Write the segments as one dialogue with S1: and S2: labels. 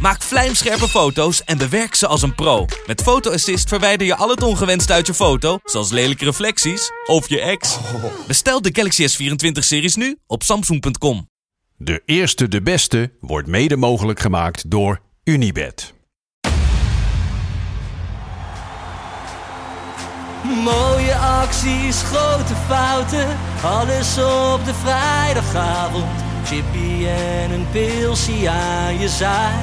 S1: Maak vlijmscherpe foto's en bewerk ze als een pro. Met Photo Assist verwijder je al het ongewenst uit je foto, zoals lelijke reflecties of je ex. Bestel de Galaxy S24-series nu op Samsung.com.
S2: De eerste de beste wordt mede mogelijk gemaakt door Unibed.
S3: Mooie acties, grote fouten, alles op de vrijdagavond. Chippy en een pilsie aan je zaai.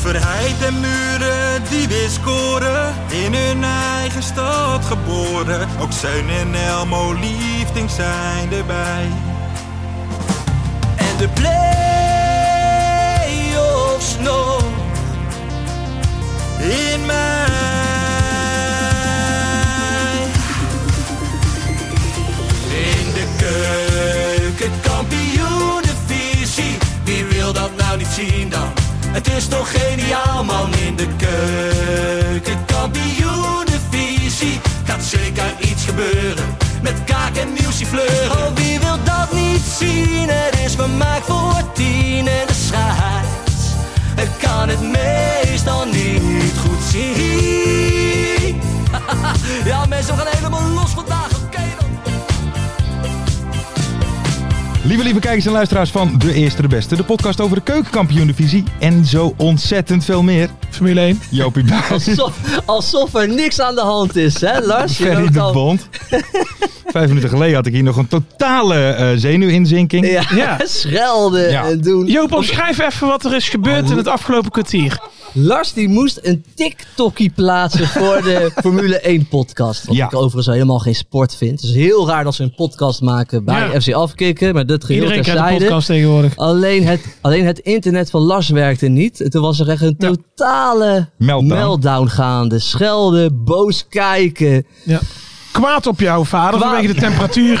S4: Verheid en muren die weer scoren, in hun eigen stad geboren. Ook Zijn en Elmo liefding zijn erbij.
S3: En de play-offs nog.
S4: In mij.
S3: In de keuken, kampioenenvisie. Wie wil dat nou niet zien dan? Het is toch geniaal man in de keuken, kampioenenvisie. Gaat zeker iets gebeuren met kaak en nieuwsie fleuren. Oh, wie wil dat niet zien? Het is vermaakt voor tien en de scheids. Het kan het meestal niet goed zien. ja mensen, we gaan helemaal los vandaag, oké dan.
S5: Lieve, lieve kijkers en luisteraars van De Eerste de Beste, de podcast over de keukenkampioen-divisie en zo ontzettend veel meer.
S6: Formule 1.
S5: Jopie Baas,
S7: Alsof, alsof er niks aan de hand is, hè Lars? Je
S5: Ferry
S7: loopt
S5: de
S7: al-
S5: Bond. Vijf minuten geleden had ik hier nog een totale eh, zenuwinzinking.
S7: Ja,
S6: Ja.
S7: schelden
S5: Ja.
S7: en doen.
S6: Joop, omschrijf even wat er is gebeurd in het afgelopen kwartier.
S7: Lars die moest een TikTokie plaatsen voor de Formule 1 podcast. Wat
S5: Ja.
S7: ik overigens al helemaal geen sport vind. Het is heel raar dat ze een podcast maken bij
S6: Ja.
S7: FC Afkikken. Maar dit geheel
S6: Iedereen krijgt een
S7: terzijde.
S6: podcast tegenwoordig.
S7: Alleen het, alleen het internet van Lars werkte niet. En toen was er echt een
S6: Ja.
S7: totale
S5: Meltdown.
S7: gaande. Schelden, boos kijken.
S6: Ja. Kwaad op jouw vader
S7: Kwaad.
S6: vanwege de temperatuur.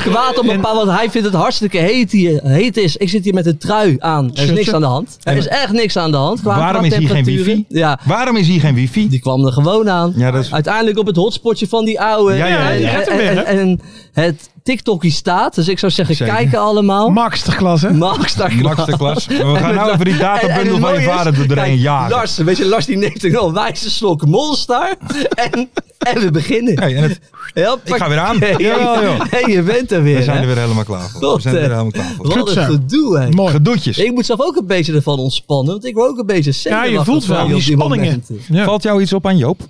S7: Kwaad op
S6: En-
S7: mijn pa, want hij vindt het hartstikke heet, hier, heet is. Ik zit hier met een trui aan. Er is
S6: Shirtje.
S7: niks aan de hand. Er is echt niks aan de hand. Qua-
S5: Waarom
S7: qua
S5: is hier geen
S7: temperaturen.
S5: wifi?
S7: Ja,
S5: Waarom is hier geen wifi?
S7: die kwam er gewoon aan.
S5: Ja, dat is-
S7: Uiteindelijk op het hotspotje van die oude.
S5: Ja, ja, ja.
S7: En-
S5: Die
S6: redt hem
S7: en,
S6: weer, hè?
S7: en- en het TikTokje staat. Dus ik zou zeggen,
S5: Zeker.
S7: kijken allemaal.
S6: Masterclass, hè?
S7: Max, daar
S5: Masterclass. We gaan nou even die
S7: En- en
S5: databundel van je
S7: het mooie is,
S5: vader er doorheen
S7: kijk,
S5: jagen.
S7: Lars, weet je, Lars die neemt een al wijze slok Monster. en, en we beginnen.
S5: Hey, en het,
S7: Hoppakee.
S5: ik ga weer aan. Ja, ja, ja.
S7: Hey, je bent er weer.
S5: We zijn
S7: hè?
S5: er weer helemaal klaar voor. We
S7: Tot,
S5: zijn er
S7: eh,
S5: weer helemaal klaar voor.
S7: Wat
S6: zo.
S7: een gedoe, hè.
S6: Mooi.
S5: Gedoetjes.
S7: Dus Ik moet zelf ook een beetje ervan ontspannen, want ik word ook een beetje
S6: Ja,
S7: zenuwachtig
S6: je voelt
S7: van
S6: wel
S7: je op
S6: die spanningen.
S7: momenten.
S6: Ja.
S5: Valt jou iets op aan Joop?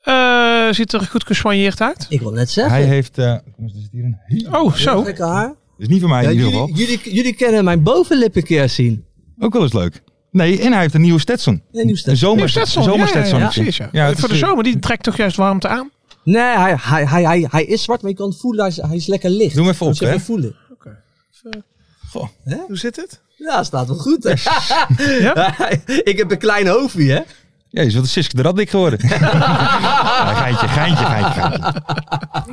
S6: Eh, ziet er goed geswanjeerd uit?
S7: Ik wil net zeggen.
S5: Hij heeft... eh, kom eens, er zit hier een heel-
S6: Oh, zo.
S7: Lekker haar.
S5: is niet van mij
S7: Ja,
S5: in ieder
S7: jullie,
S5: geval.
S7: jullie, jullie kennen mijn bovenlip een keer zien.
S5: Ook wel eens leuk. Nee, en hij heeft een nieuwe Stetson.
S7: Een nieuwe Stetson.
S5: Een zomer-
S6: Nieuw Stetson. Ja,
S5: zomerstetson.
S6: ja, precies, ja.
S5: Ja, het
S6: Voor de
S5: is, eh,
S6: zomer, die trekt toch juist warmte aan?
S7: Nee, hij, hij, hij, hij, hij is zwart, maar je kan het voelen, hij is, hij is lekker licht.
S5: Doe hem even
S7: Moet
S5: op,
S7: je
S5: hè?
S7: voelen.
S6: Hoe zit het?
S7: Ja, staat wel goed. Hè? ik heb een klein hoofdje, hè?
S5: Jezus, wat is Siske de Rat dik geworden. Ja, geintje, geintje, geintje, geintje.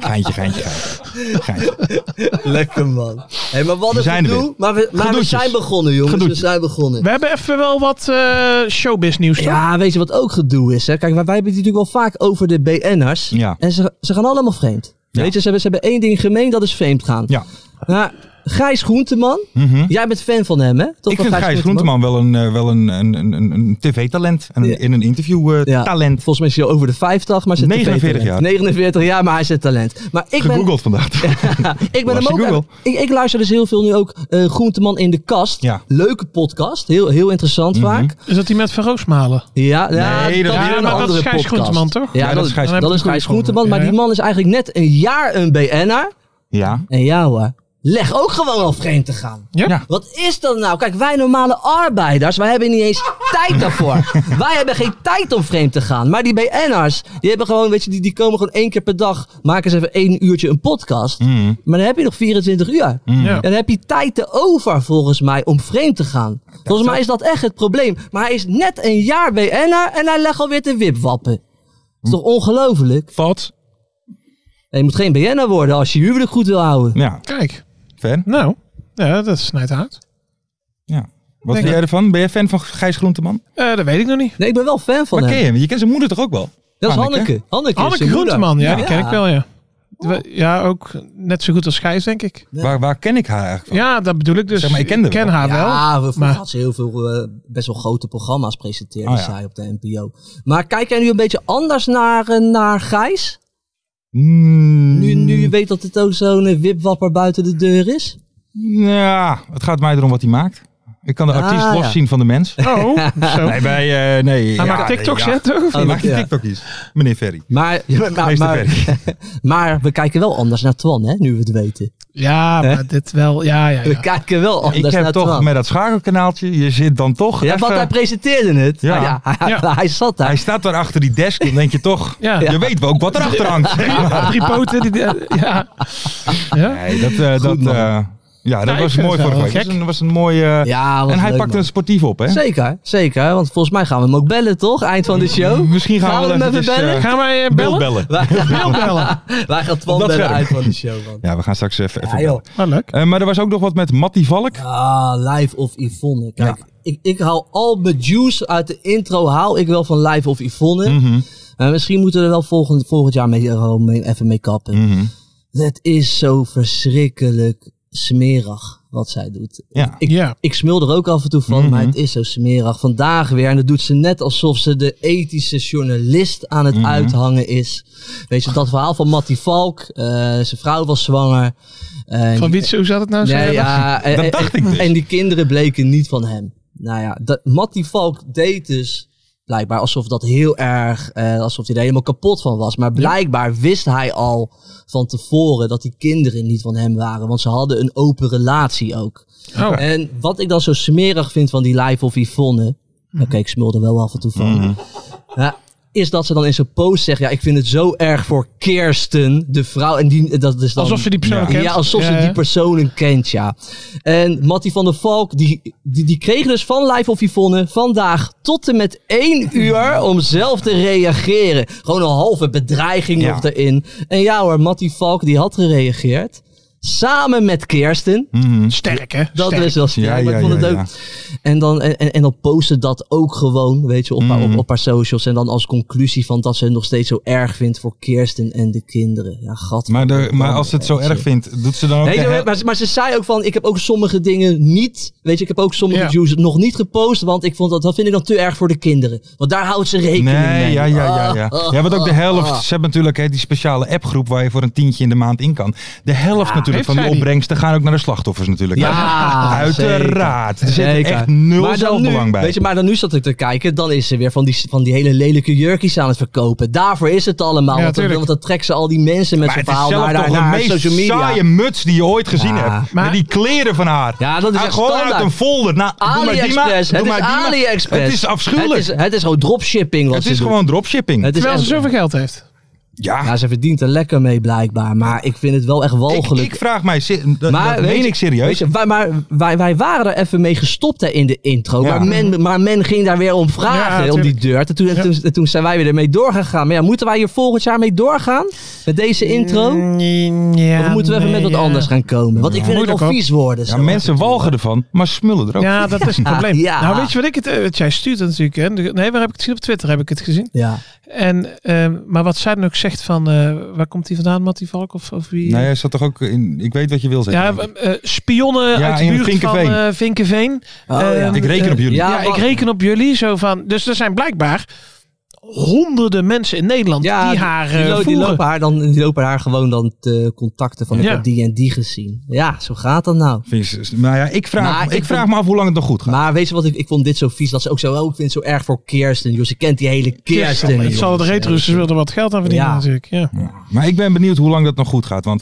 S5: Geintje, geintje, geintje. Geintje.
S7: Lekker man. Hey, maar wat
S5: We
S7: een
S5: zijn er
S7: gedoe.
S5: weer.
S7: Maar we, maar we
S5: Gedoetjes.
S7: zijn begonnen, jongens.
S5: Gedoetjes.
S7: We zijn begonnen.
S6: We hebben even wel wat eh, showbiz nieuws, toch?
S7: Ja, weet je wat ook gedoe is? Hè? Kijk, wij wij hebben het natuurlijk wel vaak over de BN'ers.
S5: Ja.
S7: En ze, ze gaan allemaal vreemd.
S5: Ja.
S7: Weet je, ze hebben, ze hebben één ding gemeen, dat is vreemd gaan.
S5: Ja.
S7: Nou, Gijs Groenteman,
S5: Mhm.
S7: jij bent fan van hem, hè? Toch
S5: Ik
S7: wel
S5: vind Gijs Groenteman wel een, eh, wel een, een, een, een- een tv-talent. En
S7: Ja.
S5: een, eh, in een
S7: Ja.
S5: interview-talent.
S7: Volgens mij is hij al over de 50, maar zit
S5: 49 jaar.
S7: 49 jaar, maar hij zit talent. Maar ik ben,
S5: Gegoogeld vandaag.
S7: ik ben
S5: Was
S7: hem
S5: je Google?
S7: ook. Ik, ik luister dus heel veel nu ook eh, Groenteman in de kast.
S5: Ja. Mhm.
S7: Leuke podcast, heel, heel interessant vaak.
S6: Is dat die met Van Roosmalen?
S7: Ja, ja,
S5: Nee, dat-
S7: is
S5: Ja,
S7: weer een
S6: maar dat is
S7: andere
S6: Gijs
S7: podcast.
S6: Groenteman, toch?
S7: Ja,
S5: Ja,
S7: dat, is Gijs, dat is Gijs Groenteman. Maar
S6: Ja,
S7: die
S6: ja.
S7: man is eigenlijk net een jaar een BN'er.
S5: Ja.
S7: En ja hoor, leg ook gewoon al vreemd te gaan.
S6: Ja.
S5: Ja.
S7: Wat is dat nou? Kijk, wij normale arbeiders, wij hebben niet eens tijd daarvoor. wij hebben geen tijd om vreemd te gaan. Maar die BN'ers, die hebben gewoon, weet je, die, die komen gewoon één keer per dag, maken ze even één uurtje een podcast.
S5: Mm.
S7: Maar dan heb je nog 24 uur.
S6: Ja.
S7: En dan heb je tijd te over, volgens mij, om vreemd te gaan. Volgens mij is dat echt het probleem. Maar hij is net een jaar BN'er en hij legt alweer te wipwappen. Dat is toch ongelooflijk?
S5: Wat?
S7: En Je moet geen BN'er worden als je je huwelijk goed wil houden.
S5: Ja.
S6: Kijk.
S5: Fan?
S6: Nou, ja, dat snijdt uit.
S5: Wat
S6: Denk
S5: vind jij ervan? Ben jij fan van Gijs Groenteman?
S6: Eh, dat weet ik nog niet.
S7: Nee, ik ben wel fan van
S5: Maar ken
S7: hem.
S5: je hem? Je kent zijn moeder toch ook wel?
S7: Dat is
S5: Hanneke.
S7: Hanneke. Hanneke, is
S6: Anneke
S7: zijn moeder.
S6: Groenteman, ja, die ken ik
S7: Ja.
S6: wel, ja. Ja, ook net zo goed als Gijs, denk ik.
S7: Ja.
S5: Waar, waar ken ik haar eigenlijk van?
S6: Ja, dat bedoel ik dus.
S5: Zeg maar, ik kende
S6: ken
S5: wel.
S6: haar wel.
S7: Ja, vroeger
S6: maar-
S7: had ze heel veel eh, best wel grote programma's presenteerde
S5: Ah, ja.
S7: zij op de NPO. Maar kijk jij nu een beetje anders naar, eh, naar Gijs?
S5: Mm,
S7: Nu, nu je weet dat het ook zo'n eh, wipwapper buiten de deur is?
S5: Ja, het gaat mij erom wat hij maakt. Ik kan de
S7: Ah,
S5: artiest
S7: ja.
S5: loszien van de mens.
S6: Oh, zo.
S5: Nee, bij... eh, nee,
S6: Hij
S5: ja,
S6: maakt
S5: nee,
S6: TikToks,
S5: ja.
S6: hè, toch?
S5: Hij maakt
S7: Oh, Ja.
S5: TikTokies, meneer Ferry.
S7: Maar, maar, maar,
S5: Meester
S7: maar, maar we kijken wel anders naar Twan, hè, nu we het weten.
S6: Ja, maar dit wel. Ja, ja,
S7: We
S6: ja.
S7: kijken wel anders
S5: Ik heb
S7: naar
S5: toch
S7: Twan.
S5: met dat schakelkanaaltje, je zit dan toch
S7: Ja, want
S5: even-
S7: hij presenteerde het. Ah,
S5: Ja.
S7: Ja. hij,
S6: Ja.
S7: hij zat daar.
S5: Hij staat daar achter die desk, dan denk je toch...
S6: Ja.
S5: Je weet wel ook wat erachter hangt. zeg maar.
S6: Drie poten. Die, eh, ja. ja.
S5: Nee, dat, eh, dat,
S7: man.
S5: eh, ja, dat
S6: ik
S5: was
S6: vind
S5: mooi
S6: het
S5: voor
S6: wel
S5: week. Dat
S6: gek.
S5: was een, was een mooie...
S7: Ja, was
S5: en hij
S7: leuk,
S5: pakte
S7: man.
S5: het sportief op, hè?
S7: Zeker, zeker. Want volgens mij gaan we hem ook bellen, toch? Eind van de show.
S5: Misschien gaan, we,
S7: hem
S5: wel
S7: even
S5: eventjes,
S7: bellen?
S5: eh,
S6: Gaan wij eh,
S5: Bill
S6: bellen?
S5: bellen.
S6: Bill bellen.
S7: Wij gaan Twan
S5: Op dat
S7: bellen
S5: scherm.
S7: eind van de show, man.
S5: Ja, we gaan straks even, even
S7: Ja, joh.
S5: bellen.
S6: Maar Ah, leuk.
S5: Eh, maar er was ook nog wat met Matty Valk.
S7: Ah, Live of Yvonne. Kijk, ik, ik haal al mijn juice uit de intro, haal ik wel van Live of Yvonne.
S5: Mhm,
S7: Maar misschien moeten we er wel volgend, volgend jaar mee, gewoon mee- even mee kappen.
S5: mhm.
S7: Het is zo verschrikkelijk smerig wat zij doet.
S5: Ja.
S7: Ik,
S6: Ja.
S7: ik smul er ook af en toe van, maar
S5: Mhm.
S7: het is zo smerig. Vandaag weer, en dat doet ze net alsof ze de ethische journalist aan het
S5: Mhm.
S7: uithangen is. Weet je, dat verhaal van Mattie Valk, eh, zijn vrouw was zwanger. En-
S6: Van wie, hoe zat het nou? zo?
S7: Nee, ja, en,
S5: Dat
S7: en-
S5: dacht ik dus.
S7: En die kinderen bleken niet van hem. Nou ja, dat, Mattie Valk deed dus blijkbaar alsof dat heel erg, eh, alsof hij er helemaal kapot van was. Maar blijkbaar wist hij al van tevoren dat die kinderen niet van hem waren. Want ze hadden een open relatie ook.
S6: Oh.
S7: En wat ik dan zo smerig vind van die Live of Yvonne.
S6: Mhm.
S7: Oké, ik smul er wel af en toe van. Ja, is dat ze dan in zijn post zegt: Ja, ik vind het zo erg voor Kirsten, de vrouw. En die, dat is dan,
S6: Alsof ze die persoon
S5: Ja.
S6: kent.
S7: ja, alsof ze
S6: Ja,
S7: die
S6: ja.
S7: personen kent, ja. En Mattie van der Valk, die, die, die kreeg dus van Live of Yvonne vandaag tot en met één uur om zelf te reageren. Gewoon een halve bedreiging
S5: Ja.
S7: nog erin. En ja hoor, Mattie Valk die had gereageerd. Samen met Kirsten.
S5: mhm.
S6: Sterk, hè?
S7: Dat
S6: Sterk.
S7: is wel sterk,
S5: Ja,
S7: maar
S5: ja,
S7: ik vond het
S5: ja,
S7: ook.
S5: ja.
S7: En, dan, en, en- en dan posten dat ook gewoon, weet je, op, haar,
S5: Mhm.
S7: op, op haar socials. En dan als conclusie van dat ze het nog steeds zo erg vindt voor Kirsten en de kinderen. Ja, gat.
S5: Maar, de, maar als ze het zo erg vindt, doet ze dan ook...
S7: Nee,
S5: de
S7: ze-
S5: hel-
S7: maar, ze- maar ze zei ook van, ik heb ook sommige dingen niet, weet je, ik heb ook sommige
S6: Ja.
S7: views nog niet gepost, want ik vond dat, dat vind ik dan te erg voor de kinderen. Want daar houdt ze rekening
S5: Nee,
S7: mee.
S5: ja, ja, ja, ja.
S7: Ah,
S5: Ja, want ook de helft. Ze hebben natuurlijk hè, die speciale appgroep waar je voor een tientje in de maand in kan. De helft natuurlijk
S6: heeft
S5: van die
S6: zij die?
S5: opbrengsten gaan ook naar de slachtoffers natuurlijk.
S7: Ja,
S5: uiteraard. Er zit
S7: Zeker.
S5: echt nul
S7: Maar dan
S5: zelfbelang
S7: nu,
S5: bij.
S7: Weet je, maar dan nu zat ik te kijken, dan is ze weer van die, van die hele lelijke jurkjes aan het verkopen. Daarvoor is het allemaal. want,
S6: Ja,
S7: dan, want
S6: tuurlijk.
S7: dan trekt ze al die mensen met
S5: maar
S7: zijn
S5: het is
S7: verhaal
S5: zelf
S7: naar,
S5: toch
S7: naar,
S5: de
S7: naar
S5: meest
S7: social media.
S5: saaie muts die je ooit gezien
S7: Ja.
S5: hebt.
S6: Maar-
S5: Met die kleren van haar.
S7: Ja, dat is
S5: Ah,
S7: echt
S5: Gewoon
S7: standaard.
S5: uit een folder. Nou, doe maar die maar,
S7: AliExpress.
S5: doe
S7: Het is
S5: maar die maar.
S7: AliExpress.
S5: Het is afschuwelijk.
S7: Het is, het is gewoon dropshipping. Wat
S5: Het
S7: ze
S5: is
S7: doet.
S5: gewoon dropshipping.
S7: Het is
S6: Terwijl ze
S7: echt-
S6: zoveel geld heeft.
S5: ja,
S7: Ja, ze verdient er lekker mee blijkbaar. Maar ik vind het wel echt
S5: ik,
S7: walgelijk.
S5: ik vraag mij... se- Dat, dat
S7: maar weet
S5: meen
S7: je-
S5: ik serieus.
S7: weet je, wij, maar wij, wij waren er even mee gestopt hè, in de intro.
S5: Ja.
S7: Maar, men, maar men ging daar weer om vragen,
S6: Ja,
S7: om die
S6: tuurlijk.
S7: deur. En toen, en toen, en toen zijn wij weer ermee doorgegaan. Maar ja, moeten wij hier volgend jaar mee doorgaan? Met deze intro?
S6: Ja,
S7: of moeten we even
S6: nee,
S7: met wat
S6: ja.
S7: anders gaan komen? Want ik vind
S6: Moeilijk,
S7: het al
S6: hoor.
S7: vies worden.
S5: ja,
S7: zo.
S5: mensen walgen ervan, maar smullen er ook.
S6: Ja, dat is het probleem.
S7: Ja.
S6: Nou, weet je wat ik het... eh, wat jij stuurt het natuurlijk, hè? De- Nee, waar heb ik het gezien? Op Twitter heb ik het gezien.
S7: Ja.
S6: En, ehm, maar wat zij dan ook zegt van... eh, waar komt die vandaan, Mattie Valk? Of, of wie?
S5: Nou, jij zat toch ook in... Ik weet wat je wil zeggen.
S6: ja, eh, eh, spionnen
S5: Ja,
S6: uit
S5: in
S6: de buurt
S5: Vinkeveen.
S6: van eh, Vinkeveen.
S7: Oh, ja.
S6: Ehm,
S5: Ik reken op
S6: eh,
S5: jullie.
S7: Ja,
S6: Ja, ik
S7: wat-
S6: reken op jullie. Zo van, dus er zijn blijkbaar honderden mensen in Nederland
S7: Ja,
S6: die haar eh,
S7: die, lo- die
S6: voeren.
S7: lopen haar dan, die lopen haar gewoon dan te contacten van ik
S6: Ja.
S7: heb die en die gezien. Ja, zo gaat dat nou.
S5: Vind je- Nou ja, ik vraag,
S7: Maar
S5: ik
S7: ik
S5: vraag
S7: vond-
S5: me af hoe lang het nog goed gaat.
S7: Maar weet je wat, ik, ik vond dit zo vies. Dat ze ook zo, oh, ik vind het zo erg voor Kirsten. Joh, ze kent die hele Kirsten.
S6: Het zal de
S7: jongens.
S6: retro's wilden wat geld aan verdienen
S7: Ja.
S6: natuurlijk. Ja.
S5: Maar ik ben benieuwd hoe lang dat nog goed gaat. Want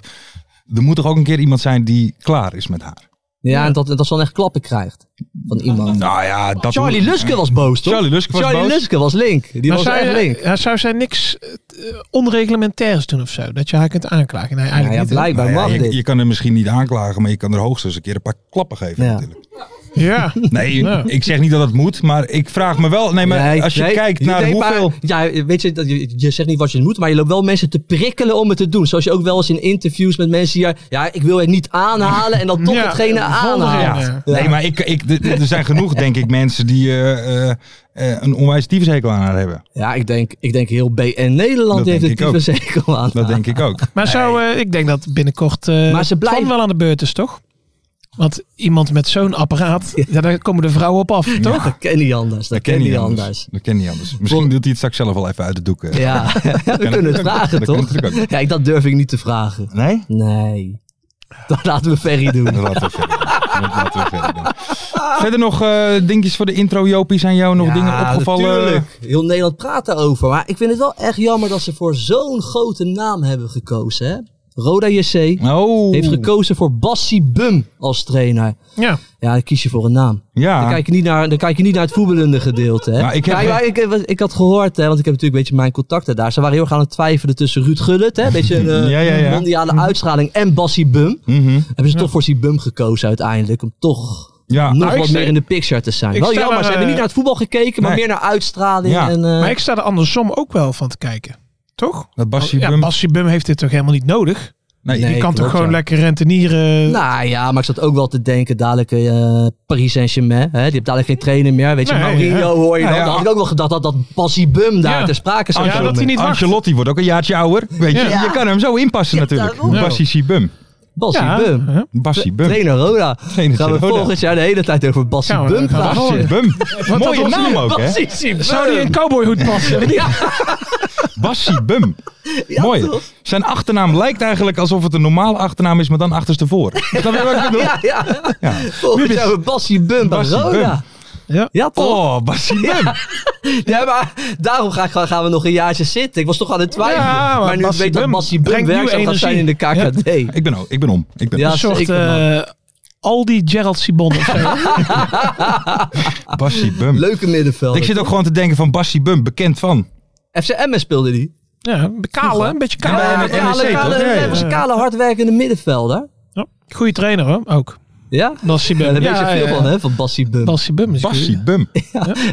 S5: er moet toch ook een keer iemand zijn die klaar is met haar.
S7: Ja, en dat, dat ze dan echt klappen krijgt van iemand.
S5: Nou ja, dat
S7: Charlie Luske was boos, toch?
S5: Charlie Luske was
S7: Charlie
S5: boos.
S7: Luske was link. Die
S6: Maar
S7: was
S6: zou,
S7: echt link.
S6: je, ja, zou zij niks eh, onreglementairs doen of zo? Dat je haar kunt aanklagen? Nee,
S7: Ja,
S6: eigenlijk
S7: ja,
S6: niet. hè?
S7: blijkbaar
S5: Nou ja,
S7: mag
S5: je,
S7: dit.
S5: je kan er misschien niet aanklagen, maar je kan er hoogstens een keer een paar klappen geven
S7: Ja.
S5: natuurlijk.
S6: Ja.
S5: Nee,
S6: Ja.
S5: ik zeg niet dat dat moet, maar ik vraag me wel. Nee, eh, maar
S7: Nee,
S5: als je
S7: nee.
S5: kijkt
S7: Nee,
S5: naar
S7: nee, maar-
S5: hoeveel.
S7: ja, weet je, dat je, je zegt niet wat je moet, maar je loopt wel mensen te prikkelen om het te doen. Zoals je ook wel eens in interviews met mensen hier. Ja, ik wil het niet aanhalen en dan toch
S6: Ja,
S7: hetgene
S6: volgende
S7: aanhalen.
S6: Ja.
S5: Nee, maar ik, ik, d- d- er zijn genoeg, denk ik, mensen die eh, eh, eh, een onwijs tyfushekel aan haar hebben.
S7: Ja, ik denk, ik denk heel BN Nederland
S5: Dat
S7: heeft
S5: denk
S7: het
S5: ik ook.
S7: tyfushekel aan.
S5: Dat denk ik ook.
S6: Maar zou, eh, ik denk dat binnenkort eh
S7: Maar ze blijven-
S6: Twan wel aan de beurt is, toch? Want iemand met zo'n apparaat, ja, daar komen de vrouwen op af, toch?
S7: Ah, Dat ken je anders. Dat, ken je anders.
S5: Dat ken je anders. Misschien doet hij het straks zelf wel even uit de doeken.
S7: Ja, we kunnen het vragen,
S5: dat kan
S7: toch?
S5: natuurlijk ook.
S7: Kijk, dat durf ik niet te vragen.
S5: Nee?
S7: Nee. Dat laten we Ferry
S5: Dat
S7: doen.
S5: laten we verder. Dat laten we verder, doen. verder nog eh dingetjes voor de intro, Jopie. Zijn jou nog
S7: Ja,
S5: dingen opgevallen?
S7: natuurlijk. Heel Nederland praat daarover. Maar ik vind het wel echt jammer dat ze voor zo'n grote naam hebben gekozen. Hè? Roda JC
S5: Oh.
S7: heeft gekozen voor Bassi Bum als trainer.
S6: Ja.
S7: Ja, dan kies je voor een naam. Dan,
S5: Ja.
S7: kijk je niet naar, dan kijk je niet naar het voetballende gedeelte. Hè?
S5: Nou, ik heb-
S7: Kijk, maar ik, eh, ik, had gehoord, hè, want ik heb natuurlijk een beetje mijn contacten daar. Ze waren heel erg aan het twijfelen tussen Ruud Gullit, hè, een beetje een eh,
S5: Ja, ja, ja.
S7: mondiale uitstraling, en Bassi Bum.
S5: Mhm.
S7: Hebben ze toch voor Sibum gekozen uiteindelijk. Om toch
S5: Ja.
S7: nog
S6: Nou, ik
S7: wat
S6: sta-
S7: meer in de picture te zijn.
S6: ik
S7: Wel
S6: sta
S7: jammer,
S6: daar,
S7: ze hebben
S6: eh,
S7: niet naar het voetbal gekeken, maar
S5: Nee.
S7: meer naar uitstraling.
S5: Ja.
S7: En, eh,
S6: Maar ik sta er andersom ook wel van te kijken, toch? Oh,
S5: Dat Bassie
S6: ja,
S5: Bum-
S6: Bassie Bum heeft dit toch helemaal niet nodig?
S5: Nee,
S6: Die
S7: Oh, Nee,
S6: kan toch
S7: klopt,
S6: gewoon
S7: ja.
S6: lekker rentenieren?
S7: Nou ja, maar ik zat ook wel te denken, dadelijk eh, Paris Saint-Germain. Hè, die heeft dadelijk geen trainer meer. Weet je,
S6: Nee,
S7: Mourinho
S6: hè.
S7: hoor je
S5: Nou ja.
S7: dan. Dan had ik ook wel gedacht dat dat Bassi Bum daar
S6: Ja. Oh,
S7: ter sprake zou
S6: Ja,
S7: komen.
S6: dat hij niet wacht.
S5: Ancelotti wordt ook een jaartje ouder. Weet je,
S7: Ja.
S5: je kan hem zo inpassen natuurlijk.
S7: daarom.
S5: Bassie Sibum.
S7: Bassi
S6: Ja,
S7: Bum.
S6: hè?
S5: Bassie Bum.
S7: Trainer Roda.
S5: Trainer
S7: gaan we
S5: Roda.
S7: volgend jaar de hele tijd over Bassi
S6: Ja, maar
S7: Bum
S6: dat gaan we
S7: praten.
S6: horen.
S5: Bum.
S6: dat
S5: Mooie
S6: was
S5: naam
S6: weer-
S5: ook, hè?
S7: Bassi Bum.
S6: Zou die een cowboyhoed passen?
S7: Ja,
S5: Bassie Bum.
S7: ja,
S5: Mooi.
S7: toch?
S5: Zijn achternaam lijkt eigenlijk alsof het een normale achternaam is, maar dan achterstevoren. Snap je wat ik bedoel?
S7: Ja, ja.
S5: Ja.
S7: Volgend jaar hebben we Bassi Bum bij
S5: Bassi
S7: Roda.
S6: Ja.
S7: Ja, toch?
S5: Oh, Bassie Bum.
S7: Ja, maar daarom ga ik, gaan we nog een jaartje zitten. Ik was toch aan het twijfelen.
S6: Ja, maar
S7: maar, nu
S6: Bassie
S7: weet ik dat
S6: Bum
S7: Massie Bum
S6: brengt nieuwe
S7: werkzaam gaat
S6: energie.
S7: zijn in de KKD.
S5: Ik ben, o- ik ben om. Ik ben
S7: Ja,
S6: Een soort
S7: zeker, man.
S6: eh, Aldi Gerald Sibon of zo.
S5: dus Bassie Bum.
S7: Leuke middenveld.
S5: Ik zit ook gewoon te denken van Bassie Bum, bekend van.
S7: FCM speelde die.
S6: Ja, kale, een beetje kale.
S5: Ja, bij NEC,
S7: kale,
S5: toch?
S7: kale,
S5: Ja, ja.
S7: dat was een kale, hardwerkende middenvelder.
S6: Ja. Goeie trainer hoor, ook.
S7: Ja?
S6: Bassie
S7: Ja,
S6: Bum.
S7: daar weet je
S6: Ja,
S7: veel
S6: ja.
S7: van, hè? Van Bassie Bum.
S6: Bassie Bum is
S5: Bassie
S6: goed.
S5: Bum.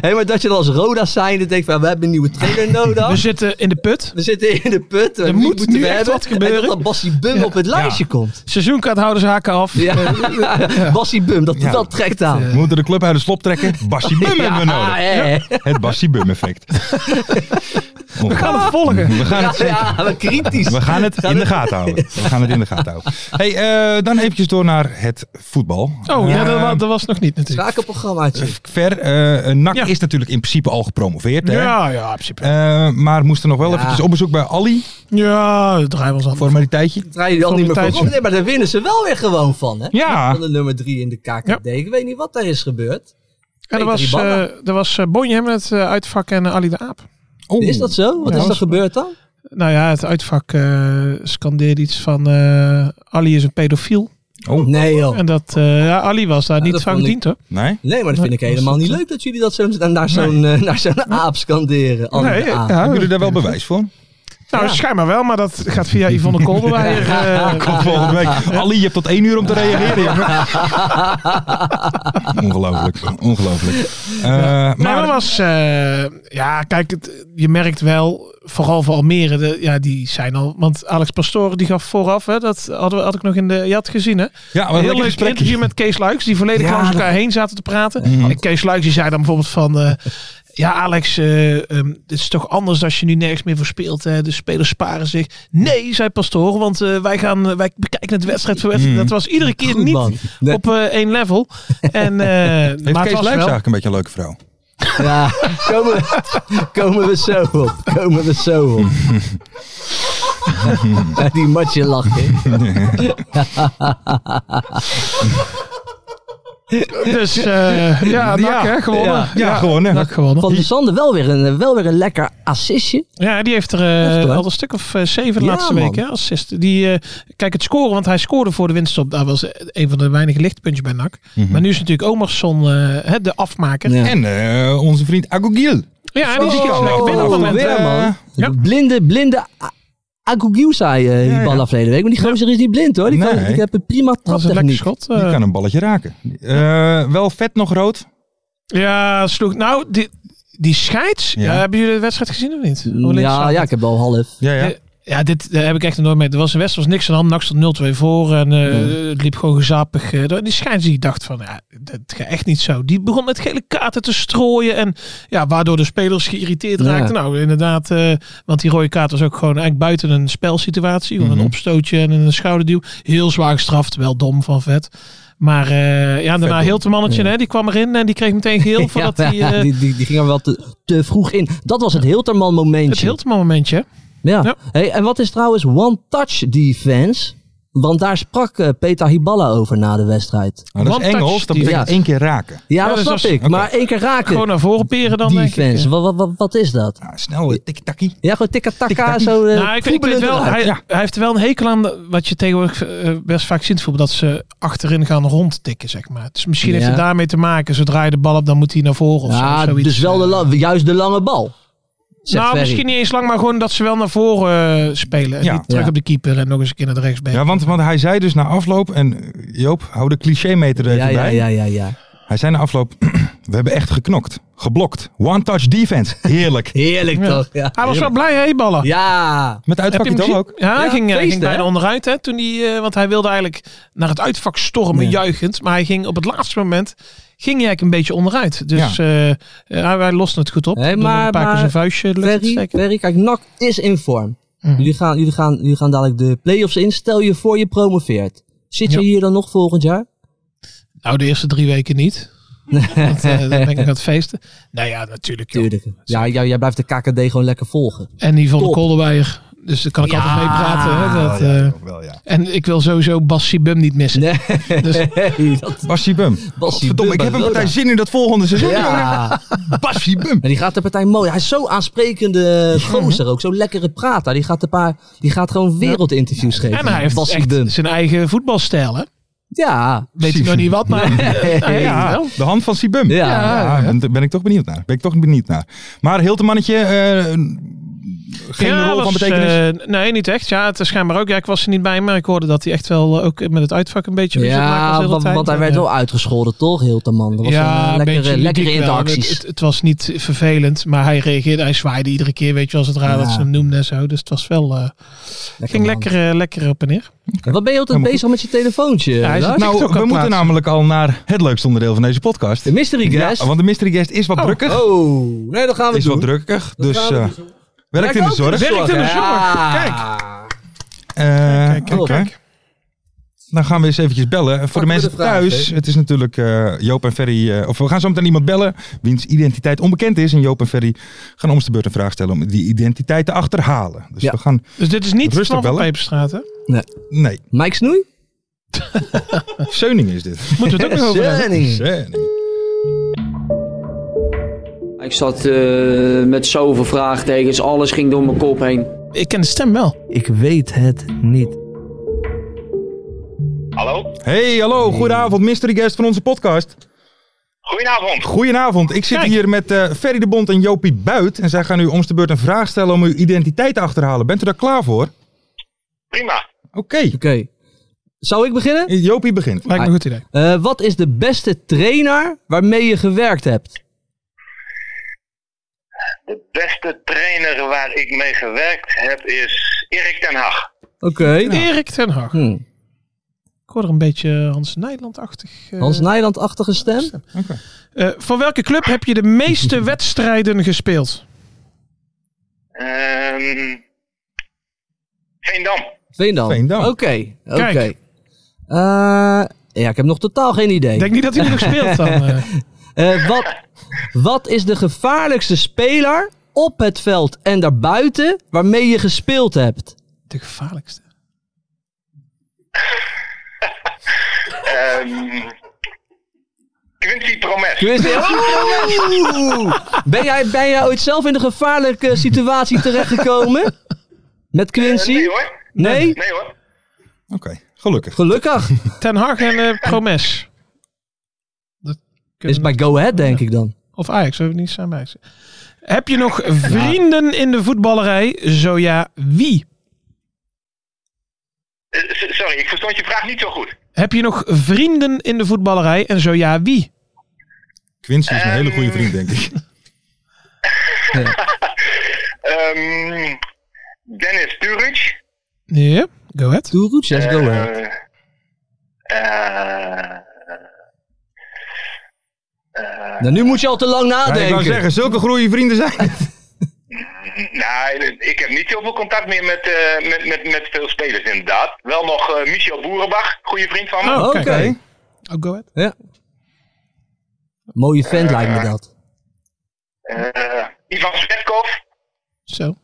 S7: Hé, maar dat je dan als Roda zijnde denkt van, we hebben een nieuwe trainer nodig.
S6: We zitten in de put.
S7: We zitten in de put.
S6: Dus- Er
S7: wie
S6: moet
S7: moeten
S6: nu
S7: we
S6: echt
S7: hebben?
S6: wat gebeuren.
S7: En dat dan Bassie Bum op het lijstje komt.
S6: Seizoenkaarthouders haken af.
S7: Ja. Bassie Bum, dat,
S5: Ja.
S7: dat trekt aan.
S5: We moeten de club uit de slop trekken. Bassie Bum hebben we
S7: Ah,
S5: nodig.
S7: hè.
S5: Het Bassie Bum effect.
S6: We gaan het volgen.
S5: We gaan het
S7: Ja, ja, we kritisch.
S5: We gaan het in de gaten houden. We gaan het in de gaten houden. Hey, eh, dan eventjes door naar het voetbal.
S6: Oh, ja, dat,
S5: Eh,
S6: wa- dat was nog niet natuurlijk.
S7: Schakelprogrammaatje.
S5: Ver, eh NAC
S6: Ja.
S5: is natuurlijk in principe al gepromoveerd. Hè?
S6: Ja, ja, in principe.
S5: Eh, maar moesten nog wel
S7: Ja.
S5: eventjes op bezoek bij Ali.
S6: Ja, het draai was aan.
S5: Formaliteitje.
S7: draaien jullie al
S6: Van
S7: niet
S6: de
S7: meer
S6: tijd,
S7: van. op. Nee, maar daar winnen ze wel weer gewoon van, hè?
S5: Ja.
S7: Van de nummer drie in de KKD.
S6: Ja.
S7: Ik weet niet wat daar is gebeurd.
S6: En er
S7: Peter
S6: was, eh
S7: Iballa.
S6: er was eh, Bonjem het eh, uitvak en eh, Ali de Aap.
S5: Oh.
S7: Is dat zo? Wat
S6: Ja,
S7: is er
S6: dat-
S7: gebeurd dan?
S6: Nou ja, het uitvak eh, scandeerde iets van eh, Ali is een pedofiel.
S5: Oh.
S7: Nee, joh.
S6: En dat eh, ja, Ali was daar
S7: dat
S6: niet van
S7: vond ik-
S6: gediend hoor.
S5: Nee?
S7: Nee, maar dat vind ik helemaal niet leuk dat jullie dat zo naar zo'n eh, naar zo'n aap scanderen. Alle
S6: Nee,
S7: aap.
S6: ja,
S5: Hebben jullie daar wel bewijs voor?
S6: Nou, schijnbaar wel, maar dat gaat via Yvonne Kolderweijer. eh,
S5: Komt volgende week. Ali, je hebt tot één uur om te reageren. jongen. Ongelooflijk. Ongelooflijk. Eh,
S6: Nee, maar
S5: maar,
S6: was, eh, ja, kijk, het, je merkt wel, vooral voor Almere, de, ja, die zijn al, want Alex Pastoor die gaf vooraf, hè, dat hadden we, had ik nog in de, je had gezien hè,
S5: ja, Oh, wat
S6: een
S5: een
S6: heel
S5: lekker
S6: leuk
S5: gesprekje.
S6: interview met Kees Luiks, die volledig
S7: Ja,
S6: langs
S7: dat- Mhm.
S6: elkaar heen zaten te praten. En Kees Luiks die zei dan bijvoorbeeld van, eh, ja Alex, eh, ehm, dit is toch anders als je nu nergens meer voor speelt, hè? de spelers sparen zich. Nee, zei Pastoor, want eh, wij gaan, eh, wij bekijken het wedstrijd voor wedstrijd. Dat was iedere keer
S7: Mhm. Goed,
S6: niet
S7: man. Nee.
S6: op eh, één level. En, eh
S5: Heeft Kees
S6: maar het was
S5: Luijks
S6: wel,
S5: eigenlijk een beetje een leuke vrouw?
S7: Ja, komen we, komen we zo op. Komen we zo op. Ja, Die matje lachen.
S6: Dus eh, ja, NAC
S5: Ja.
S6: hè, gewonnen.
S7: Ja.
S5: Ja, gewoon hè.
S6: NAC gewonnen.
S7: Van de Sander wel weer een, wel weer een lekker assistje.
S6: Ja, die heeft er eh,
S7: Echt, hoor.
S6: al een stuk of eh, zeven de
S7: Ja,
S6: laatste
S7: man.
S6: week. Hè, assist. Die, eh, kijk, het scoren, want hij scoorde voor de winst op. Dat was eh, een van de weinige lichtpuntjes bij NAC.
S5: Mhm.
S6: Maar nu is natuurlijk Omersson eh, hè, de afmaker. Ja,
S7: Ja.
S5: En eh, onze vriend Agogiel.
S6: en die zit
S5: Oh,
S6: lekker binnen op het moment.
S7: weer,
S6: eh.
S7: man.
S6: ja.
S7: Blinde, blinde a- Agugiusai eh die
S5: Ja, ja.
S7: bal af verleden week. Maar die gozer is niet blind hoor. Die, kan,
S5: Nee.
S7: die heeft een prima
S6: was een lekker
S7: traptechniek.
S6: schot.
S5: Die
S6: eh.
S5: kan een balletje raken. Eh, wel vet nog rood.
S6: Ja, sloeg. Nou, die, die scheids.
S5: Ja.
S6: Ja. hebben jullie de wedstrijd gezien of niet? Hoe links
S7: Ja,
S6: staat
S7: ja,
S6: het?
S7: ik heb wel half.
S5: Ja, ja.
S6: Eh, ja, dit eh, heb ik echt nog nooit mee. Er was een wedstrijd, was niks aan de hand. NAC stond 0-2 voor en eh, het liep gewoon gezapig. eh, door. En die schijns die dacht van, ja, dat gaat echt niet zo. Die begon met gele kaarten te strooien en ja, waardoor de spelers geïrriteerd
S7: Ja.
S6: raakten. Nou, inderdaad, eh, want die rode kaart was ook gewoon eigenlijk buiten een spelsituatie. Want
S5: Mhm.
S6: Een opstootje en een schouderduw. Heel zwaar gestraft, wel dom van vet. Maar eh, ja, en daarna
S5: dom.
S6: heel te mannetje, hè, die kwam erin en die kreeg meteen geel voordat
S7: ja,
S6: hij... eh,
S7: die, die, die ging er wel te, te vroeg in. Dat was het Hilterman
S6: het
S7: momentje.
S6: Hilterman momentje. hè.
S7: Ja.
S6: Ja.
S7: Hey, en wat is trouwens one touch defense? Want daar sprak eh, Peter Hiballa over na de wedstrijd.
S5: Nou, dat
S6: One
S5: is
S6: touch
S5: Engels. Dat betekent
S7: defense.
S5: één keer raken.
S7: Ja, dat
S6: dus
S7: snap
S6: als-
S7: ik.
S5: oké.
S7: Maar één keer raken.
S6: Gewoon naar voren peren dan, denk ik. eh.
S7: defense. Wat, wat, wat, wat is dat?
S5: Nou, snel, eh, tikkie-takkie.
S7: Ja, gewoon tikka-takka.
S5: Tikka-taka.
S7: Zo, eh,
S6: Nou, ik, ik weet
S7: voetballend
S6: wel,
S7: eruit.
S6: hij,
S5: ja.
S6: hij heeft wel een hekel aan de- wat je tegenwoordig eh, best vaak ziet in het voetbal, dat ze achterin gaan rondtikken, zeg maar. Dus misschien heeft
S7: Ja.
S6: het daarmee te maken. Zodra je de bal op, dan moet hij naar voren of
S7: ja,
S6: zo, zoiets. eh.
S7: dus wel de la- juist de lange bal. Zegt
S6: nou,
S7: Ferry.
S6: misschien niet eens lang, maar gewoon dat ze wel naar voren eh, spelen. En
S5: Ja.
S6: niet terug
S7: Ja.
S6: op de keeper en nog eens een keer naar de rechtsback.
S5: Ja, want, want hij zei dus na afloop, en eh, Joop, hou de clichémeter er even
S7: Ja, ja,
S5: bij.
S7: ja, ja, ja.
S5: Hij zei na afloop, we hebben echt geknokt, geblokt. One touch defense, heerlijk.
S7: Heerlijk
S6: Ja.
S7: toch? Ja.
S6: hij was wel blij, hè, die ballen.
S7: Ja.
S5: Met
S6: Heb je
S5: uitvakje
S6: hem
S5: toch
S6: gezien?
S5: ook?
S6: Ja, hij
S7: Ja,
S6: ging, eh, hij
S7: feest,
S6: ging
S7: hè?
S6: bijna onderuit, hè, toen die, eh, want hij wilde eigenlijk naar het uitvak stormen,
S7: Ja.
S6: juichend. Maar hij ging op het laatste moment, ging hij eigenlijk een beetje onderuit. Dus eh, eh, hij, hij loste het goed op.
S7: Hé,
S6: Door nog
S7: maar-
S6: een paar
S7: maar-
S6: keer zijn vuistje lucht te
S7: Ferry,
S6: steken.
S7: Ferry, kijk, NAC is in vorm.
S6: Mhm.
S7: Jullie, gaan, jullie, gaan, jullie gaan dadelijk de play-offs in. Stel je voor je promoveert. Zit je
S6: Ja.
S7: hier dan nog volgend jaar?
S6: Nou, de eerste drie weken niet. Want, eh, dan ben ik aan het feesten. Nou ja, natuurlijk. joh.
S7: Tuurlijk. Ja, jij, jij blijft de KKD gewoon lekker volgen.
S6: En die van de
S7: Top.
S6: Kolderweijer. Dus daar kan ik altijd mee praten. Hè, dat,
S5: Wel, ja,
S6: eh,
S5: toch wel, ja.
S6: en ik wil sowieso Bas Sibum niet missen.
S7: Nee,
S6: Dus
S7: dat
S5: Bassie Bum.
S7: was die
S5: Verdomme, ik heb een
S7: Bubba
S5: partij
S7: Roda.
S5: zin in dat volgende seizoen.
S7: Ja,
S5: Bassie Bum.
S7: en die gaat de partij mooi. Hij is zo aansprekende gozer ook. Zo'n lekkere prater. Die gaat, een paar, die gaat gewoon wereldinterviews geven.
S6: en hij heeft
S7: Bassie
S6: echt
S7: Bum.
S6: zijn eigen voetbalstijl. Hè?
S7: Ja.
S6: Weet ik nog niet wat, maar...
S7: Ja.
S6: Nou ja, wel.
S5: De hand van Sibum.
S7: Ja.
S5: ben, ben ik toch benieuwd naar. Ben ik toch benieuwd naar. Maar Hiltemannetje, eh geen
S6: Ja,
S5: rol
S6: was,
S5: van betekenis.
S6: eh, nee, niet echt. Ja, het is schijnbaar ook. Ja, ik was er niet bij, maar ik hoorde dat hij echt wel eh, ook met het uitvak een beetje ruzie maakte als de
S7: Ja,
S6: hele
S7: want,
S6: tijd.
S7: want hij
S6: En,
S7: werd
S6: eh,
S7: wel uitgescholden, toch? Heel te man. Dat was
S6: ja,
S7: een eh, lekkere,
S6: beetje
S7: lekkere
S6: ludiek wel.
S7: interacties.
S6: Het, het, het was niet vervelend, maar hij reageerde, hij zwaaide iedere keer, weet je, als het raar dat
S7: Ja.
S6: ze hem noemden en zo. Dus het was wel, eh,
S7: man.
S6: ging lekker, eh, lekker op en neer.
S7: Wat ben je altijd
S5: Helemaal
S7: bezig met je telefoontje?
S6: hij is
S7: Lars?
S6: het
S5: nou, we
S6: TikTok
S5: moeten
S6: aan plaatsen.
S5: namelijk al naar het leukste onderdeel van deze podcast.
S7: de
S6: nou-
S7: mystery guest.
S5: Ja, want de mystery guest is wat drukker.
S7: Oh, nee, dat gaan we
S5: is
S7: doen.
S5: wat drukker. Dus
S7: gaan we
S5: eh,
S7: doen.
S5: werkt in de zorg.
S6: Werkt in de zorg.
S7: Kijk.
S5: Eh,
S6: Kijk, kijk,
S5: oké.
S6: kijk.
S5: Dan gaan we eens eventjes bellen. Eh, Voor de
S7: we
S5: mensen
S7: de vraag,
S5: thuis,
S7: hè?
S5: het is natuurlijk eh, Joop en Ferry. eh, of we gaan zo meteen iemand bellen wiens identiteit onbekend is. En Joop en Ferry gaan om de beurt een vraag stellen om die identiteit te achterhalen. Dus
S7: Ja.
S5: we gaan.
S6: Dus dit is niet
S5: Rustig
S6: Rustig van
S5: bellen.
S6: Peperstraat, hè?
S5: Nee,
S7: Mike Snoei?
S5: Zeuning is dit.
S6: Moeten we het ook nog over hebben?
S7: Zeuning.
S5: Zeuning.
S8: Ik zat eh, met zoveel vraagtekens, alles ging door mijn kop heen.
S6: Ik ken de stem wel.
S7: Ik weet het niet.
S9: Hallo?
S5: Hey, hallo, goedenavond, mystery guest van onze podcast.
S9: Goedenavond.
S5: Goedenavond, ik zit
S6: Kijk.
S5: hier met eh, Ferry de Bond en Jopie Buit. En zij gaan u om de beurt een vraag stellen om uw identiteit te achterhalen. Bent u daar klaar voor?
S9: Prima.
S5: Oké, Eh,
S7: Oké. Zou ik beginnen?
S5: Jopie begint.
S6: Lijkt me een goed idee.
S7: Eh, wat is de beste trainer waarmee je gewerkt hebt?
S9: De beste trainer waar ik mee gewerkt heb is Erik ten Hag.
S7: Oké.
S6: Erik ten Hag.
S7: Hm.
S6: Ik hoor er een beetje Hans Nijland-achtig. eh,
S7: Hans Nijland-achtige stem?
S6: eh, voor welke club heb je de meeste wedstrijden gespeeld?
S9: Ehm Veendam.
S7: Veendam.
S5: Veendam.
S7: Oké. Oké.
S6: Kijk.
S7: Eh, ja, ik heb nog totaal geen idee.
S6: Ik denk niet dat hij nog speelt dan. eh.
S7: Eh, wat, wat is de gevaarlijkste speler op het veld en daarbuiten waarmee je gespeeld hebt?
S6: de gevaarlijkste.
S9: Ehm Quincy Promes.
S7: Ik wist- Oeh.
S5: Oh!
S7: Ben jij, ben jij ooit zelf in een gevaarlijke situatie terechtgekomen? Met
S9: Eh,
S7: Quincy?
S9: nee hoor.
S7: Nee?
S9: Nee hoor.
S5: Oké, gelukkig.
S7: Gelukkig.
S6: Ten Hag en eh, Promes. Dat kunnen
S7: Is bij
S6: we-
S7: Go Ahead, denk ik dan.
S6: Of Ajax, hebben we niet samen Ajax. Heb je nog vrienden in de voetballerij? Zo ja, wie?
S9: Eh, s- sorry, ik verstond je vraag niet zo goed.
S6: Heb je nog vrienden in de voetballerij? En zo ja, wie?
S5: Quincy is een hele
S9: Ehm,
S5: goede vriend, denk ik.
S9: Ehm, Dennis Turic.
S6: Ja, go ahead.
S7: Doe goed, yes, go ahead.
S9: Eh, eh,
S7: Nou, nu moet je al te lang
S5: Ja, ik wou
S7: nadenken.
S5: zeggen, zulke goede vrienden zijn. het.
S9: nou, ik heb niet heel veel contact meer met, eh, met, met, met veel spelers, inderdaad. Wel nog eh, Michel Boerenbach, goede vriend van me.
S6: Oh.
S7: Oké.
S6: Oké. Oh, go ahead.
S7: Ja. Mooie vent lijkt me dat.
S6: Oh.
S9: Eh, Ivan Svetkov,
S6: Zo.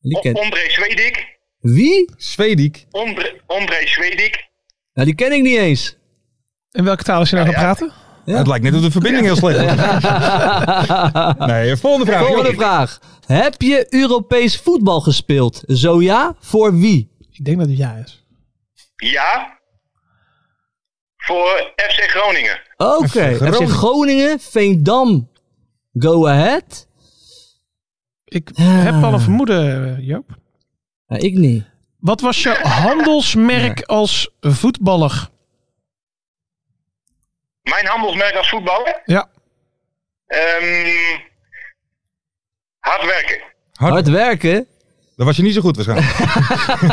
S7: Die ken...
S9: André Zwedik.
S7: Wie?
S5: Zwedik.
S9: André, André Zwedik.
S7: Nou, die ken ik niet eens.
S6: In welke taal is je nou gaan praten?
S7: Ja.
S5: Het lijkt net of de verbinding heel slecht is. Nee, eh, volgende vraag.
S7: Volgende
S5: Jochie.
S7: vraag. Heb je Europees voetbal gespeeld? Zo ja, voor wie?
S6: Ik denk dat het ja is.
S9: Ja. Voor FC Groningen.
S7: Oké, FC
S5: Groningen.
S7: Groningen, Veendam, Go Ahead.
S6: Ik heb al een vermoeden, eh, Joop.
S7: Ja, ik niet.
S6: Wat was je handelsmerk als voetballer?
S9: Mijn handelsmerk als voetballer.
S6: Ja.
S9: Ehm, hard werken.
S7: Hard werken?
S5: Dat was je niet zo goed waarschijnlijk.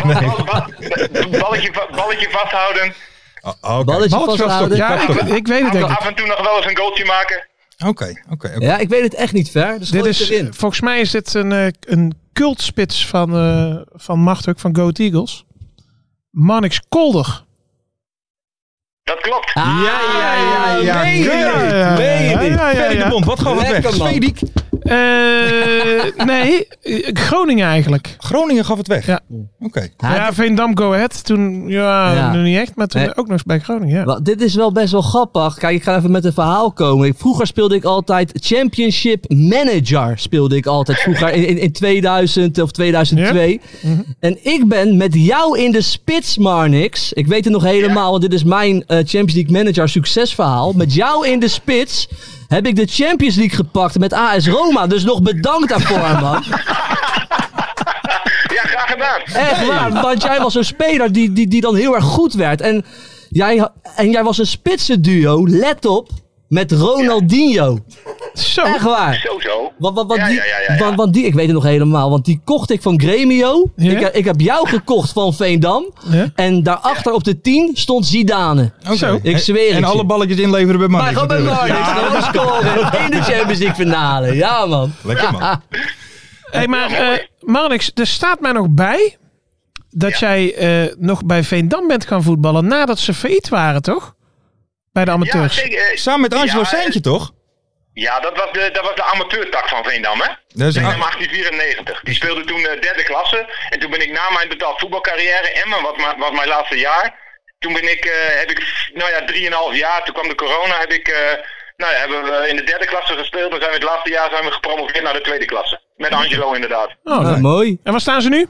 S9: Bal- bal- balletje, va- balletje vasthouden.
S5: Oh, Oké,
S7: Balletje
S5: Balletje vasthouden.
S7: vasthouden.
S6: Ja, ik, ik weet het denk ik.
S9: Af en toe nog wel eens een goaltje maken.
S5: Oké, oké. oké.
S7: Ja, ik weet het echt niet ver. Dus
S6: Dit
S7: gooi
S6: is,
S7: het erin.
S6: volgens mij is dit een, eh, een cultspits van, eh van Machtuk, van Goat Eagles. Mannix Kolder.
S9: Dat klopt.
S6: Ah.
S7: ja, ja, ja,
S5: ja,
S7: Meen je
S5: ja,
S7: dit?
S6: ja,
S7: Meen je
S6: ja,
S7: dit?
S6: ja, ja,
S5: Ferry
S6: ja.
S5: de Bond, wat gaf het
S7: Ah, Lekker,
S5: weg?
S7: man.
S5: Zwedik.
S6: Eh, nee, eh, Groningen eigenlijk.
S5: Groningen gaf het weg.
S6: Ja.
S5: Oké.
S7: Ja,
S6: ja, Veendam Go Ahead. Toen, ja,
S7: Ah, Ja.
S6: nu niet echt, maar toen
S7: Nee.
S6: ook nog eens bij Groningen. Ja.
S7: Wel, dit is wel best wel grappig. Kijk, ik ga even met een verhaal komen. Ik- Vroeger speelde ik altijd Championship Manager. Speelde ik altijd vroeger in, in, in 2000 of 2002. En ik ben met jou in de spits, Marnix. Ik weet het nog helemaal, want dit is mijn eh, Champions League Manager succesverhaal. Met jou in de spits heb ik de Champions League gepakt met AS Roma. Dus nog bedankt daarvoor, man.
S9: Ja, graag gedaan.
S7: Echt waar, want jij was een speler die, die, die dan heel erg goed werd. En jij, ha- en jij was een spitsen duo, let op, met Ronaldinho.
S6: Zo.
S7: Echt waar.
S9: Zo zo.
S7: Want, want, want
S9: Ja,
S7: die,
S9: ja, ja, ja, ja.
S7: Want, want die, ik weet het nog helemaal, want die kocht ik van Gremio.
S6: Ja?
S7: Ik, heb- ik heb jou gekocht van Veendam.
S6: Ja?
S7: En daarachter op de 10 stond Zidane.
S5: Oké.
S6: Zo.
S7: Ik zweer
S5: En
S7: het je.
S5: alle balletjes inleveren bij
S7: Maar
S5: Marnix.
S7: gewoon bij
S5: natuurlijk.
S7: Marnix,
S5: Ja,
S7: gewoon scoren. In de Champions League finale. Ja, man.
S5: Lekker man.
S6: Hey, maar eh Marnix, er staat mij nog bij dat jij eh, nog bij Veendam bent gaan voetballen nadat ze failliet waren, toch? Bij de
S9: Ja,
S6: amateurs.
S9: zeker. Eh,
S5: Samen met Angelo
S9: Ja,
S5: Seintje, toch?
S9: Ja, dat was de, dat was de amateurtak van Veendam, hè?
S5: Dat is- eh,
S9: Veendam 1894. Die speelde toen eh, derde klasse. En toen ben ik na mijn betaald voetbalcarrière, Emmen was, mijn- was mijn laatste jaar. Toen ben ik, eh, heb ik, nou ja, 3,5 jaar, toen kwam de corona, heb ik, eh, nou ja, hebben we in de derde klasse gespeeld. Dan zijn we het laatste jaar zijn we gepromoveerd naar de tweede klasse. Met Angelo inderdaad.
S6: Oh,
S7: Nou,
S6: leuk.
S7: mooi.
S6: En waar staan ze nu?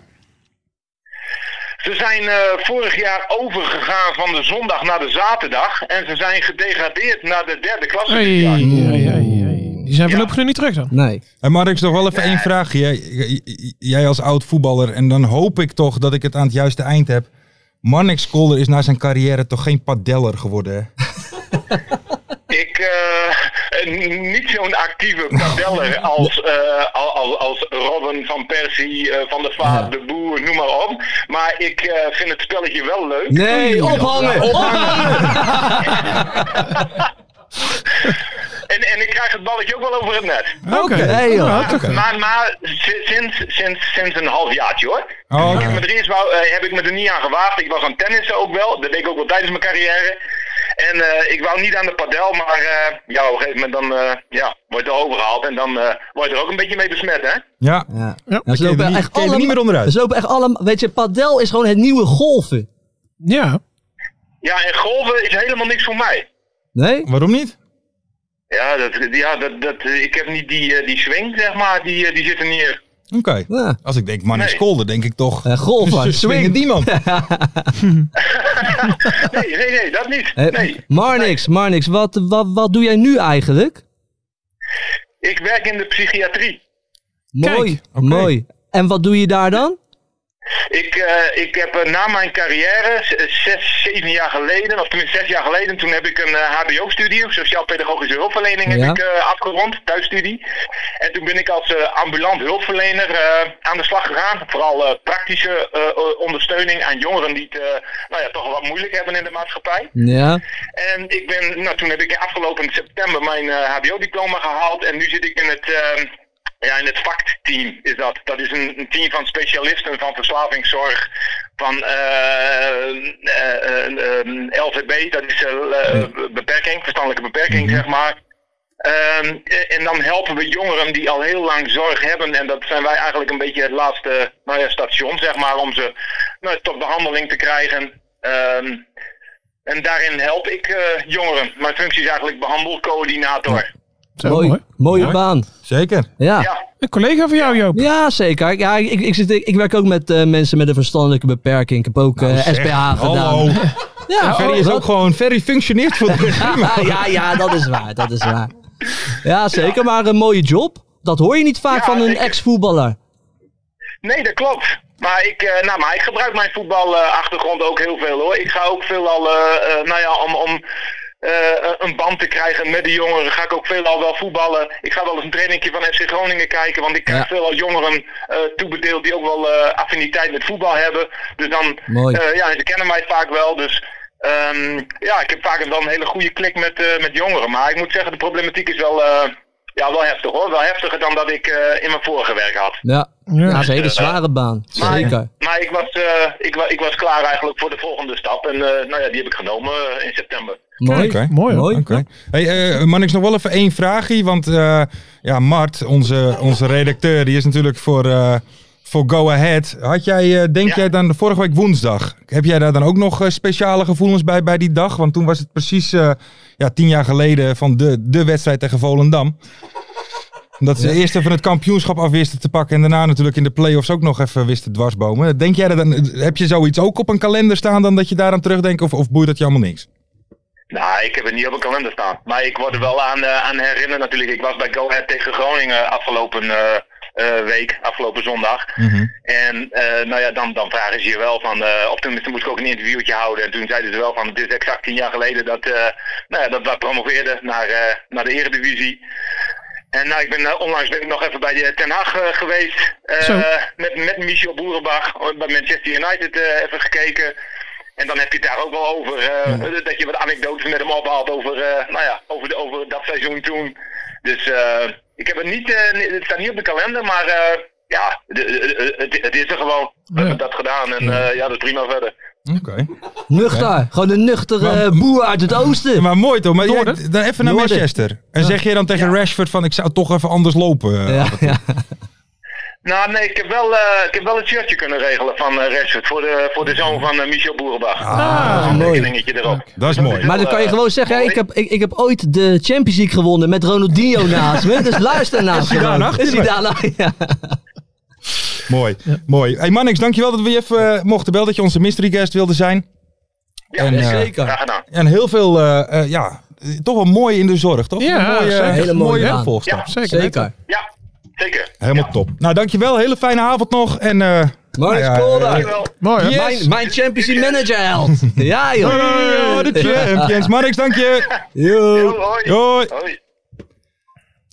S9: Ze zijn eh, vorig jaar overgegaan van de zondag naar de zaterdag. En ze zijn gedegradeerd naar de derde klasse. dit
S6: Hey,
S9: jaar.
S6: hey, hey, hey. Die zijn voorlopig nog niet terug dan.
S7: Nee.
S5: En Marnix, nog wel even één vraag. Jij, j- jij als oud voetballer, en dan hoop ik toch dat ik het aan het juiste eind heb. Marnix Kolder is na zijn carrière toch geen padeller geworden, hè?
S9: Ik eh, eh, niet zo'n actieve padeller als, eh, al- al- als Robin van Persie, eh, Van der Vaart, de Boer, noem maar op. Maar ik eh, vind het spelletje wel leuk.
S7: Nee, ophangen. Ophangen.
S9: En, en ik krijg het balletje ook wel over het net.
S6: Oké.
S7: Nee, joh.
S6: Nou, toch.
S9: Maar, maar si- sinds, sinds, sinds een half jaartje hoor.
S5: Oh,
S9: Ik
S5: oké.
S9: heb me er eerst wel, eh, heb ik me er niet aan gewaagd. Ik was aan het tennissen ook wel. Dat deed ik ook wel tijdens mijn carrière. En eh, ik wou niet aan de padel, maar eh, ja, op een gegeven moment dan, eh, ja, wordt er overgehaald. En dan eh word je er ook een beetje mee besmet, hè?
S5: Ja.
S7: Ja.
S6: Ja.
S7: Ja,
S5: Kun je er niet- kun je er niet meer onderuit?
S7: Ze lopen echt allemaal... Weet je, padel is gewoon het nieuwe golven.
S6: Ja.
S9: Ja, en golven is helemaal niks voor mij.
S7: Nee?
S5: Waarom niet?
S9: Ja, dat, ja dat, dat, ik heb niet die, eh, die swing, zeg maar, die, eh, die zit er niet in.
S5: Oké.
S7: Ja.
S5: Als ik denk Marnix
S9: Nee.
S5: Kolder, denk ik toch...
S7: Eh,
S5: Swingen
S7: golven. Swing.
S5: die man.
S9: Nee, nee, nee, dat niet.
S7: Eh,
S9: Nee.
S7: Marnix, Marnix, wat, wat, wat doe jij nu eigenlijk?
S9: Ik werk in de psychiatrie.
S7: Mooi,
S6: Kijk,
S5: oké.
S7: mooi. En wat doe je daar dan?
S9: Ik, eh, ik heb eh, na mijn carrière, z- eh, zes, zeven jaar geleden, of tenminste zes jaar geleden, toen heb ik een eh, HBO-studie, sociaal-pedagogische hulpverlening, heb
S7: Ja.
S9: ik eh, afgerond, thuisstudie. En toen ben ik als eh, ambulant hulpverlener eh, aan de slag gegaan. Vooral eh, praktische eh, eh, ondersteuning aan jongeren die het eh, nou ja, toch wat moeilijk hebben in de maatschappij.
S7: Ja.
S9: En ik ben, nou, toen heb ik afgelopen september mijn eh, HBO-diploma gehaald. En nu zit ik in het, eh, ja, in het vakteam. Is dat. dat is een, een team van specialisten van verslavingszorg. Van eh, eh, eh, eh, LVB, dat is eh, eh, beperking, verstandelijke beperking, zeg maar. Ehm, eh, en dan helpen we jongeren die al heel lang zorg hebben. En dat zijn wij eigenlijk een beetje het laatste nou ja, station, zeg maar, om ze nou, tot behandeling te krijgen. Ehm, en daarin help ik eh, jongeren. Mijn functie is eigenlijk behandelcoördinator.
S6: Zo,
S7: Mooi.
S6: mooi.
S7: Mooie
S5: Mooi.
S7: baan.
S5: Zeker.
S7: Ja.
S9: Ja.
S6: Een collega van jou, Joop.
S7: Ja, zeker. Ja, ik, ik, zit, ik, ik werk ook met eh, mensen met een verstandelijke beperking. Ik heb ook eh,
S5: Nou, Zeg,
S7: SPA gedaan.
S5: Hallo.
S7: Ja, oh,
S5: Ferry is
S7: wat?
S5: ook gewoon... Ferry functioneert voor
S7: ja, ja, ja, dat is waar. Dat is waar. Ja, zeker. Maar een mooie job. Dat hoor je niet vaak
S9: Ja,
S7: van een
S9: zeker.
S7: ex-voetballer.
S9: Nee, dat klopt. Maar ik, eh, nou, maar ik gebruik mijn voetbalachtergrond ook heel veel hoor. Ik ga ook veelal, eh, eh, nou ja, om, om eh, een band te krijgen met de jongeren, ga ik ook veelal wel voetballen. Ik ga wel eens een trainingje van FC Groningen kijken, want ik krijg
S7: Ja.
S9: veelal jongeren eh, toebedeeld die ook wel eh, affiniteit met voetbal hebben. Dus dan,
S7: Mooi.
S9: eh, ja, ze kennen mij vaak wel. Dus ehm, ja, ik heb vaak wel een hele goede klik met, eh, met jongeren. Maar ik moet zeggen, de problematiek is wel, eh, ja, wel heftig hoor. Wel heftiger dan dat ik eh, in mijn vorige werk had.
S7: Ja, ja. dat is een hele zware baan.
S9: Maar,
S7: Zeker.
S9: maar ik, was, eh, ik, wa- ik was klaar eigenlijk voor de volgende stap. En eh, nou ja, die heb ik genomen eh, in september.
S7: Mooi.
S5: Oké.
S6: Mooi, hoor.
S7: Mooi.
S5: Oké. Hey, eh Mannix, nog wel even één vraagje. Want eh, ja, Mart, onze, onze redacteur, die is natuurlijk voor, eh, voor Go Ahead. Had jij, eh, denk
S9: Ja.
S5: jij dan vorige week woensdag, heb jij daar dan ook nog eh, speciale gevoelens bij, bij die dag? Want toen was het precies eh, ja, tien jaar geleden van de, de wedstrijd tegen Volendam. Dat ze eerst even het kampioenschap af wisten te pakken en daarna natuurlijk in de play-offs ook nog even wisten dwarsbomen. Denk jij dat dan, heb je zoiets ook op een kalender staan dan dat je daaraan terugdenkt of, of boeit dat je allemaal niks?
S9: Nou, ik heb het niet op mijn kalender staan. Maar ik word er wel aan, eh, aan herinnerd natuurlijk. Ik was bij Go Ahead tegen Groningen afgelopen eh, eh, week, afgelopen zondag. En eh, nou ja, dan, dan vragen ze je wel van, eh, of tenminste moest ik ook een interviewtje houden. En toen zeiden ze wel van, het is exact tien jaar geleden dat, eh nou ja, dat we promoveerden naar, eh, naar de eredivisie. En nou, ik ben eh, onlangs ben ik nog even bij de Ten Haag eh, geweest. eh,
S6: Zo.
S9: met, met Michel Boerenbach, eh, bij Manchester United eh, even gekeken. En dan heb je het daar ook wel over. eh, Dat je wat anekdotes met hem ophaalt over, eh, nou ja, over, de, over dat seizoen toen. Dus eh, ik heb het niet, eh, ni- het staat niet op de kalender, maar eh, ja, de- de- het, het is er gewoon. We hebben dat gedaan en eh, ja, dat is prima verder.
S5: Oké.
S7: Nuchter. Gewoon een nuchtere
S5: Maar-
S7: eh, boer uit het oosten.
S5: Maar mooi toch? Maar jij,
S6: Noorden?
S5: dan even naar
S7: Noorden.
S5: Manchester. En zeg je dan tegen Rashford van ik zou toch even anders lopen? eh,
S7: ja,
S5: af en toe?
S7: ja.
S9: Nou nee, ik heb wel, eh, ik heb wel het shirtje kunnen regelen van eh Rashford voor de, voor de zoon van eh, Michel Boerenbach. Ah, een
S7: mooi.
S9: tekeningetje erop.
S5: Dat is mooi.
S7: Maar dan kan je gewoon zeggen, hè, ik, heb, ik, ik heb ooit de Champions League gewonnen met Ronaldinho naast me. Dus luister naast me.
S5: daar
S7: gewoon.
S5: achter
S7: Is hij
S5: me?
S7: daar nou- ja.
S5: Mooi. mooi. Hey Mannix, dankjewel dat we je even eh, mochten bellen. Dat je onze mystery guest wilde zijn. en, eh,
S9: Graag
S7: Zeker.
S9: gedaan.
S5: en heel veel, eh, eh, ja, eh, toch wel mooi in de zorg, toch?
S6: Ja,
S5: Een mooie,
S6: zeker.
S7: Hele mooie baan.
S5: opvolgstap.
S9: Ja.
S6: Zeker. weten.
S7: Zeker.
S9: Ja, zeker.
S5: Helemaal top. Nou, dankjewel. Hele fijne avond nog. En eh, nou
S7: Marnix
S5: ja,
S7: Kolder.
S5: eh,
S9: Dankjewel.
S6: Mooi, hè?
S5: Yes.
S7: Mijn, mijn Champions League manager held. Ja joh.
S5: oh, de champions. Mannix, dank je.
S7: Yo.
S9: Yo, hoi.
S5: Hoi.
S9: Hoi.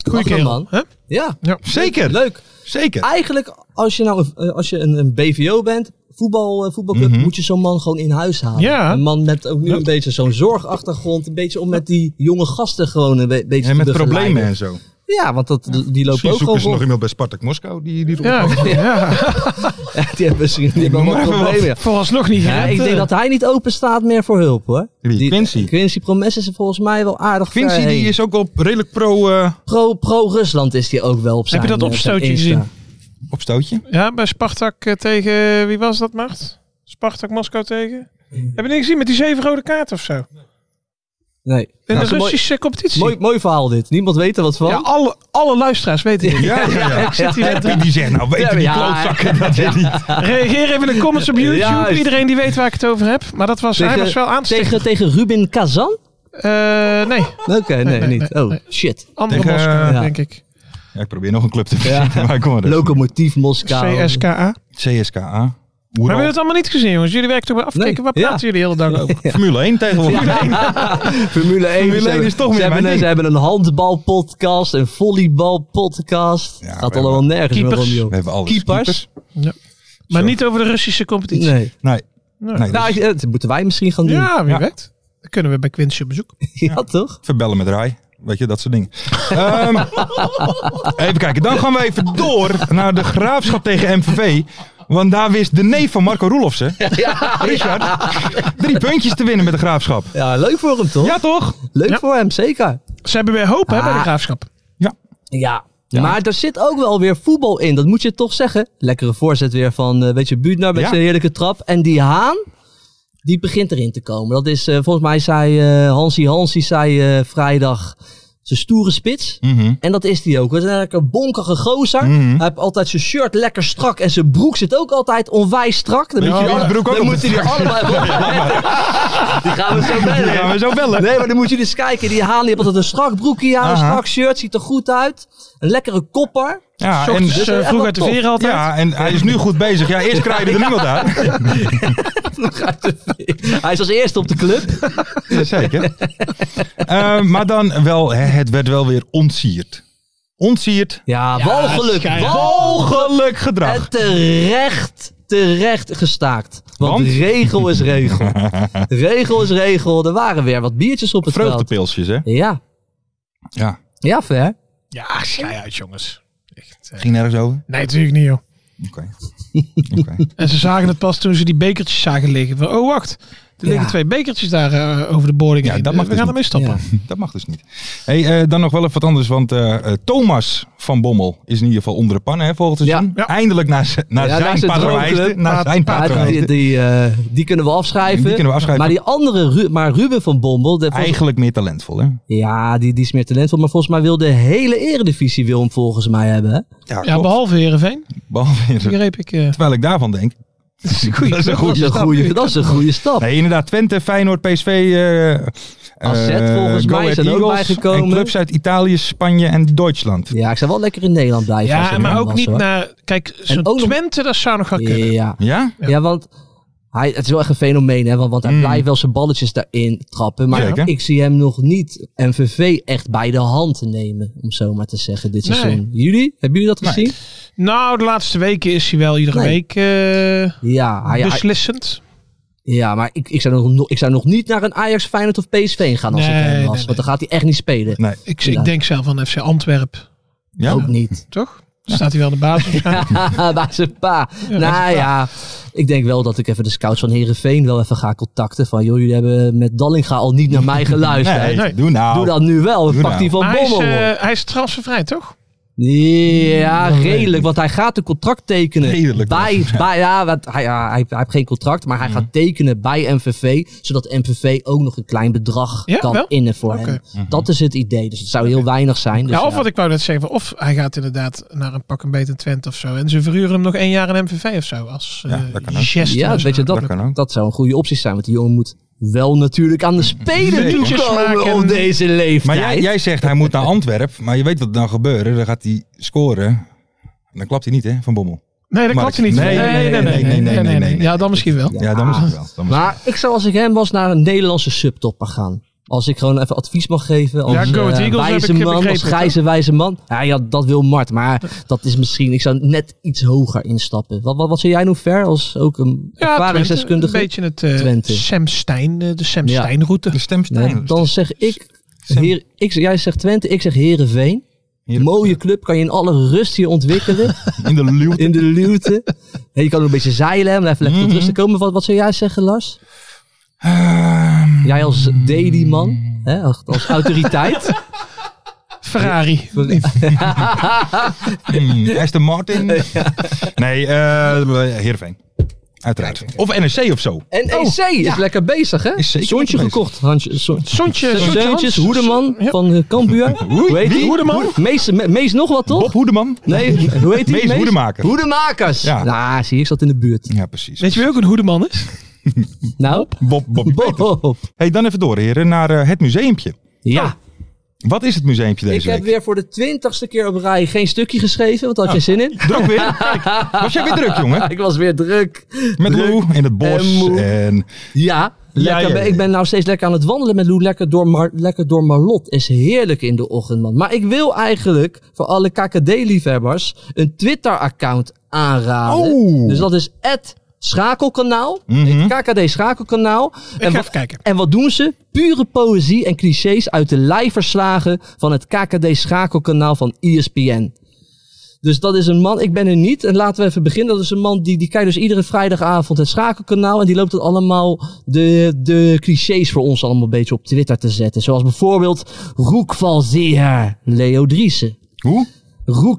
S6: Goeie
S7: Lachen,
S6: kerel.
S7: man.
S6: Hè?
S7: Ja.
S5: Zeker.
S7: Leuk. Ah,
S5: Zeker.
S7: Eigenlijk, als je, nou, eh, als je een, een BVO bent, voetbal, eh, voetbalclub, moet je zo'n man gewoon in huis halen.
S6: Ja.
S7: Een man met ook nu een beetje zo'n zorgachtergrond. Een beetje om met die jonge gasten gewoon een be- beetje
S5: En
S7: te
S5: met
S7: begeleiden.
S5: problemen en zo.
S7: Ja, want dat, die lopen
S5: Misschien
S7: ook gewoon
S5: zoeken ze nog
S7: vol.
S5: iemand bij Spartak Moskou. Die, die
S6: Ja, ja.
S7: Die hebben misschien die hebben
S5: Noem
S7: allemaal
S5: maar even
S7: problemen.
S6: vooralsnog niet.
S7: Ja,
S6: gered,
S7: ik denk
S6: eh.
S7: dat hij niet open staat meer voor hulp hoor.
S5: Wie? Quincy?
S7: Quincy Promes is er volgens mij wel aardig ver
S5: Quincy die
S7: heen.
S5: is ook wel redelijk pro eh,
S7: Pro- Pro-Rusland is die ook wel op zijn
S6: je dat
S7: eh,
S6: opstootje
S7: zijn Insta.
S6: gezien?
S5: op stootje.
S6: Ja, bij Spartak eh, tegen... Wie was dat, Mart? Spartak Moskou tegen? Heb je niet gezien met die zeven rode kaarten of zo? In
S7: Nee.
S6: de
S7: Nou, is een mooi-
S6: Russische competitie.
S7: Mooi, mooi verhaal dit. Niemand weet er wat van.
S6: ja, alle, alle luisteraars weten dit.
S5: Ja, ja, ja.
S6: Ik zit hier net-
S5: En die zegt, nou weten die
S7: Ja, ja.
S5: klootzakken dat je niet.
S6: Reageer even in de comments op YouTube.
S7: Juist.
S6: Iedereen die weet waar ik het over heb. Maar dat was, hij was wel aanstekend.
S7: tegen, tegen Rubin Kazan?
S6: Eh, nee,
S7: Oké, nee, niet. Oh, shit.
S6: andere
S5: Tegen,
S6: Moskou,
S5: eh,
S7: ja.
S6: denk ik.
S5: Ja, ik probeer nog een club te
S7: Ja.
S5: verzinnen, maar kom maar. dus.
S7: Locomotief Moskou.
S6: CSKA.
S5: CSKA. Hoe
S6: Maar hebben we
S5: dan?
S6: dat allemaal niet gezien, jongens? Jullie werken toch bij afkeken?
S7: Nee,
S6: Waar
S7: ja.
S6: praten jullie de hele dag over?
S5: Formule 1 tegenwoordig.
S7: Formule 1,
S5: Formule
S7: ze
S5: 1 is toch
S7: ze
S5: meer
S7: hebben,
S5: mijn
S7: een-
S5: ding.
S7: Ze hebben een handbalpodcast, een volleybalpodcast.
S5: Ja,
S7: Gaat
S5: we
S7: allemaal nergens
S6: Keepers.
S7: meer om, joh.
S5: We hebben alles.
S7: Keepers?
S6: Maar niet over de Russische competitie.
S7: Nee.
S5: Nee. nee. dus
S7: Nou, ik- dat moeten wij misschien gaan doen. Ja,
S6: Ja, wie
S5: Ja.
S6: weet. Dan kunnen we bij Quincy op bezoek.
S7: toch?
S5: verbellen met Rai. Weet je, dat soort dingen. Ehm, even kijken. Dan gaan we even door naar de graafschap tegen MVV. Want daar wist de neef van Marco Roelofsen, Richard, drie puntjes te winnen met de graafschap.
S7: Ja, leuk voor hem, toch?
S5: Ja, toch?
S7: Leuk
S6: Ja.
S7: voor hem, zeker.
S6: Ze hebben weer hoop hè, bij de
S7: Ah.
S6: graafschap.
S7: Ja. Maar er zit ook wel weer voetbal in, dat moet je toch zeggen. Lekkere voorzet weer van, eh, weet je, Buutner met
S5: Ja.
S7: zijn heerlijke trap. En die Haan, die begint erin te komen. Dat is, eh, volgens mij zei eh Hansi Hansi zei, eh, vrijdag, zijn stoere spits.
S5: Mhm.
S7: En dat is die ook. Dat is een lekker bonkige gozer.
S5: Mhm.
S7: Hij heeft altijd zijn shirt lekker strak en zijn broek zit ook altijd onwijs strak. Dan moet
S5: Ja,
S7: je
S5: die broek ook
S7: dan moet
S5: altijd
S7: hij die allemaal even opzetten. Die gaan we zo bellen.
S5: Die gaan we zo bellen.
S7: Nee, maar dan moet je dus kijken. Die Haan die heeft altijd een strak broekje aan, een
S5: Aha.
S7: strak shirt. Ziet er goed uit. Een lekkere kopper.
S5: Ja, en, dus,
S6: Ochtends
S7: eh,
S6: eh, vroeg
S7: wat
S6: uit de
S7: top.
S6: veren altijd.
S5: ja, en hij is nu goed bezig. Ja, eerst kraaide er niemand uit.
S7: Hij is als eerste op de club.
S5: Zeker. Ehm, maar dan wel, hè, het werd wel weer ontsierd. Ontsierd.
S7: Ja, walgelijk.
S6: schijn-
S7: Walgelijk.
S5: Ongeluk gedrag.
S7: En terecht, terecht gestaakt. Want,
S5: Want?
S7: regel is regel. regel is regel. Er waren weer wat biertjes op het veld.
S5: Vreugdepilsjes, hè?
S7: Ja,
S5: Ja.
S7: ja, ver.
S6: Ja, schei uit, jongens. Echt, eh,
S5: Ging nergens over?
S6: Nee, natuurlijk niet, joh.
S5: Oké. Oké.
S6: En ze zagen het pas toen ze die bekertjes zagen liggen. Van, oh, wacht. Er liggen
S7: Ja.
S6: twee bekertjes daar eh, over de boarding
S5: Ja,
S6: heen.
S5: dat mag
S6: we
S5: dus
S6: gaan
S5: niet.
S6: ermee stappen.
S5: Dat mag dus niet. Hey, eh, dan nog wel even wat anders, want eh, eh, Thomas van Bommel is in ieder geval onder de pannen hè, volgend
S7: Ja.
S5: seizoen.
S6: Ja.
S5: Eindelijk naar, z- naar
S7: Ja, naar
S5: zijn
S7: zijn
S5: patroijsde.
S7: droomclub.
S5: Naar zijn
S7: Ja, die,
S5: patroijsde.
S7: die, eh, die kunnen we afschrijven.
S5: Die kunnen we afschrijven.
S7: Maar die andere, Ru- maar Ruben van Bommel, de, volgens-
S5: Eigenlijk meer talentvol, hè?
S7: ja, die, die is meer talentvol. Maar volgens mij wil de hele eredivisie wil hem volgens mij hebben. hè?
S6: Ja, behalve Heerenveen.
S5: Behalve in-
S6: Begreep ik. eh,
S5: Terwijl ik daarvan denk. Dat is een goede dat is een
S7: Dat is
S5: goede
S7: een
S5: stap.
S7: goeie- Dat is een goede stap.
S5: Nee, inderdaad. Twente, Feyenoord, PSV, eh eh,
S7: AZ
S5: eh,
S7: volgens
S5: Go
S7: mij
S5: Ahead
S7: zijn ook
S5: Eagles
S7: bijgekomen.
S5: En clubs uit Italië, Spanje en Duitsland.
S7: Ja, ik zou wel lekker in Nederland blijven. als
S6: ja,
S7: ik
S6: maar
S7: hem
S6: ook
S7: was,
S6: niet
S7: hoor.
S6: naar... Kijk, zo'n
S7: En ook nog-
S6: Twente, dat zou nog wel kunnen.
S7: Ja.
S5: Ja?
S7: Ja. want hij, het is wel echt een fenomeen, hè? Want, want hij blijft wel zijn balletjes daarin trappen. Maar
S5: Zeker.
S7: ik zie hem nog niet MVV echt bij de hand nemen, om zo maar te zeggen, dit
S6: Nee.
S7: seizoen. Jullie? Hebben jullie dat
S5: Nee.
S7: gezien?
S6: Nou, de laatste weken is hij wel iedere
S7: Nee. Ah,
S6: week eh,
S7: Ja, hij, hij-
S6: beslissend.
S7: ja maar ik, ik, zou nog, ik zou nog niet naar een Ajax, Feyenoord of PSV gaan als
S6: Nee,
S7: ik hem was.
S6: nee, nee.
S7: Want dan gaat hij echt niet spelen.
S5: Nee.
S6: Ik,
S7: Ja.
S6: ik denk zelf aan FC Antwerp,
S5: Ja?
S7: Ook niet.
S6: toch? Staat hij wel aan de basis? waarschijnlijk.
S7: bij zijn pa. nou ja, ik denk wel dat ik even de scouts van Herenveen wel even ga contacten. Van joh, jullie hebben met Dallinga al niet naar mij geluisterd.
S5: Nee,
S6: Nee.
S5: doe nou.
S7: Doe dat nu wel.
S5: Doe
S7: Pak die van
S6: Maar hij, is,
S7: Bommel. op.
S6: eh, hij is transfervrij, toch?
S7: Ja,
S5: Dat weet ik niet.
S7: redelijk. Want hij gaat een contract tekenen.
S5: Redelijk
S7: Bij, bij, ja, want hij, ja, hij, hij heeft geen contract, maar hij gaat tekenen bij MVV. Zodat MVV ook nog een klein bedrag
S6: Ja,
S7: kan
S6: wel?
S7: innen voor
S6: Oké.
S7: hem. Dat is het idee. Dus het zou heel weinig zijn. Dus
S6: ja, of
S7: ja.
S6: wat ik wou net zeggen, of hij gaat inderdaad naar een pak een beter Twente of zo. En ze verhuren hem nog één jaar een MVV of zo. Als
S5: Ja,
S6: eh,
S5: dat kan ook.
S6: geste.
S7: Ja, weet je, dat,
S5: Dat kan ook.
S7: dat, zou een goede optie zijn. Want die jongen moet wel natuurlijk aan de spelen
S5: Zeker.
S7: toekomen
S6: Smaken.
S7: op deze
S5: Maar
S7: leeftijd.
S5: jij, jij zegt hij moet naar Antwerpen, maar je weet wat er dan gebeuren. Dan gaat hij scoren. En dan klapt hij niet, hè, van Bommel.
S6: Nee, dat
S5: Mark.
S6: klopt niet.
S5: Nee, nee, nee, nee, nee, nee, nee, nee.
S6: Ja, dan misschien wel.
S5: Ja, dan misschien wel. Dan misschien.
S7: Ah. Maar ik zou als ik hem was naar een Nederlandse subtopper gaan. Als ik gewoon even advies mag geven. Als,
S6: Ja, Go Ahead
S7: eh,
S6: Eagles heb
S7: wijze
S6: ik
S7: man, als
S6: begrepen, toch?
S7: grijze wijze man. Ja, ja, dat wil Mart. Maar dat is misschien... Ik zou net iets hoger instappen. Wat, wat, wat zie jij nou ver als ook een
S6: Ja, Twente, een
S7: ervaringsdeskundige?
S6: beetje het eh,
S7: Twente.
S6: Sam Stein, eh, de Sam
S7: Ja.
S6: Stein route.
S5: De stemstijl.
S7: Nee, dan zeg ik, heer, ik... Jij zegt Twente, ik zeg Herenveen.
S5: Heerenveen.
S7: Mooie club, kan je in alle rust hier ontwikkelen.
S5: In de luwte. Mhm.
S7: in de luwte. En je kan ook een beetje zeilen, hè, om even lekker tot rust te komen. Wat, wat zou jij zeggen, Lars?
S5: Ehm,
S7: jij als
S5: mm.
S7: Daily-man, hè, als- als
S5: Oh,
S7: autoriteit.
S6: Ferrari.
S5: Hmm, Aston Martin. Nee, eh Heerenveen. Uiteraard. Of NEC of zo.
S7: En EC is lekker bezig, hè?
S5: Is zeker
S7: Zoontje
S5: lekker bezig.
S7: gekocht. Hansje, zo-
S6: Sontje. Sontje
S7: Zoontjes,
S6: Hans.
S7: Hoedeman
S6: Ja.
S7: van eh, Cambuur. Hoe heet die?
S6: Hoedeman?
S7: Mees, Me- Mees nog wat, toch?
S5: Bob Hoedeman.
S7: Nee, hoe heet die?
S5: Mees Hoedemaker.
S7: Hoedemakers.
S5: Ja.
S7: Ja. Nou, zie, ik zat in de buurt.
S5: Ja, precies.
S6: Weet je wie ook een Hoedeman is?
S7: Nou,
S5: Bob, Bob.
S7: Bob.
S5: Oh, Hey, dan even door, heren, naar eh, het museumpje.
S7: Ja.
S5: Wat is het museumpje
S7: Ik
S5: deze
S7: heb
S5: week?
S7: weer voor de twintigste keer op rij geen stukje geschreven, want daar had je zin in.
S5: Druk weer. Kijk, was jij weer druk, jongen?
S7: ik was weer druk.
S5: Met Lou in het
S7: en
S5: bos.
S7: moe.
S5: En
S7: Ja, lekker,
S5: ja,
S7: ben-
S5: ja.
S7: ik ben nou steeds lekker aan het wandelen met Lou. Lekker door, Mar lekker door Marlot. Is heerlijk in de ochtend, man. Maar ik wil eigenlijk voor alle KKD-liefhebbers een Twitter-account aanraden.
S5: Oh. Mhm.
S7: Dus dat is het Schakelkanaal. Het KKD Schakelkanaal.
S6: ga
S7: wa-
S6: even kijken.
S7: en wat doen ze? Pure poëzie en clichés uit de lijverslagen van het KKD Schakelkanaal van E ESPN. Dus dat is een man, ik ben er niet. En laten we even beginnen. Dat is een man die, die kijkt dus iedere vrijdagavond het schakelkanaal. En die loopt dan allemaal de, de clichés voor ons allemaal een beetje op Twitter te zetten. Zoals bijvoorbeeld Roekvalzeer Leo Driessen.
S5: hoe?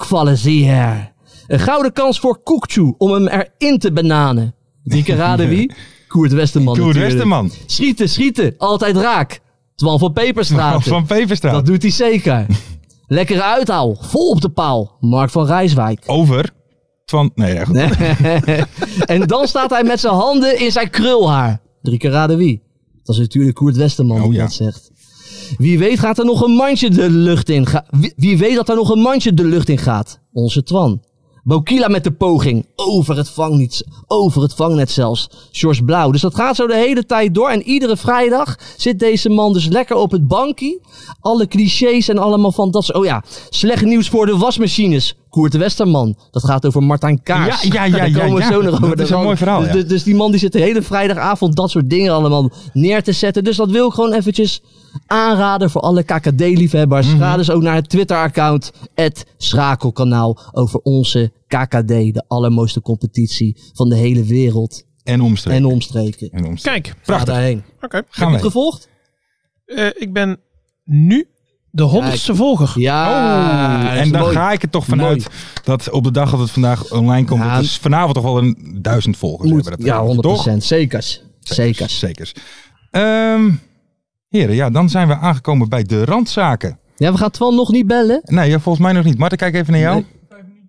S7: Roekvalzeer. Een gouden kans voor Koekchu om hem erin te bananen. Die kan raden wie? Koert Westerman
S5: Koert
S7: natuurlijk.
S5: Westerman.
S7: Schieten, schieten. Altijd raak. Twan van Peperstraat.
S5: Van Peverstraat.
S7: Dat doet hij zeker. Lekkere uithaal. Vol op de paal. Mark van Rijswijk.
S5: Over. Van. Nee, ja, goed.
S7: En dan staat hij met zijn handen in zijn krulhaar. Drie keer raden wie. Dat is natuurlijk Koert Westerman
S5: Oh,
S7: die
S5: ja.
S7: dat zegt. Wie weet gaat er nog een mandje de lucht in. Ga wie, wie weet dat er nog een mandje de lucht in gaat. Onze Twan. Bokila met de poging. Over het, vangnet, over het vangnet zelfs. George Blauw. Dus dat gaat zo de hele tijd door. En iedere vrijdag zit deze man dus lekker op het bankje. Alle clichés en allemaal van dat. soort- Oh ja, slecht nieuws voor de wasmachines. Koert Westerman. Dat gaat over Martijn Kaars.
S5: Ja, ja, ja,
S7: Daar
S5: ja,
S7: komen we
S5: ja.
S7: zo nog
S5: Dat
S7: over
S5: is
S7: de
S5: een
S7: rand.
S5: mooi verhaal,
S7: Dus,
S5: ja.
S7: dus- dus die man die zit de hele vrijdagavond dat soort dingen allemaal neer te zetten. Dus dat wil ik gewoon eventjes aanraden voor alle KKD-liefhebbers.
S5: Mhm.
S7: Ga dus ook naar het Twitter-account, het Schakelkanaal, over onze KKD, de allermooiste competitie van de hele wereld
S5: En omstreken.
S7: en omstreken.
S5: En omstreken.
S6: Kijk,
S7: Ga daarheen.
S6: Oké.
S5: Gaan we.
S7: Gevolgd?
S6: Eh, ik ben nu de honderdste volger.
S7: Ja. dat is
S5: Oh, en dan
S7: mooi.
S5: ga ik er toch vanuit dat op de dag dat het vandaag online komt,
S7: Ja.
S5: dat is vanavond toch wel een duizend volgers
S7: Moet-
S5: hebben.
S7: ja, 100%.
S5: Toch?
S7: Zekers. Zekers.
S5: Zekers. Ehm, heren, ja, dan zijn we aangekomen bij de randzaken.
S7: Ja, we gaan Twan nog niet bellen.
S5: Nee, ja, volgens mij nog niet. Marten, kijk even naar jou.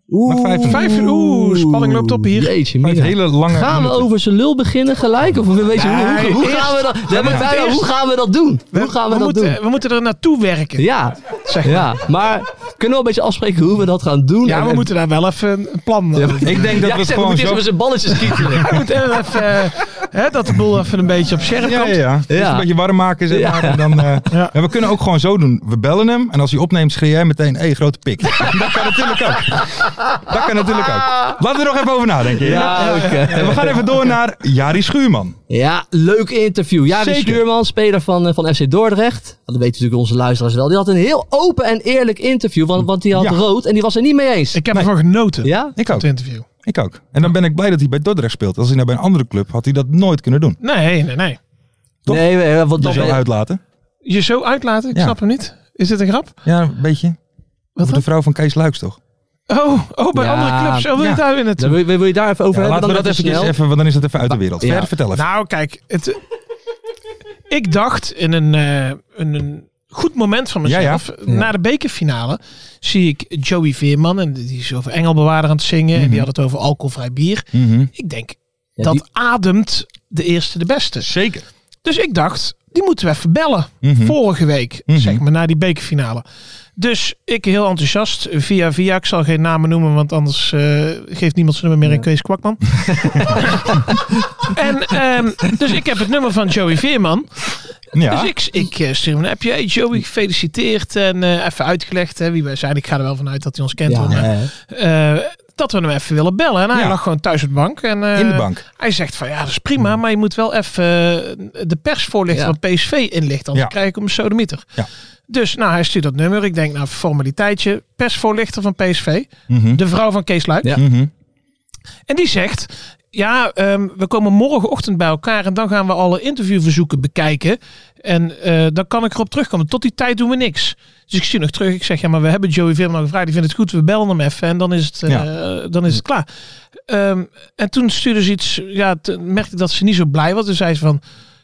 S7: Oeh.
S5: Maar vijf-
S6: Vijf uur. Oeh, spanning loopt op hier.
S7: Jeetje,
S5: Vijf
S7: mina.
S5: hele lange
S7: Gaan we
S5: minuten.
S7: over zijn lul beginnen gelijk? Of weet je, hoe, hoe, hoe gaan we dat, Ja, maar
S6: moeten
S7: bijna,
S6: eerst-
S7: hoe gaan we dat doen? Hoe gaan we, dat
S6: moeten,
S7: doen?
S6: we moeten er naartoe werken. Ja,
S7: Ja,
S6: zeg maar.
S7: ja, maar kunnen we wel een beetje afspreken hoe we dat gaan doen? En-
S6: we
S7: en-
S6: moeten daar wel even een- een plan
S7: Ja,
S6: over
S7: maar-
S5: Ik denk dat
S7: Jij
S5: we het
S7: zegt, we
S5: gewoon
S7: moeten
S5: zo...
S7: eerst met zijn balletjes kietelen.
S6: Hij moet even, eh, hè, dat de boel even een beetje op scherp
S5: Ja,
S6: komt.
S5: ja, ja. Eerst
S7: Ja.
S5: een beetje warm maken. Zet
S7: Ja.
S5: maken en dan, eh,
S6: Ja.
S5: ja, we kunnen ook gewoon zo doen. We bellen hem en als hij opneemt schreeuw jij meteen, hé, hey, grote pik. dat kan natuurlijk ook. Dat kan natuurlijk ook. Laten we er nog even over nadenken.
S7: Ja, oké.
S5: En we gaan even door naar Jari Schuurman.
S7: Ja, leuk interview. Jari
S5: Zeker.
S7: Stuurman, speler van, eh, van FC Dordrecht. Dat weten natuurlijk onze luisteraars wel. Die had een heel open en eerlijk interview, want, want die had
S5: Ja.
S7: rood en die was er niet mee eens.
S6: Ik heb ervan genoten.
S7: Ja?
S5: Ik
S6: van
S5: ook.
S6: Het interview.
S5: Ik ook. En dan ben ik blij dat hij bij Dordrecht speelt. Als hij nou bij een andere club had hij dat nooit kunnen doen.
S6: Nee, nee, nee.
S5: Toch?
S7: Nee, nee, nee, want
S5: Dus
S7: dan
S5: jou
S7: ben-
S5: uitlaten.
S6: Je zo uitlaten, ik
S5: Ja.
S6: snap hem niet. Is dit een grap?
S5: Ja, een beetje.
S6: Wat
S5: Over
S6: dan?
S5: de vrouw van Kees Luiks toch?
S6: Oh, oh bij
S7: Ja,
S6: andere clubs. Oh, wil
S5: ja.
S6: je daar weer naartoe?
S7: Dan wil, wil- wil je daar even over
S5: Ja,
S7: hebben?
S5: laten we
S7: dan
S5: dat even,
S7: snel?
S5: even, want dan is dat even uit de wereld.
S7: Ja.
S5: Verder vertel even.
S6: Nou, kijk. Het, ik dacht in een, eh, in een goed moment van
S5: Ja, ja.
S6: mezelf. Na de bekerfinale zie ik Joey Veerman. En die is over Engelbewaarder aan het zingen. En die had het over alcoholvrij bier.
S5: Mhm.
S6: Ik denk,
S7: Ja,
S6: dat
S7: die-
S6: ademt de eerste de beste.
S5: Zeker.
S6: Dus ik dacht, die moeten we even bellen.
S5: Mhm.
S6: Vorige week,
S5: Mhm.
S6: zeg maar, na die bekerfinale. Dus ik heel enthousiast, via via. Ik zal geen namen noemen, want anders eh, geeft niemand zijn nummer meer aan Kees Kwakman. en, ehm, dus ik heb het nummer van Joey Veerman.
S5: Ja.
S6: Dus ik, ik eh, stuur hem een appje. Hey Joey, gefeliciteerd. En eh, even uitgelegd hè, wie wij zijn. Ik ga er wel vanuit dat hij ons kent.
S5: dus
S7: Ja,
S6: hoor, maar,
S7: hè.
S6: eh, dat we hem even willen bellen. En hij
S5: Ja.
S6: lag gewoon thuis op de bank. En, eh,
S5: In de bank.
S6: hij zegt van ja, dat is
S5: Hmm.
S6: prima, maar je moet wel even eh, de persvoorlichter
S7: Ja.
S6: van PSV inlichten. Anders
S5: Ja.
S6: krijg ik hem een sodemieter.
S5: Ja.
S6: Dus nou, hij stuurt dat nummer. Ik denk nou, formaliteitje. Persvoorlichter van PSV.
S5: Mhm.
S6: De vrouw van Kees Luik.
S7: Ja.
S5: Mhm.
S6: En die zegt, ja, ehm, we komen morgenochtend bij elkaar en dan gaan we alle interviewverzoeken bekijken. En eh, dan kan ik erop terugkomen. Tot die tijd doen we niks. Dus ik stuur nog terug. Ik zeg, ja, maar we hebben Joey Veerman al gevraagd. Die vindt het goed. We bellen hem even en dan is het, eh, dan is het klaar. Ehm, en toen stuurde ze iets, ja, toen merkte ik dat ze niet zo blij was. Toen zei ze van,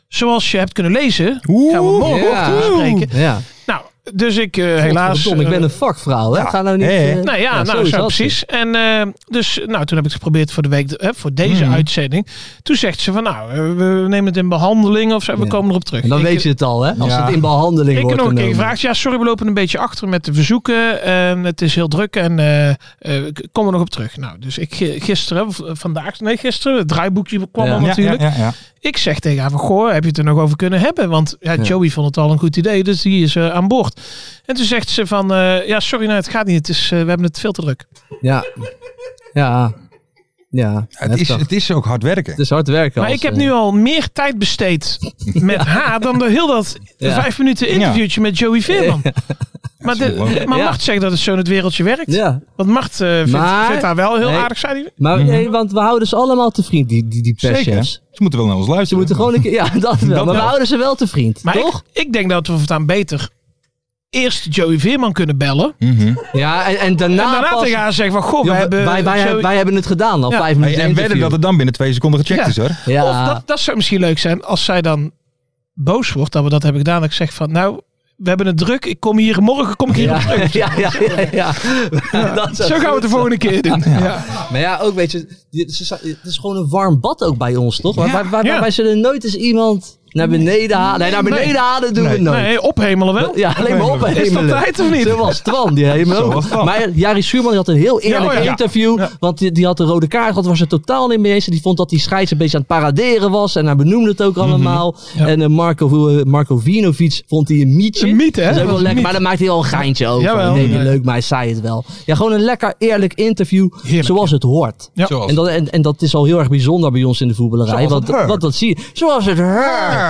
S6: zoals je hebt kunnen lezen, gaan we morgenochtend
S7: Oeh.
S6: spreken.
S7: Ja.
S6: Nou, dus ik eh, Oh, helaas...
S7: Godverdomme, ik ben
S6: eh,
S7: een vakvrouw, hè?
S5: Ja.
S7: Ga nou niet...
S5: Nee, hè?
S7: eh,
S6: Nou ja, nou,
S7: zoiets
S6: zo,
S7: had ze.
S6: precies. En eh, dus, nou, toen heb ik het geprobeerd voor de week, hè, voor deze
S7: Mhm.
S6: uitzending. Toen zegt ze van, nou, eh, we nemen het in behandeling of zo, we
S7: Ja.
S6: komen erop terug.
S7: En dan
S6: Ik-
S7: weet je het al, hè? Als
S5: Ja.
S7: het in behandeling
S6: Ik heb
S7: wordt eh,
S6: nog een keer
S7: genomen.
S6: gevraagd. Ja, sorry, we lopen een beetje achter met de verzoeken. En het is heel druk en eh, eh, ik kom er nog op terug. Nou, dus ik eh, gisteren, of eh, vandaag, nee gisteren, het draaiboekje kwam
S7: Ja.
S6: al
S7: Ja,
S6: natuurlijk.
S5: Ja, ja, ja.
S6: Ik zeg tegen haar van, goh, heb je het er nog over kunnen hebben? Want ja,
S7: Ja.
S6: Joey vond het al een goed idee, dus die is eh, aan boord. En toen zegt ze van, eh, ja, sorry, nou, het gaat niet. Het is, eh, we hebben het veel te druk.
S7: Ja. Ja. Ja.
S5: Het, is,
S7: heftig.
S5: het is ook hard werken.
S7: Het is hard werken.
S6: Maar
S7: als,
S6: ik heb
S7: eh,
S6: nu al meer tijd besteed met haar dan door heel dat
S7: Ja.
S6: vijf minuten interviewtje met Joey Veerman. Maar,
S5: dat is
S6: de-
S5: ongelooflijk.
S6: maar
S7: Ja.
S6: Mart zegt dat het zo in het wereldje werkt.
S7: Ja.
S6: Want Mart eh, vindt,
S7: Maar-
S6: vindt haar wel heel
S7: Nee.
S6: aardig, zei hij.
S7: Maar nee, want we houden ze allemaal te vriend, die, die, die
S5: Zeker.
S7: perschefs.
S5: Ze moeten wel naar ons
S7: Ze
S5: luisteren.
S7: moeten gewoon een keer... Ja, dat wel.
S5: Dat
S7: maar we
S5: wel.
S7: houden ze wel te vriend.
S6: Maar
S7: toch?
S6: Ik, ik denk dat we voortaan beter eerst Joey Veerman kunnen bellen.
S5: Mhm.
S7: Ja, en, en daarna,
S6: en daarna
S7: pas-
S6: tegen haar zeggen van, goh,
S7: Ja,
S6: we hebben... eh,
S7: wij, wij,
S6: Joey-
S7: wij hebben het gedaan al
S6: Ja.
S7: vijf
S5: Hey,
S7: minuten
S5: en wedden dat
S7: interview.
S5: het dan binnen twee seconden gecheckt
S6: Ja.
S5: is hoor.
S7: Ja.
S6: Of dat, dat zou misschien leuk zijn als zij dan boos wordt dat we dat hebben gedaan. Dat ik zeg van, nou, we hebben het druk. Ik kom hier, morgen kom ik hier op
S7: ja,
S6: terug.
S7: ja, ja, ja, ja. Dat zou
S6: Zo gaan we het de volgende keer doen. Ja.
S7: Maar ja, ook weet je, dit is- het is gewoon een warm bad ook bij ons, toch? Wij, wij, wij,
S6: ja.
S7: wij zullen nooit eens iemand naar beneden halen. Nee, naar beneden
S6: Nee.
S7: halen doen we nooit.
S6: Nee, ophemelen wel.
S7: Ja, alleen maar op
S6: Is dat tijd of niet?
S7: Zoals Twan, die hemel.
S5: Zoals Twan.
S7: Maar Jari Schuurman die had een heel eerlijk
S6: Ja, oh ja.
S7: interview. Want die, die had een rode kaart gehad, was er totaal niet mee eens. En Die vond dat die scheids een beetje aan het paraderen was. En hij benoemde het ook
S6: Mhm.
S7: allemaal. En eh, Marco, eh, Marco Vinovic vond hij een mietje.
S6: Een miet, hè?
S7: Dat is ook
S6: Dat was
S7: wel
S6: een
S7: lekker.
S6: miet.
S7: Maar daar maakte hij al een geintje over.
S6: Jawel.
S7: nee, niet
S6: Nee.
S7: leuk, maar hij zei het wel. Ja, gewoon een lekker eerlijk interview.
S6: Heerlijk.
S7: zoals het hoort.
S6: Ja.
S7: En, dat, en, en dat is al heel erg bijzonder bij ons in de voetballerij. Want, want dat zie je. Zoals het hoort.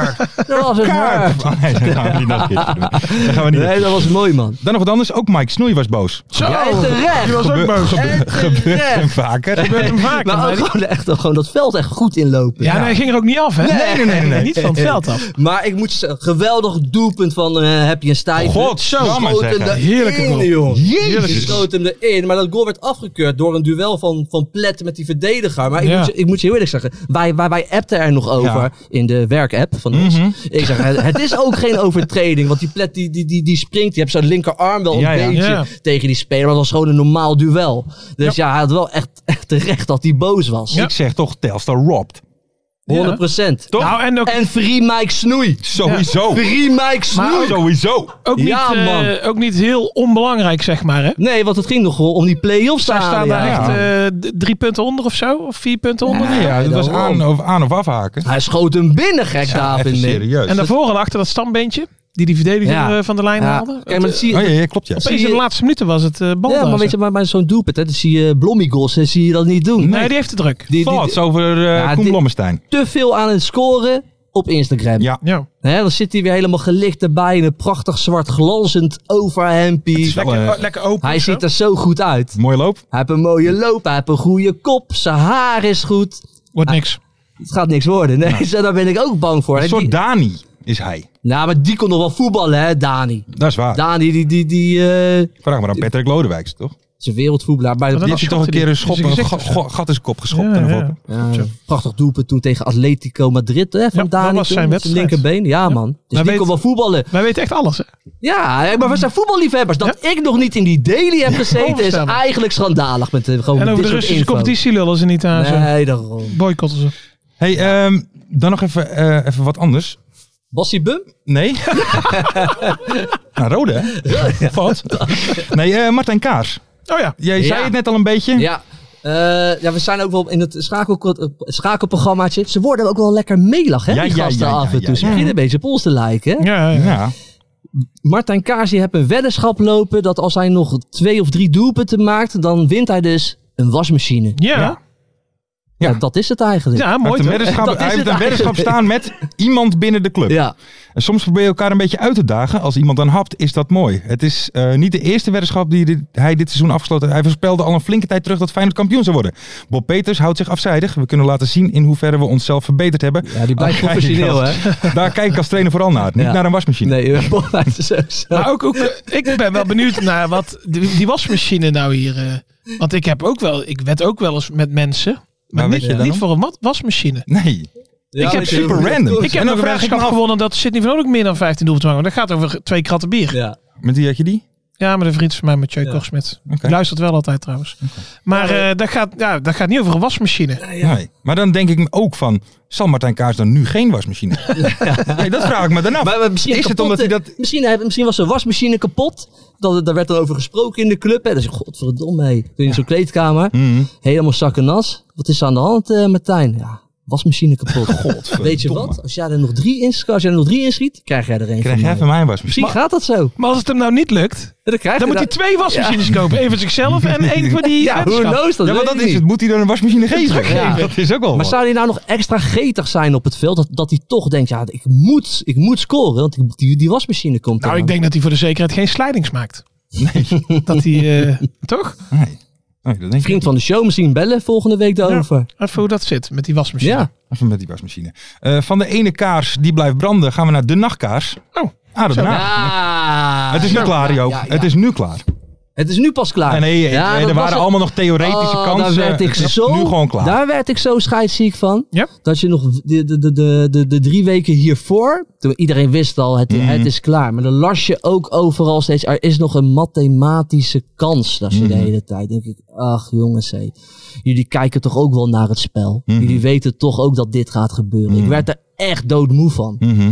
S7: Zoals het hoort.
S5: Oh, nee, dat gaan we niet nog een keertje doen. Dat gaan we niet doen.
S7: Nee, dat was mooi, man.
S5: Dan nog wat anders. Ook Mike Snoei was boos.
S6: Zo.
S7: Ja, en terecht.
S6: Die was ook
S5: Gebe-
S6: boos.
S5: gebe-
S7: Echt
S5: gebeurt
S7: terecht.
S5: hem vaker.
S6: Ik ben hem vaker.
S7: Maar
S6: maar
S7: ook
S6: die-
S7: gewoon echt gewoon dat veld echt goed inlopen.
S6: Ja, nee, hij ging er ook niet af, hè?
S7: Nee, nee, nee, nee.
S6: Niet van het veld af.
S7: Maar ik moet je zeggen, geweldig doelpunt van eh Happy en Stijn.
S5: God, zo. Laat maar zeggen.
S6: Heerlijke goal.
S7: Die
S5: Jezus.
S7: schoot hem erin. Maar dat goal werd afgekeurd door een duel van, van Plet met die verdediger. Maar ik,
S6: Ja.
S7: moet, je- ik moet je heel eerlijk zeggen, wij, wij, wij appten er nog over
S5: Ja. Mhm.
S7: in de werkapp van ons. Ik zeg, het, het is ook geen overtreding. Want die Plet die, die, die, die springt, die heeft zijn linkerarm wel een
S5: Ja, ja.
S7: beetje
S6: Ja.
S7: tegen die speler. Maar dat was gewoon een normaal duel. Dus ja, hij had wel echt, echt terecht dat hij boos was.
S5: Ik zeg toch Telstar robbed.
S7: 100 procent.
S6: Nou, en ook,
S7: En Free Mike Snoei.
S5: Sowieso.
S7: Free Mike
S6: Maar
S5: oh,
S7: Snoei.
S5: Sowieso.
S6: ook, niet,
S7: Ja,
S6: eh,
S7: man.
S6: ook niet heel onbelangrijk, zeg maar, hè?
S7: Nee, want het ging nog wel om die play-offs te
S6: Zij staan
S7: halen.
S6: daar
S7: ja.
S6: echt eh, d- drie punten onder of zo? Of vier punten onder?
S5: Ja, ja, dat was
S7: daarom.
S5: aan of, aan of afhaken.
S7: Hij schoot hem binnen, gek
S5: eh, Even
S7: David. nee.
S5: serieus.
S6: En daarvoor en achter dat stambeentje, die die verdediger
S7: Ja.
S6: eh, van de lijn
S7: Ja.
S6: haalde.
S7: Kijk, maar dat zie
S5: Oh
S7: je...
S5: ja, ja, klopt ja.
S7: zie
S6: Opeens in de
S7: je-
S6: laatste minuten was het eh bal.
S7: Ja, maar weet je, maar, maar zo'n doelpunt, hè, dat zie je Blommigos, hè, zie je dat niet doen.
S6: Nee, die heeft de druk.
S7: Die- die-
S5: Thoughts over eh
S7: Ja,
S5: Koen
S7: dit-
S5: Blommestein.
S7: te veel aan het scoren op Instagram.
S5: Ja.
S6: Ja.
S7: Hè, dan zit hij weer helemaal gelicht erbij in een prachtig zwart glanzend overhempie.
S5: wel,
S6: Lekker,
S5: eh,
S6: oh, lekker open.
S7: Hij
S6: of zo.
S7: ziet er zo goed uit.
S5: Mooie loop.
S7: Hij heeft een mooie loop, hij heeft een goede kop, zijn haar is goed.
S6: Wordt niks.
S7: Het gaat niks worden. Nee, zo, daar ben ik ook bang voor.
S5: Een
S7: En
S5: soort
S7: die-
S5: Dani is hij.
S7: Nou, maar die kon nog wel voetballen, hè, Dani.
S5: Dat is waar.
S7: Dani, die, die, die eh,
S5: Vraag maar aan Patrick Lodewijks, toch?
S7: is een wereldvoetballer. Maar
S6: Maar
S5: Die
S6: dan
S5: heeft hij
S6: schopte
S5: toch een
S6: die
S5: keer een
S6: in zijn
S5: schop, een
S6: gezicht
S5: go-
S6: of zo.
S5: go- gat in zijn kop geschopt.
S6: Ja,
S5: en
S6: ja.
S5: dan
S7: Ja, prachtig doelpunt toen tegen Atletico Madrid hè, van
S6: dat
S7: Dani.
S6: was
S7: toen,
S6: zijn
S7: met zijn
S6: wedstrijd.
S7: linkerbeen, ja man. Dus
S6: Maar
S7: die
S6: weet-
S7: kon wel voetballen.
S6: Wij weten echt alles, hè?
S7: Ja, hè, maar we zijn voetballiefhebbers. Dat ik nog niet in die daily heb gezeten is
S6: onvoorstelbaar.
S7: eigenlijk schandalig. Met, eh, gewoon
S6: En over
S7: dit
S6: de
S7: soort
S6: Russische
S7: info.
S6: competitie lullen ze niet aan. Ze
S7: Nee, daarom.
S6: boycotten ze.
S5: Hey, ehm, dan nog even, eh, even wat anders.
S7: Bassie Bum?
S5: Nee. nou, rode, hè? Wat? Nee, eh, Martijn Kaas.
S6: Oh ja.
S5: Jij
S7: Ja.
S5: zei het net al een beetje.
S7: Ja. Eh, ja, we zijn ook wel in het schakel, eh, schakelprogrammaatje. Ze worden ook wel lekker meelig, hè?
S5: Ja,
S7: die
S5: ja,
S7: gasten
S5: ja, ja,
S7: af en
S5: ja,
S7: toe. Ze
S5: ja.
S7: beginnen een beetje op ons te lijken. hè?
S6: Ja, ja.
S5: Ja.
S7: Martijn Kaars die heeft een weddenschap lopen dat als hij nog twee of drie doelpunten maakt, dan wint hij dus een wasmachine.
S6: Ja,
S7: Ja,
S5: Ja.
S7: dat is het eigenlijk.
S6: ja
S5: Hij
S6: mooi.
S5: heeft een
S6: toch?
S5: weddenschap,
S7: Dat is
S5: hij heeft
S7: het
S5: een weddenschap staan met iemand binnen de club.
S7: Ja.
S5: En soms probeer je elkaar een beetje uit te dagen. Als iemand dan hapt, is dat mooi. Het is eh, niet de eerste weddenschap die dit- hij dit seizoen afgesloten heeft. Hij voorspelde al een flinke tijd terug dat Feyenoord kampioen zou worden. Bob Peters houdt zich afzijdig. We kunnen laten zien in hoeverre we onszelf verbeterd hebben.
S7: Ja, die blijft
S5: Daar kijk ik
S7: professioneel,
S5: als- Daar kijk ik als trainer vooral naar. Niet
S7: Ja.
S5: naar een wasmachine.
S7: Nee, hij is ook zo.
S6: Maar ook, ook, eh, ik ben wel benieuwd naar wat die, die wasmachine nou hier. eh, want ik heb ook wel, ik wed ook wel eens met mensen. Maar,
S5: Waar
S6: niet,
S5: wed je dan
S6: niet
S5: om?
S6: voor een wa- wasmachine.
S5: Nee.
S7: Ja,
S6: ik
S7: dat
S6: heb super
S7: is heel goed.
S5: random.
S6: Ik heb
S5: Oh, En
S6: een
S5: dan vraag ik
S6: weddenschap
S5: me af-
S6: gewonnen dat Sidney van ook meer dan 15 doelpunten maakt. want Dat gaat over twee kratten bier.
S7: Ja.
S5: Met wie had je die?
S6: Ja, maar de vriend van mij, Mathieu Korsmit. Die luistert wel altijd trouwens. Maar eh, dat, gaat, ja, dat gaat niet over een wasmachine.
S5: Nee. Maar dan denk ik me ook van, zal Martijn Kaars dan nu geen wasmachine hebben? Nee, dat vraag ik me dan af.
S7: Maar, maar misschien,
S5: is het
S7: kapotte-
S5: omdat hij dat...
S7: misschien, heb- misschien was zijn wasmachine kapot. Dat, daar werd dan over gesproken in de club. En dan zeg ik, godverdomme, hé. Toen in zo'n kleedkamer. Helemaal zakken nas. Wat is er aan de hand, eh, Martijn? Ja, wasmachine kapot. Weet je wat? Als jij er nog drie inschiet, als jij er nog drie inschiet, krijg jij er één
S5: Krijg
S7: van
S5: jij
S7: mij.
S5: van mij een wasmachine?
S7: Misschien gaat dat zo.
S6: Maar als het hem nou niet lukt,
S7: En dan krijg
S6: dan
S7: je
S6: moet hij
S7: dat-
S6: twee wasmachines kopen. Één voor zichzelf en één voor die
S7: Ja, who
S6: weddenschap.
S7: knows dat?
S5: Ja, want
S7: weet
S5: dat
S7: ik
S5: is
S7: niet.
S5: het. Moet hij dan een wasmachine geven?
S7: Ja.
S5: Dat is ook wel
S7: Maar
S5: wat.
S7: zou hij nou nog extra getig zijn op het veld? Dat, dat hij toch denkt, ja, ik moet, ik moet scoren. Want ik- die, die wasmachine komt
S6: Nou,
S7: eraan.
S6: ik denk dat hij voor de zekerheid geen slijdings maakt. Dat hij, eh, toch?
S5: Nee. Nee, dat denk ik
S7: Vriend van de show misschien bellen volgende week daarover.
S6: Even hoe dat zit met die wasmachine.
S7: Ja.
S5: Even met die wasmachine. Eh, van de ene kaars die blijft branden, gaan we naar de nachtkaars.
S6: Oh,
S5: Ah, dat na-
S7: Ah,
S5: Het is nu
S7: zo.
S5: klaar, Joop.
S7: Ja, ja.
S5: Het is nu klaar.
S7: Het is nu pas klaar.
S5: Ah, nee,
S7: Ja,
S5: nee,
S7: dat
S5: er
S7: was
S5: waren
S7: het.
S5: allemaal nog theoretische
S7: Oh,
S5: kansen.
S7: Daar werd ik
S5: Het is
S7: zo,
S5: Nu gewoon klaar.
S7: Daar werd ik zo scheidsziek van.
S6: Ja.
S7: Dat je nog de, de, de, de, de, de drie weken hiervoor, toen iedereen wist al,
S5: Mhm.
S7: het, het is klaar. Maar dan las je ook overal steeds, er is nog een mathematische kans. Dat je
S5: Mhm.
S7: de hele tijd. denk ik, ach jongens hé. Jullie kijken toch ook wel naar het spel.
S5: Mhm.
S7: Jullie weten toch ook dat dit gaat gebeuren. Ik werd er echt doodmoe van.
S5: Mhm.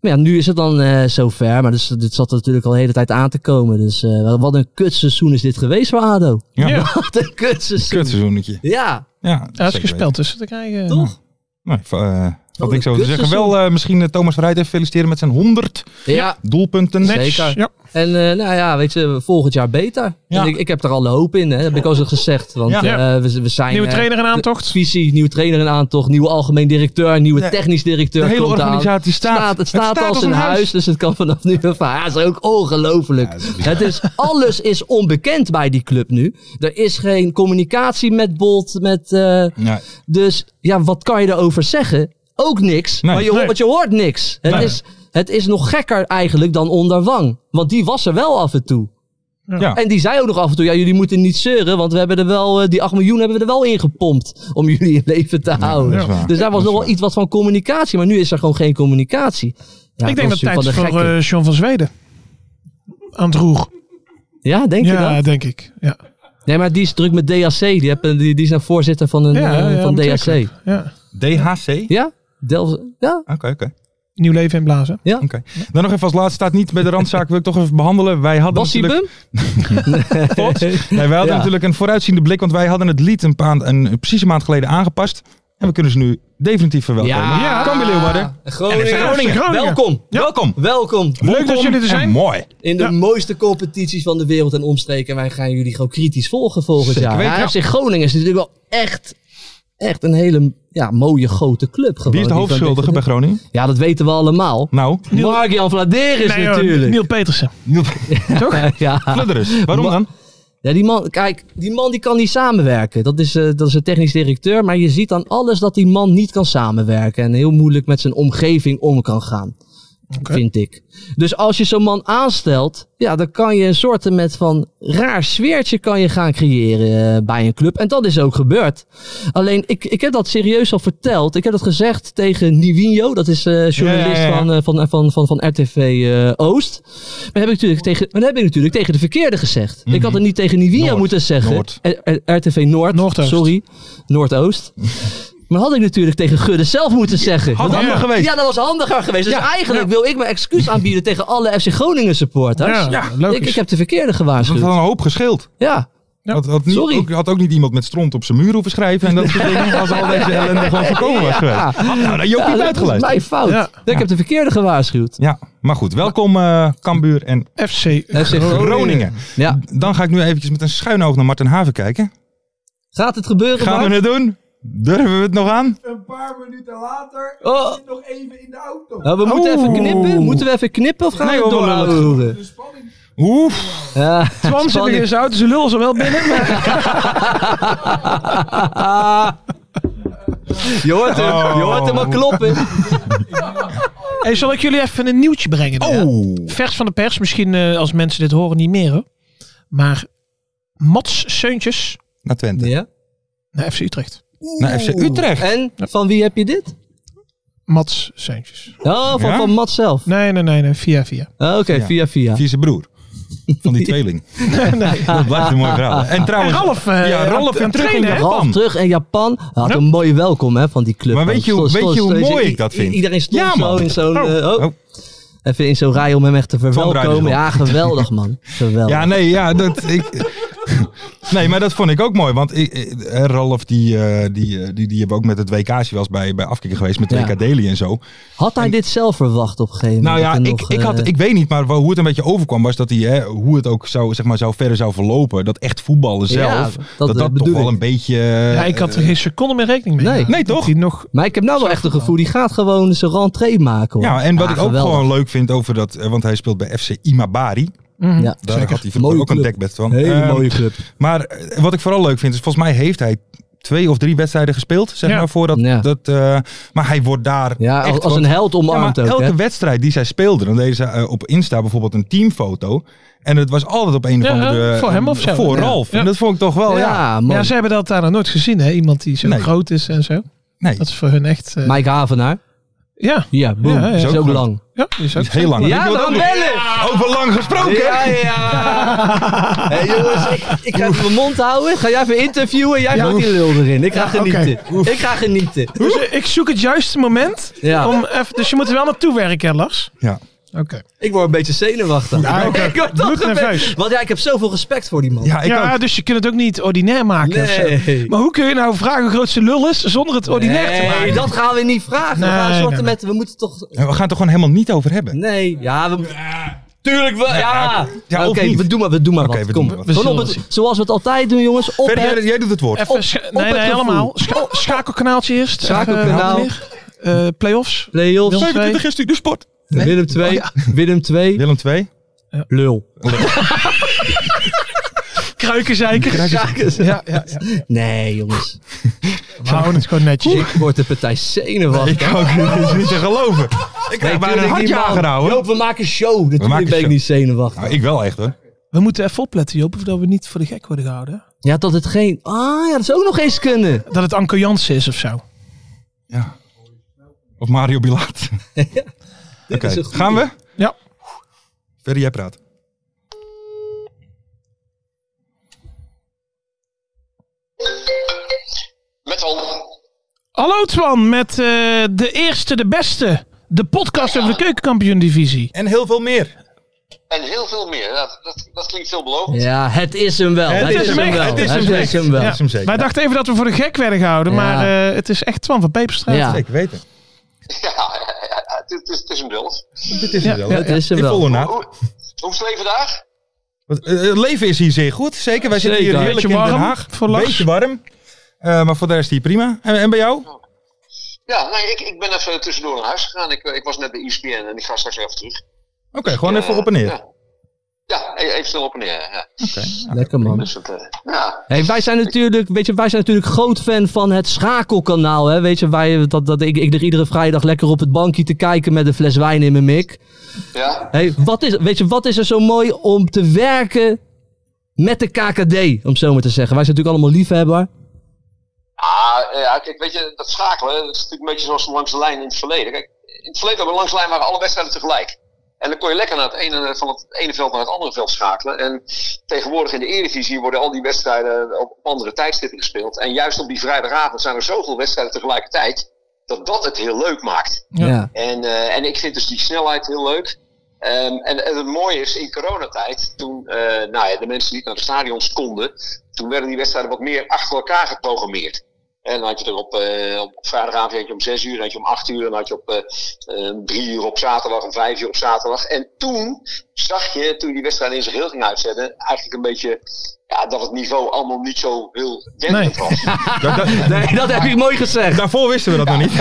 S7: Maar ja, nu is het dan eh zover. Maar dus, dit zat er natuurlijk al de hele tijd aan te komen. Dus eh, wat een kutseizoen is dit geweest voor ADO.
S5: Ja,
S6: Ja.
S7: Wat een kutseizoen.
S5: Kutseizoennetje.
S7: Ja,
S5: Ja,
S6: Daar is dus
S5: zeker
S6: gespeeld tussen te krijgen.
S7: toch?
S5: weten. Nee, va- eh, wat
S7: een
S5: ik zo te zeggen.
S7: kutseizoen.
S5: Wel eh, misschien eh, Thomas Verheid even feliciteren met zijn 100
S7: Ja,
S5: doelpunten.
S7: zeker.
S6: Ja.
S7: En eh, nou ja, weet je, volgend jaar beter.
S5: Ja.
S7: En ik, ik heb er alle hoop in, hè. dat heb ik al eens gezegd. Want
S6: Ja.
S7: eh, we, we zijn...
S6: Nieuwe
S7: eh,
S6: trainer in aantocht.
S7: Visie, nieuwe trainer in aantocht, nieuwe algemeen directeur, nieuwe
S5: Nee,
S7: technisch directeur.
S5: de hele
S7: komt aan.
S5: organisatie staat.
S7: het staat als, een huis. dus het kan vanaf nu af aan. Ja, dat is ook ongelooflijk. het is, alles is onbekend bij die club nu. Er is geen communicatie met Bolt, met... eh,
S5: Ja.
S7: dus ja, wat kan je daarover zeggen? Ook niks.
S5: Nee.
S7: maar je, ho-
S6: Nee.
S7: want je hoort niks. Het,
S5: Nee.
S7: is, het is nog gekker eigenlijk dan onder Wang. Want die was er wel af en toe.
S5: Ja.
S7: En die zei ook nog af en toe: ja, jullie moeten niet zeuren, want we hebben er wel, eh, die 8 miljoen hebben we er wel in gepompt. om jullie in leven te houden.
S5: dat is waar.
S7: dus daar was nog wel iets wat van communicatie, maar nu is er gewoon geen communicatie. Ja,
S6: ik denk dat
S7: is
S6: het tijd
S7: natuurlijk wel
S6: is
S7: de
S6: voor
S7: gekke.
S6: eh John van Zweden. Aan het roer.
S7: Ja, denk je
S6: eh, ja,
S7: dat?
S6: denk ik. Ja,
S7: Nee, maar die is druk met DAC. Die, hebben, die, die is nou voorzitter van, een,
S6: ja,
S7: eh,
S6: ja,
S7: van
S6: natuurlijk.
S7: DAC.
S6: Ja.
S5: DHC? Oké,
S7: Ja? Delft. Ja?
S5: oké.
S6: Nieuw leven inblazen.
S7: Ja?
S5: Oké. Dan nog even als laatste staat niet bij de randzaak. Wil ik toch even behandelen. Wij hadden
S7: Bassie
S5: natuurlijk... Pot. Nee, wij hadden
S7: Ja.
S5: natuurlijk een vooruitziende blik. Want wij hadden het lied een paar, een, precies een maand geleden aangepast. En we kunnen ze nu definitief verwelkomen.
S7: Ja.
S5: Kan weer Leeuwarden.
S7: Groningen.
S5: En Groningen.
S6: Groningen.
S7: Welkom.
S5: Welkom.
S7: Welkom.
S6: Leuk dat jullie er
S5: En
S6: zijn.
S5: mooi.
S7: In de
S6: Ja.
S7: mooiste competities van de wereld en omstreken. En wij gaan jullie gewoon kritisch volgen volgend
S5: Zeker
S7: jaar.
S5: weten,
S7: Ja,
S5: ja.
S7: FC Groningen is natuurlijk wel echt, echt een hele ja, mooie grote club. Gewoon.
S5: Wie is de
S7: Die
S5: hoofdschuldige
S7: van-
S5: bij Groningen?
S7: Ja, dat weten we allemaal.
S5: Nou,
S7: Mark-Jan Vladeris
S6: Nee, hoor,
S7: natuurlijk.
S6: Neil Petersen.
S7: ja.
S5: Flutterus. Waarom
S7: Ma-
S5: dan?
S7: ja, die man, kijk, die man die kan niet samenwerken. Dat is, eh, dat is een technisch directeur. Maar je ziet aan alles dat die man niet kan samenwerken. En heel moeilijk met zijn omgeving om kan gaan. Vind ik. Dus als je zo'n man aanstelt, ja, dan kan je een soort met van raar sfeertje kan je gaan creëren eh, bij een club. En dat is ook gebeurd. Alleen, ik, ik heb dat serieus al verteld. Ik heb dat gezegd tegen Nivinho, dat is eh, journalist
S5: Ja, ja, ja.
S7: Van, eh, van, van, van, van RTV eh, Oost. Maar dat heb, ik natuurlijk tegen, maar dat heb ik natuurlijk tegen de verkeerde gezegd. Ik
S5: Mhm.
S7: had het niet tegen Nivinho
S5: Noord.
S7: moeten zeggen.
S5: Noord.
S7: Eh, eh, RTV Noord,
S6: Noordoost.
S7: sorry. Noordoost. Maar had ik natuurlijk tegen Gudde zelf moeten zeggen.
S5: Had
S7: Want-
S5: handig
S6: Ja.
S5: geweest.
S7: ja, dat was handiger geweest. Dus eigenlijk wil ik mijn excuus aanbieden tegen alle FC Groningen supporters.
S6: Ja, Ja. logisch.
S7: ik, ik heb de verkeerde
S5: Dat
S7: gewaarschuwd.
S5: had een hoop gescheeld.
S7: Ja,
S5: Had, had, niet,
S7: Sorry.
S5: Ook, had ook niet iemand met stront op zijn muur hoeven schrijven. En dat soort dingen. Als al deze ellende gewoon voorkomen was geweest.
S7: ja.
S5: Had nou, dat Joop
S7: ja
S5: niet
S7: dat is
S5: uitgeluisterd.
S7: mijn fout.
S6: Ja.
S7: Ik heb de verkeerde gewaarschuwd.
S5: Ja, maar goed. Welkom eh Kambuur en
S6: FC.
S7: FC Groningen.
S5: Groningen.
S7: Ja.
S5: Dan ga ik nu eventjes met een schuin oog naar Martin Haven kijken.
S7: Gaat het gebeuren,
S5: Gaan
S7: Bart?
S5: we het doen? Durven we het nog aan?
S7: Oh. Nou, we moeten even knippen. Moeten we even knippen of gaan
S5: Nee,
S7: we
S5: hoor, we lullen.
S7: door?
S5: Oef.
S7: Ja,
S6: Twan zit er
S7: spanning.
S6: in zijn auto, zijn lul is er wel binnen. Maar
S7: Je hoort hem,
S5: Oh.
S7: je hoort hem al kloppen.
S6: Hey, zal ik jullie even een nieuwtje brengen? hè?
S5: Oh.
S6: Vers van de pers, misschien eh, als mensen dit horen niet meer. Hoor. Maar Mats Seuntjes
S5: Naar Twente.
S7: Ja.
S6: naar FC Utrecht.
S5: Naar FC Utrecht.
S7: En van wie heb je dit?
S6: Mats Seuntjes.
S7: Oh, van,
S5: Ja?
S7: van Mats zelf. Ah,
S6: Nee, nee, nee, nee. Via, via.
S7: Oké, via via.
S5: Via zijn broer. Van die tweeling. Dat blijft een mooi verhaal. En
S6: En
S5: trouwens...
S6: Ralf, eh,
S5: ja, Ralf
S6: aan- aan
S5: en terug in
S6: trainen, hè?
S7: Half
S5: Japan.
S7: terug in Japan. Hij had
S6: Ja.
S7: een mooi welkom hè, van die club.
S5: Maar weet je hoe- weet
S7: Stond-
S5: je
S7: stond-
S5: hoe
S7: stond-
S5: mooi
S7: i-
S5: ik dat vind?
S7: i- Iedereen stond
S5: Ja,
S7: zo
S5: man.
S7: in zo'n...
S5: Oh,
S7: eh, oh.
S5: oh.
S7: Even in zo'n rij om hem echt te verwelkomen.
S5: Draaijensel.
S7: Ja, geweldig man. Geweldig.
S5: Ja, nee, ja, dat, ik, nee, maar dat vond ik ook mooi. Want ik, eh, hè, Ralf, die, eh, die, eh, die, die hebben ook met het WK, was bij, bij afkikken geweest, met
S7: Ja.
S5: WK Daily en zo.
S7: Had hij dit zelf verwacht op een gegeven moment?
S5: Nou ja,
S7: Dat er
S5: ik,
S7: nog,
S5: ik,
S7: eh,
S5: had, ik weet niet, maar wel hoe het een beetje overkwam was dat hij, hè, hoe het ook zou, zeg maar, zou verder zou verlopen, dat echt voetballen
S7: Ja,
S5: zelf,
S7: dat,
S5: dat
S7: eh,
S5: dat, toch
S7: bedoel
S5: wel
S7: ik.
S5: een beetje... eh,
S6: Ja, ik had er geen seconde meer rekening
S7: Nee.
S6: mee. gehouden.
S5: Nee,
S6: Dat
S5: toch?
S6: hij nog...
S7: Maar ik heb nou wel echt het gevoel, die gaat gewoon zijn rentree maken. Hoor. Ah,
S5: Ja, en wat ik ook
S7: Oh. geweldig.
S5: gewoon leuk vind over dat, eh, want hij speelt bij FC Imabari.
S6: Mhm.
S7: Ja.
S5: Daar had hij
S7: Mooie
S5: vroeger ook een
S7: club.
S5: dekbed van.
S7: Hele
S5: Ehm,
S7: mooie club.
S5: Maar eh, wat ik vooral leuk vind, is volgens mij heeft hij twee of drie wedstrijden gespeeld, zeg
S6: Ja.
S5: maar, voor dat...
S7: Ja.
S5: dat eh, maar hij wordt daar
S7: Ja,
S5: echt...
S7: als, als
S5: want-
S7: een held
S5: Ja, maar
S7: omarmd ook.
S5: elke
S7: Hè?
S5: wedstrijd die zij speelde, dan deden ze eh, op Insta bijvoorbeeld een teamfoto. En het was altijd op een of
S6: Ja,
S5: andere... eh,
S6: voor hem of zo.
S5: Voor
S6: Ja.
S5: Ralf.
S6: Ja.
S5: En dat vond ik toch wel, ja.
S7: Oh ja,
S6: Ja,
S7: man.
S6: ze hebben dat daar nog nooit gezien, hè? Iemand die zo
S5: Nee.
S6: groot is en zo.
S5: Nee,
S6: Dat is voor hun echt... eh,
S7: Mike Havenaar.
S6: Ja,
S7: Ja, boom.
S6: Ja, ja,
S7: Is
S6: is
S7: ook
S5: ook
S7: lang.
S6: ja, die is ook
S5: dat is heel
S6: zo.
S5: lang. Weet
S7: Ja,
S5: je
S7: we
S5: wat
S7: gaan
S5: ook-
S7: bellen!
S5: Over lang gesproken.
S7: Ja, ja. Hé jongens, ik, ik ga even mijn mond houden. Ga jij even interviewen. Jij gooit die lul erin. Ik ga genieten. Ik ga genieten.
S6: Dus eh, ik zoek het juiste moment.
S7: Ja.
S6: Om even, dus je moet er wel naartoe werken, hè, Lars.
S5: Ja.
S6: Oké.
S7: Ik word een beetje zenuwachtig.
S6: ik ook.
S7: ik word toch een
S6: Bloednerveus.
S7: beetje- Want ja, ik heb zoveel respect voor die man.
S5: Ja, ik
S6: ja,
S5: ook.
S6: dus je kunt het ook niet ordinair maken. of zo.
S7: Nee.
S6: Maar hoe kun je nou vragen hoe groot zijn lul is zonder het ordinair te
S7: Nee,
S6: maken?
S7: dat gaan we niet vragen. we
S6: Nee,
S7: gaan een soort
S6: nee,
S7: met, we moeten toch...
S5: En We gaan het er gewoon helemaal niet over hebben.
S7: Nee, ja, we moeten... Tuurlijk wel, ja.
S5: ja,
S7: Oké,
S5: of niet.
S7: we doen maar, we doen maar
S5: Oké,
S7: wat.
S5: we
S7: Kom,
S5: doen maar wat.
S6: We
S7: Gewoon op
S6: zullen
S7: het, zoals we het altijd doen, jongens. Op
S5: Verder,
S7: het...
S5: jij, jij doet het woord.
S6: Even
S7: op-
S6: scha-
S7: op
S6: nee,
S7: het
S6: nee,
S7: gevoel.
S6: helemaal. Scha- schakelkanaaltje eerst.
S7: Schakelkanaal.
S6: Even, eh, wat meer? Eh, playoffs.
S7: Playoffs.
S5: 27 is natuurlijk de sport.
S7: Willem 2. Willem 2.
S5: Willem 2.
S7: Lul.
S6: Kruikenzeikers. Ja, ja, ja.
S7: Nee, jongens.
S6: We houden het gewoon netjes.
S7: Ik word de partij zenuwachtig.
S5: Ik ook. Dit is niet te geloven. Ik heb bijna een
S7: tuurlijk niet,
S5: handje
S7: man.
S5: aangehouden.
S7: Joop, we maken show. Natuurlijk
S5: nou, maken
S7: ben ik
S5: show.
S7: niet zenuwachtig.
S5: Nou, ik wel echt hoor.
S6: We moeten even opletten, Joop, of dat we niet voor de gek worden gehouden.
S7: Ja, dat het geen... Ah, ja, dat zou ook nog eens kunnen.
S6: Dat het Anko Jansen is of zo.
S5: Ja. Of Mario Bilat.
S7: Dit
S5: Oké,
S7: is een goeie.
S5: gaan we?
S6: Ja.
S5: Verder, jij praat.
S9: Met al.
S6: Hallo Twan, met eh, de eerste, de beste. De podcast over de keukenkampioen-divisie.
S5: En heel veel meer.
S9: En heel veel meer. Ja, dat, dat klinkt veelbelovend.
S7: Ja, het is hem wel. Het, is, hem
S6: echt.
S7: wel.
S6: Het
S5: is
S7: het
S5: hem
S7: is
S5: echt.
S7: hem wel.
S5: Dat is hem zeker.
S6: Wij dachten even dat we voor de gek werden gehouden,
S7: Ja.
S6: maar eh, het is echt Twan van Peperstraat.
S7: Ja.
S5: Zeker weten.
S9: Ja, ja, ja, ja, het, het is, het is een beeld.
S5: Dit is het wel.
S7: het is hem
S5: Ik
S7: wel.
S5: volg na.
S9: Hoe, hoe is het leven daar?
S5: Want, eh, Het leven is hier zeer goed. Zeker. Wij zitten
S7: Zeker.
S5: hier heerlijk
S6: Beetje
S5: in Den
S6: warm
S5: Haag.
S6: voor Lars.
S5: Beetje warm. Eh, maar voor de rest hier prima. En, en bij jou?
S9: Ja, nee, ik, ik ben even tussendoor naar huis gegaan. Ik, eh, ik was net bij ESPN en ik ga straks even terug.
S5: Oké, gewoon
S9: Ja,
S5: even op en neer.
S9: Ja, ja e- even snel op en neer. Ja.
S7: Lekker man.
S9: Dus dat, eh, ja.
S7: Hey, wij, zijn natuurlijk, weet je, wij zijn natuurlijk groot fan van het schakelkanaal. Hè? Weet je, wij, dat, dat, ik, ik lig iedere vrijdag lekker op het bankje te kijken met een fles wijn in mijn mik.
S9: ja.
S7: Hey, wat, is, weet je, wat is er zo mooi om te werken met de KKD, om het zo maar te zeggen? Wij zijn natuurlijk allemaal liefhebber.
S9: Ah, eh, ja, kijk, weet je, dat schakelen, dat is natuurlijk een beetje zoals langs de lijn in het verleden. Kijk, in het verleden bij langs de lijn waren alle wedstrijden tegelijk. En dan kon je lekker naar het ene, van het ene veld naar het andere veld schakelen. En tegenwoordig in de Eredivisie worden al die wedstrijden op andere tijdstippen gespeeld. En juist op die vrijdagavond zijn er zoveel wedstrijden tegelijkertijd, dat dat het heel leuk maakt.
S7: Ja.
S9: En, eh, en ik vind dus die snelheid heel leuk. Ehm, en, en het mooie is, in coronatijd, toen eh, nou ja, de mensen die naar de stadions konden, toen werden die wedstrijden wat meer achter elkaar geprogrammeerd. En dan had je er op, eh, op vrijdagavond eentje om 6 uur, eentje om 8 uur, en dan had je op eh, eh, 3 uur op zaterdag, om 5 uur op zaterdag. En toen zag je, toen je die wedstrijden in zijn geheel ging uitzetten, eigenlijk een beetje ja, dat het niveau allemaal niet zo heel denderend was.
S5: Da- da-
S7: Nee, dat heb ik mooi gezegd.
S5: daarvoor wisten we dat nog niet.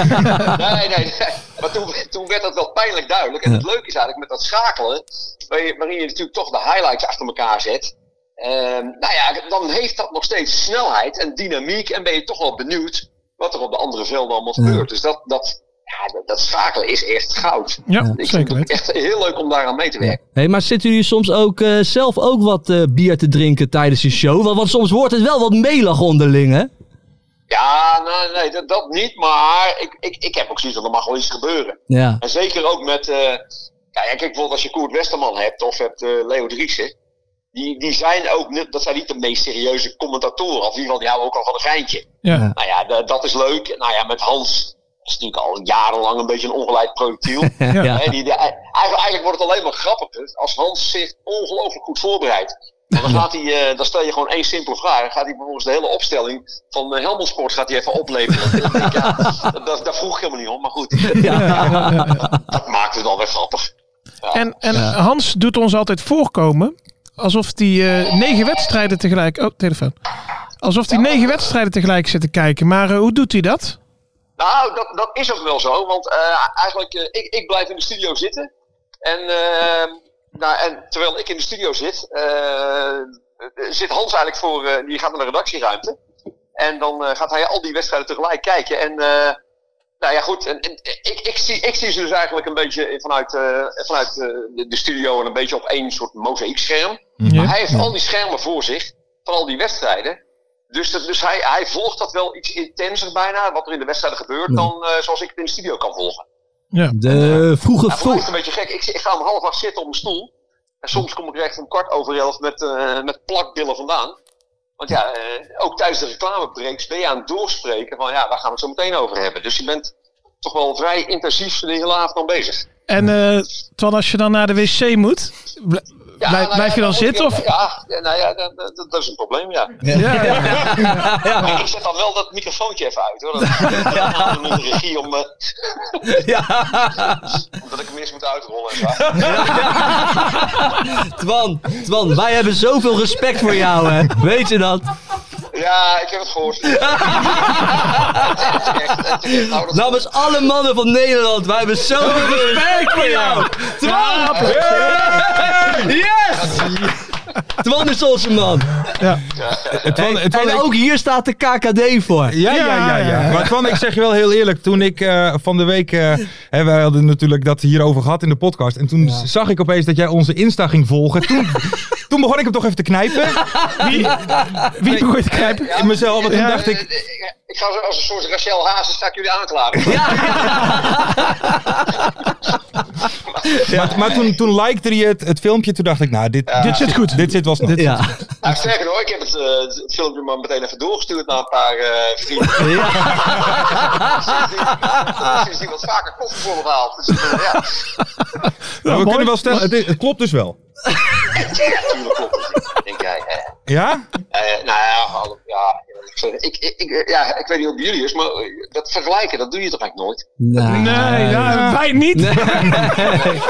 S9: Nee, nee, nee. Maar toen, toen werd dat wel pijnlijk duidelijk. En het leuke is eigenlijk met dat schakelen, waar je- waarin je natuurlijk toch de highlights achter elkaar zet. Ehm, nou ja, dan heeft dat nog steeds snelheid en dynamiek. En ben je toch wel benieuwd wat er op de andere velden allemaal gebeurt. Dus dat, dat, ja, dat, dat schakelen is echt goud.
S6: Ja,
S9: Ik vind
S6: zeker
S9: het
S6: weten.
S9: echt heel leuk om daaraan mee te werken.
S7: Hey, maar zitten jullie soms ook eh, zelf ook wat eh, bier te drinken tijdens je show? Want, want soms wordt het wel wat melig onderling, hè?
S9: Ja, nee, nee dat, dat niet. Maar ik, ik, ik heb ook zoiets dat er mag gewoon iets gebeuren.
S7: Ja.
S9: En zeker ook met. eh nou ja, kijk, bijvoorbeeld als je Koert Westerman hebt of hebt eh, Leo Driessen. Die, die zijn ook, niet- dat zijn niet de meest serieuze commentatoren. Of in ieder geval, die houden ook al van een geintje.
S6: Ja.
S9: Nou ja, da- dat is leuk. Nou ja, met Hans is natuurlijk al jarenlang een beetje een ongeleid projectiel.
S7: Ja.
S9: Hè, die, die- eigenlijk, eigenlijk wordt het alleen maar grappiger als Hans zich ongelooflijk goed voorbereidt. Want dan, gaat hij, eh, dan stel je gewoon één simpele vraag. Dan gaat hij vervolgens de hele opstelling van eh, Helmond Sport gaat hij even opleveren. Dan denk ik, ja, dat, dat, dat vroeg ik helemaal niet om, maar goed. Dat maakt het wel weer grappig.
S6: En, en Hans doet ons altijd voorkomen alsof die eh, negen wedstrijden tegelijk. Oh, telefoon. Alsof hij negen wedstrijden tegelijk zit te kijken. Maar eh, hoe doet hij dat?
S9: Nou, dat, dat is ook wel zo. Want eh, eigenlijk, eh, ik, ik blijf in de studio zitten. En, eh, nou, en terwijl ik in de studio zit, eh, zit Hans eigenlijk voor, eh, die gaat naar de redactieruimte. En dan eh, gaat hij al die wedstrijden tegelijk kijken. En eh, nou ja, goed, en, en ik, ik, zie, ik zie ze dus eigenlijk een beetje vanuit, eh, vanuit eh, de, de studio en een beetje op één soort mozaïekscherm. Maar hij heeft al die schermen voor zich, van al die wedstrijden. Dus, dat, dus hij, hij volgt dat wel iets intenser bijna, wat er in de wedstrijden gebeurt, dan eh, zoals ik het in de studio kan volgen.
S7: De vroege
S9: Hij voelt het
S7: vroeg.
S9: een beetje gek. Ik, ik ga om half acht zitten op mijn stoel. En soms kom ik recht om kwart over elf met, eh, met plakbillen vandaan. Want ja, eh, ook tijdens de reclamebreaks ben je aan het doorspreken van ja, waar gaan we het zo meteen over hebben. Dus je bent toch wel vrij intensief de hele avond dan bezig.
S6: En eh Twan, als je dan naar de wc moet, bl-
S9: Ja,
S6: blijf,
S9: nou ja,
S6: blijf je dan
S9: moet
S6: zitten? Of?
S9: Ja, ja, nou ja, dat, dat, dat is een probleem, ja.
S6: Ja, ja.
S9: Maar ik zet dan wel dat microfoontje even uit hoor. Dat dat is een regie om. eh, omdat ik hem eerst moet uitrollen. en zo.
S7: Twan, Twan, wij hebben zoveel respect voor jou, hè. Weet je dat?
S9: Ja, ik heb het gehoord. Het is echt- het is echt- nou, dat-
S7: Namens alle mannen van Nederland, wij hebben zoveel respect voor
S6: nou?
S7: jou. Twan! Yes! Twan is onze man.
S5: Twan, Twan,
S7: En
S5: ik-
S7: ook hier staat de KKD voor.
S5: Ja, ja, ja, ja. Maar Twan, ik zeg je wel heel eerlijk. Toen ik eh, van de week... eh, hè, wij hadden natuurlijk dat hierover gehad in de podcast. En toen zag ik opeens dat jij onze Insta ging volgen. Toen, toen begon ik hem toch even te knijpen. Wie, wie begon je te knijpen? In mezelf. Want toen
S6: Ja.
S5: dacht
S9: eh,
S5: ik...
S9: ik, ik ga zo als een soort Rachel Hazes sta ik jullie aanklagen.
S5: Maar, maar toen, toen likte hij het, het filmpje. Toen dacht ik, nou, dit, dit zit goed. Dit zit wel snel.
S7: Ja.
S9: Nou, sterker hoor, ik heb het, eh, het filmpje maar meteen even doorgestuurd naar een paar eh, vrienden. Ja. Sindsdien wat vaker koffie voor me gehaald. Dus, eh, ja,
S5: Maar
S6: Nou,
S5: we kunnen wel stellen, het, is- het klopt dus wel.
S9: natuurlijk klopt het. Ik Denk jij, hè.
S5: Ja?
S9: Eh, nou ja, hallo, ja, ik, ik, ik, ja, ik weet niet hoe het bij jullie is, maar eh, dat vergelijken, dat doe je toch eigenlijk nooit?
S6: Nee, ja, wij niet.
S9: Nee.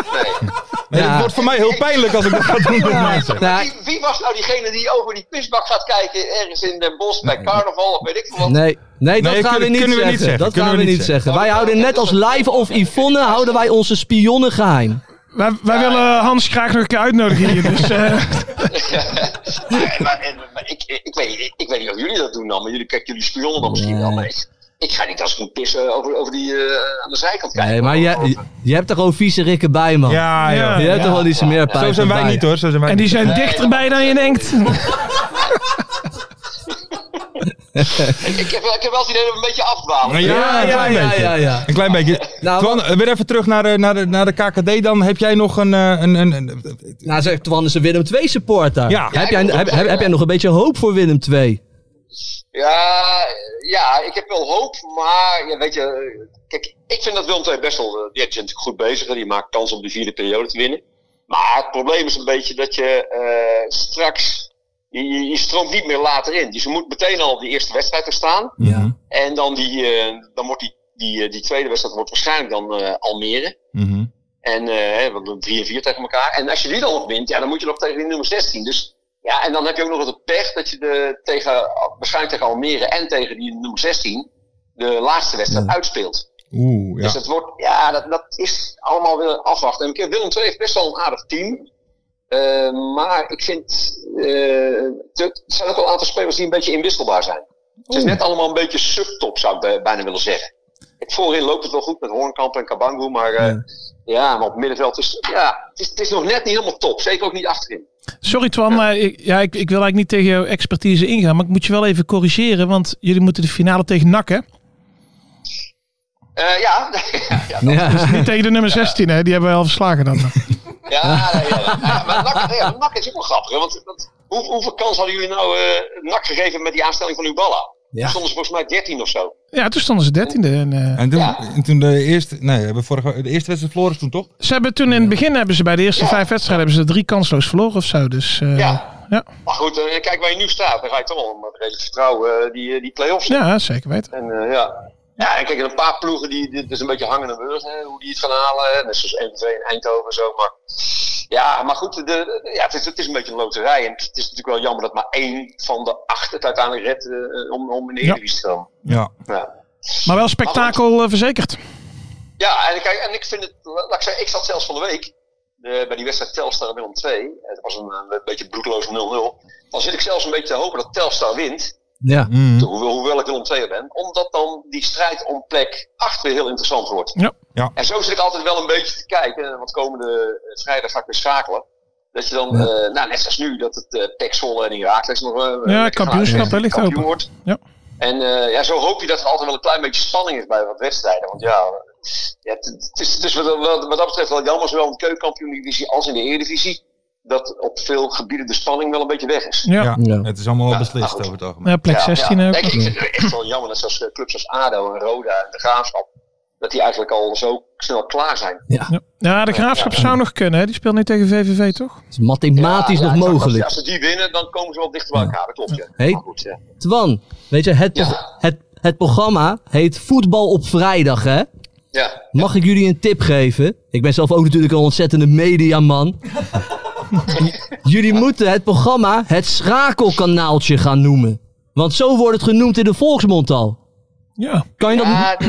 S5: Nee,
S7: Ja.
S5: Het wordt voor mij heel pijnlijk als ik dat ga doen met mensen.
S7: Nou,
S9: Wie, wie was nou diegene die over die pisbak gaat kijken ergens in Den Bosch bij carnaval of weet ik veel wat?
S7: Nee, nee, dat
S5: Nee,
S7: gaan we
S5: kunnen-
S7: niet
S5: kunnen we
S7: zeggen.
S5: niet zeggen,
S7: Dat
S5: kunnen
S7: gaan we niet zeggen. Wij houden net als Live of Yvonne houden wij onze spionnen geheim.
S6: Wij, wij willen Hans graag nog een keer uitnodigen hier. Dus, eh,
S9: maar, maar- maar ik, eh, ik, ik weet, niet- ik weet niet of jullie dat doen dan, maar jullie, kijk, jullie spionnen dan misschien wel. Maar ik, ik ga niet als ik moet pissen over, over die eh, aan de zijkant kijken.
S7: Nee, maar je, je hebt toch gewoon vieze rikken bij, man.
S5: Ja,
S6: Ja.
S5: ja.
S7: Je hebt toch wel die smeerpijp
S5: Zo zijn wij niet hoor. Zo zijn wij
S6: en die
S5: niet.
S6: zijn dichterbij dan je denkt.
S9: ik, heb, wel- ik heb wel het idee dat we een beetje afdwalen.
S7: Ja,
S5: een
S7: ja,
S5: klein
S7: ja,
S5: beetje.
S7: ja, ja.
S5: Een klein beetje.
S7: Nou,
S5: Twan, eh, weer even terug naar de, naar, de, naar de KKD dan. Heb jij nog een... eh, een, een, een-
S7: Nou, zeg, Twan is een Willem II supporter.
S5: Ja.
S7: Heb, jij, heb, heb, heb jij nog een beetje hoop voor Willem II?
S9: Ja, ja, ik heb wel hoop, maar ja, weet je, eh, kijk, ik vind dat Willem II best wel, eh, die is natuurlijk goed bezig en die maakt kans om de vierde periode te winnen. Maar het probleem is een beetje dat je eh, straks, je, je, je stroomt niet meer later in. Dus je moet meteen al die eerste wedstrijd er staan.
S5: Ja.
S9: En dan, die, eh, dan wordt die, die, eh, die tweede wedstrijd wordt waarschijnlijk dan eh, Almere.
S5: Mhm.
S9: En eh, want dan 3 en 4 tegen elkaar. En als je die dan nog wint, ja, dan moet je nog tegen die nummer 16. Dus ja, en dan heb je ook nog wat de pech dat je de, tegen, waarschijnlijk tegen Almere en tegen die nummer 16 de laatste wedstrijd uitspeelt.
S5: Oeh,
S9: Dus
S5: ja.
S9: dat wordt, ja, dat, dat is allemaal weer afwachten. En ik- Willem II heeft best wel een aardig team. Eh, maar ik vind, eh, er zijn ook wel een aantal spelers die een beetje inwisselbaar zijn. Het is net allemaal een beetje subtop, zou ik bij- bijna willen zeggen. voorin loopt het wel goed met Hoornkamp en Kabangu, maar eh, ja. maar op het middenveld is ja, het is, het is nog net niet helemaal top. Zeker ook niet achterin.
S6: Sorry Twan, maar ik, ja, ik, ik wil eigenlijk niet tegen jouw expertise ingaan. Maar ik moet je wel even corrigeren, want jullie moeten de finale tegen nakken.
S9: Eh, ja, ja,
S7: Ja.
S9: dat-
S6: Niet tegen de nummer 16, hè? die hebben wij al verslagen dan.
S9: ja, nee, ja, ja. Ja, maar Nak, ja, maar Nak is ook wel grappig. Hè? Want dat, hoe, hoeveel kans hadden jullie nou eh Nak gegeven met die aanstelling van Uballa?
S7: Ja.
S9: Ja. Stonden ze volgens mij 13 of zo.
S6: Ja, toen stonden ze 13e. En, eh,
S5: En toen,
S9: Ja.
S5: en toen de eerste, nee, we hebben vorige, de eerste wedstrijd verloren is toen toch?
S6: ze hebben toen in het begin, hebben ze bij de eerste vijf wedstrijden, hebben ze drie kansloos verloren of zo. Dus eh,
S9: Ja.
S6: ja.
S9: Maar goed, eh, kijk waar je nu staat. Dan ga je toch wel met redelijk vertrouwen eh, die, eh, die play-offs. in.
S6: ja, zeker weten.
S9: En eh, ja. Ja, en kijk, een paar ploegen die, dit is een beetje hangen en beurt, hè, hoe die het gaan halen. Hè. Net zoals MV en Eindhoven en zo. Maar ja, maar goed, de, de- ja, het, is, het is een beetje een loterij. En het is natuurlijk wel jammer dat maar één van de acht het uiteindelijk redt eh, om, om in de
S6: Ja.
S9: Eredivisie te komen.
S5: Ja.
S9: Ja.
S6: Maar wel spektakel eh, verzekerd.
S9: Ja, en, kijk, en ik vind het, laat ik zeggen, ik zat zelfs van de week eh, bij die wedstrijd Telstar en Willem 2. Het was een, eh, beetje bloedloos 0-0. Dan zit ik zelfs een beetje te hopen dat Telstar wint.
S7: Ja.
S6: Mhm.
S9: Hoewel, hoewel ik Willem 2 ben. Omdat dan die strijd om plek 8 weer heel interessant wordt.
S6: Ja.
S5: Ja.
S9: En zo zit ik altijd wel een beetje te kijken. eh, Want komende eh, vrijdag ga ik weer schakelen. Dat je dan, eh, nou, net zoals nu, dat het eh Pek Zwolle en Herakles nog... eh, lekker gaan
S6: kampioenschap,
S9: uitvechten,
S6: hè, ligt
S9: kampioen
S6: open.
S9: wordt.
S6: Ja.
S9: En eh, ja, zo hoop je dat er altijd wel een klein beetje spanning is bij wat wedstrijden. Want ja, ja het, het is, het is wat, wat- wat dat betreft wel jammer, zowel in de keukenkampioen-divisie als in de Eredivisie, dat op veel gebieden de spanning wel een beetje weg is.
S6: Ja.
S5: Ja.
S7: Ja.
S5: Het is allemaal al beslist
S9: nou goed.
S5: over het algemeen.
S6: Ja, plek eh,
S9: Ja,
S6: 16
S9: ja.
S6: ook.
S9: Kijk, ik vind het echt wel jammer dat zelfs eh, clubs als ADO en Roda en de Graafschap, dat die eigenlijk al zo snel klaar zijn.
S6: Ja. Ja, de graafschap zou nog kunnen. Hè? Die speelt nu tegen VVV, toch?
S7: Het is mathematisch
S9: Ja, ja,
S7: nog
S9: ik zag dat,
S7: mogelijk.
S9: ja, Als ze die winnen, dan komen ze wel dichter bij elkaar, dat klopt. Ja.
S7: Hey.
S9: Maar goed, ja.
S7: Twan, weet je, het,
S9: Ja.
S7: pro- het, het programma heet Voetbal op Vrijdag, hè?
S9: ja.
S7: Mag ik jullie een tip geven? Ik ben zelf ook natuurlijk een ontzettende mediaman. J- jullie moeten het programma het schakelkanaaltje gaan noemen. Want zo wordt het genoemd in de volksmond al.
S6: Ja.
S7: Kan je dat...
S9: Ja, Ah,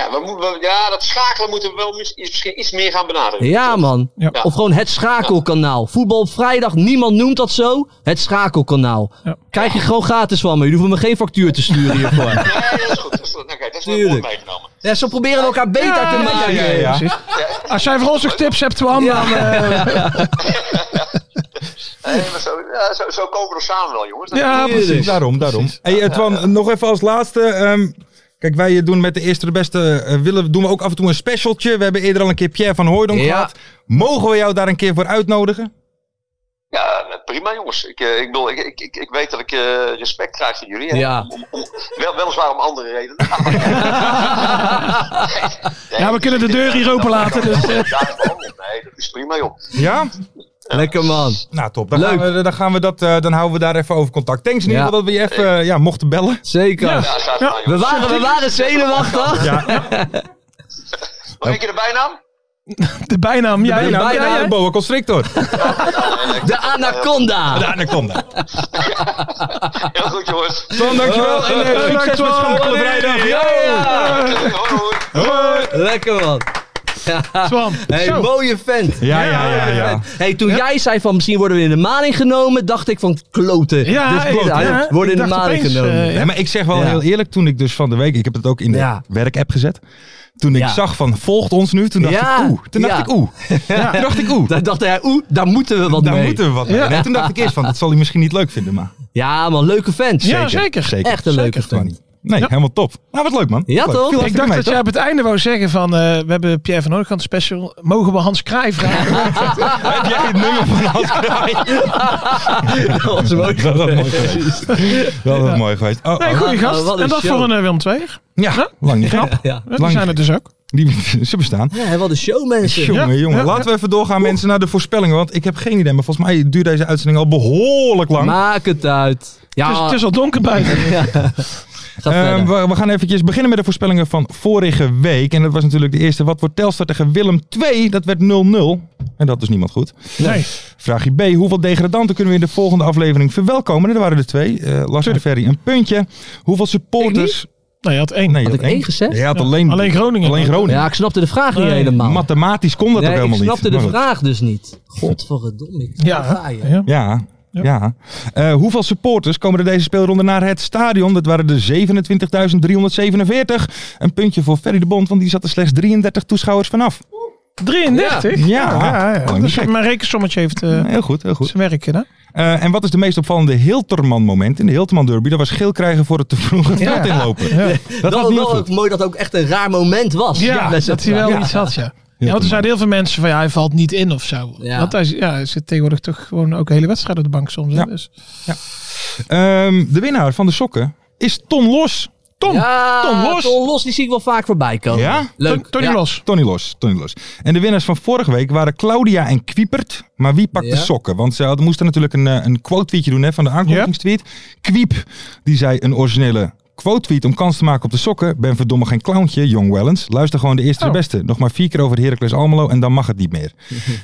S9: ja, we moeten, we- ja, dat schakelen moeten we wel mis- misschien iets meer gaan benaderen.
S7: Ja, man.
S6: Ja.
S7: Of gewoon het schakelkanaal. Voetbal op vrijdag, niemand noemt dat zo. Het schakelkanaal.
S6: Ja.
S7: Krijg je gewoon gratis van me. Jullie hoeven me geen factuur te sturen hiervoor.
S9: Nee, dat is goed. Dat is, goed. Oké, dat is wel
S7: Tuurlijk.
S9: mooi meegenomen.
S7: ja, zo proberen we elkaar beter te maken.
S6: ja, ja, ja. Precies. Als jij voor ons nog tips hebt, Twan,
S7: Ja.
S6: dan... eh,
S9: Nee, maar zo, ja, zo, zo komen we er samen wel, jongens. Dat-
S6: ja, precies.
S7: Tuurlijk.
S5: Daarom, daarom. Hey, eh, Twan, nog even als laatste. ehm, kijk, wij eh, doen met de eerste de beste eh, willen, doen we ook af en toe een specialtje. We hebben eerder al een keer Pierre van Hooydonk
S7: Ja.
S5: gehad. Mogen we jou daar een keer voor uitnodigen?
S9: Ja, prima jongens. Ik, eh, ik, bedoel, ik, ik, ik, ik weet dat ik eh, respect krijg van jullie. hè.
S7: Ja.
S9: Om- om- wel, weliswaar om andere redenen. Maar- Nee,
S6: Ja, we kunnen de deur hier open laten, dus, eh.
S9: Ja, daarom. Nee, dat is prima joh.
S5: Ja?
S7: Lekker, man.
S5: Nou, top. Dan,
S7: Leuk.
S5: Gaan we, dan, gaan we dat, eh, dan houden we daar even over contact. Thanks in
S7: Ja.
S5: ieder geval dat we je even eh, ja, mochten bellen.
S7: Zeker.
S9: Ja, staat
S6: Ja.
S9: ja.
S7: We
S9: jongens.
S7: waren, we waren zenuwachtig.
S9: Mag ik je de bijnaam?
S6: De bijnaam. Ja,
S5: Hey,
S6: ja,
S5: nou,
S7: bij-
S6: ja,
S5: bijna
S6: ja.
S5: de boa constrictor.
S7: De anaconda.
S5: Daarna komt hij.
S9: Eh, Heel goed jongens.
S5: Twan, dankjewel. en eh,
S6: leuk,
S5: succes met
S6: Twan.
S5: schakelen vrijdag.
S7: Ja, ja.
S9: Hoi, hoi.
S5: Hoi.
S7: Lekker, man.
S6: Twan.
S7: Hey,
S6: Zo.
S7: mooie vent.
S5: Ja, ja, ja,
S7: Mooie
S5: ja.
S7: vent. Hey, toen jij zei van misschien worden we in de maling genomen, dacht ik van kloten.
S6: Ja,
S7: dus
S6: kloten,
S7: ja,
S6: ja.
S7: worden
S6: Ik
S7: in de
S6: dacht
S7: maling
S6: opeens,
S7: genomen.
S6: eh,
S5: Ja, maar ik zeg wel
S7: Ja.
S5: heel eerlijk, toen ik dus van de week, ik heb het ook in de
S7: Ja.
S5: werkapp gezet. Toen ik
S7: Ja.
S5: zag van volgt ons nu, toen dacht
S7: Ja.
S5: ik oeh. Toen dacht
S7: Ja.
S5: ik oeh. Toen dacht ik oeh.
S7: Daar dacht hij, oeh, daar moeten we wat
S5: Daar
S7: mee.
S5: moeten we wat mee. En toen dacht ik eerst van, dat zal hij misschien niet leuk vinden, maar
S7: Ja, man, leuke vent.
S6: Ja, zeker.
S5: zeker.
S7: Echt een leuke
S5: Echt waar
S7: vent.
S5: niet. Nee,
S6: Ja.
S5: helemaal top. Nou, wat leuk man.
S7: Ja,
S5: Wat leuk.
S7: toch?
S5: Viel
S6: Ik
S5: hartstikke
S6: dacht
S5: mee,
S6: dat jij op het einde wou zeggen van... eh, we hebben Pierre van Oorkant special. Mogen we Hans Kraai vragen?
S5: toch? Heb jij het nummer van Hans
S7: Dat was mooi.
S5: Dat was mooi geweest. Dat was mooi geweest. Oh,
S6: Nee,
S5: oh.
S6: goede
S7: Oh,
S6: gast.
S7: wat een
S6: en dat
S7: show.
S6: voor een eh, Willem II.
S5: Ja, lang niet knap.
S7: Ja.
S6: Ja, die
S5: Lang
S6: zijn er
S5: niet.
S6: dus ook.
S5: Die, ze bestaan.
S7: Ja, wat een show, mensen.
S5: Jongen,
S6: Ja,
S5: jongen.
S6: ja,
S5: Laten we even doorgaan, mensen, naar de voorspellingen. Want ik heb geen idee, maar volgens mij duurt deze uitzending al behoorlijk lang.
S7: Maak het uit. Ja,
S6: Het is, het is al donker buiten.
S7: ga
S5: Eh,
S6: ehm,
S7: verder.
S5: we, we gaan eventjes beginnen met de voorspellingen van vorige week. En dat was natuurlijk de eerste. Wat wordt Telstar tegen Willem 2? Dat werd 0-0. En dat is niemand goed.
S6: Nee.
S5: Vraagje B. Hoeveel degradanten kunnen we in de volgende aflevering verwelkomen? En er waren er twee. Eh Lars en Ferry een puntje. Hoeveel supporters...
S6: Nee, je had één.
S5: je
S7: Had ik
S5: één.
S7: één gezegd?
S5: Je had
S6: Ja,
S5: alleen,
S6: alleen Groningen.
S5: Alleen Groningen.
S7: Ja, ik snapte de vraag niet
S6: Nee.
S7: helemaal.
S5: Mathematisch kon dat
S7: Nee,
S5: ook helemaal
S7: ik snapte
S5: niet.
S7: de
S5: Maar goed.
S7: vraag dus niet. Godverdomme. ik-
S6: Ja.
S7: Ah, ja.
S6: ja.
S5: Ja. Ja. Eh, hoeveel supporters komen er deze speelronde naar het stadion? Dat waren er 27.347. Een puntje voor Ferry de Bond, want die zat er slechts 33 toeschouwers vanaf. Ja.
S6: 33? ja,
S5: Ja, niet
S6: Dus
S5: gek.
S6: mijn rekensommetje heeft eh,
S5: Heel goed, heel goed.
S6: zijn werk gedaan.
S5: Eh, en wat is de meest opvallende Hilterman-moment in de Hilterman-derby? Dat was geel krijgen voor het te vroeg het veld inlopen. Dat was
S7: wel,
S5: niet
S7: wel
S5: goed.
S7: ook mooi dat het ook echt een raar moment was.
S6: Ja,
S7: Met z'n
S6: dat hij wel
S7: Ja.
S6: iets had, ja. Ja, want er zeiden heel veel mensen van ja, hij valt niet in of zo.
S7: Ja.
S6: Want hij, is- ja, hij zit tegenwoordig toch gewoon ook een hele wedstrijd op de bank soms. hè,
S5: Ja.
S6: Dus.
S5: Ehm, de winnaar van de sokken is Ton Los. Tom,
S7: Ja,
S5: Ton Los.
S7: Ton Los, die zie ik wel vaak voorbij komen.
S5: Oh, Ja?
S7: Leuk.
S6: Tony
S7: ja.
S6: Los.
S5: Tony Los, Tony Los. En de winnaars van vorige week waren Claudia en Kwiepert. Maar wie pakt
S7: Ja.
S5: de sokken? Want ze hadden, moesten natuurlijk een, eh, een quote-tweetje doen hè, van de aankondigingstweet. Kwiep, die zei een originele quote-tweet om kans te maken op de sokken. Ben verdomme geen clowntje, Young Wellens. Luister gewoon de eerste de
S6: Oh.
S5: beste. Nog maar vier keer over Heracles Almelo en dan mag het niet meer.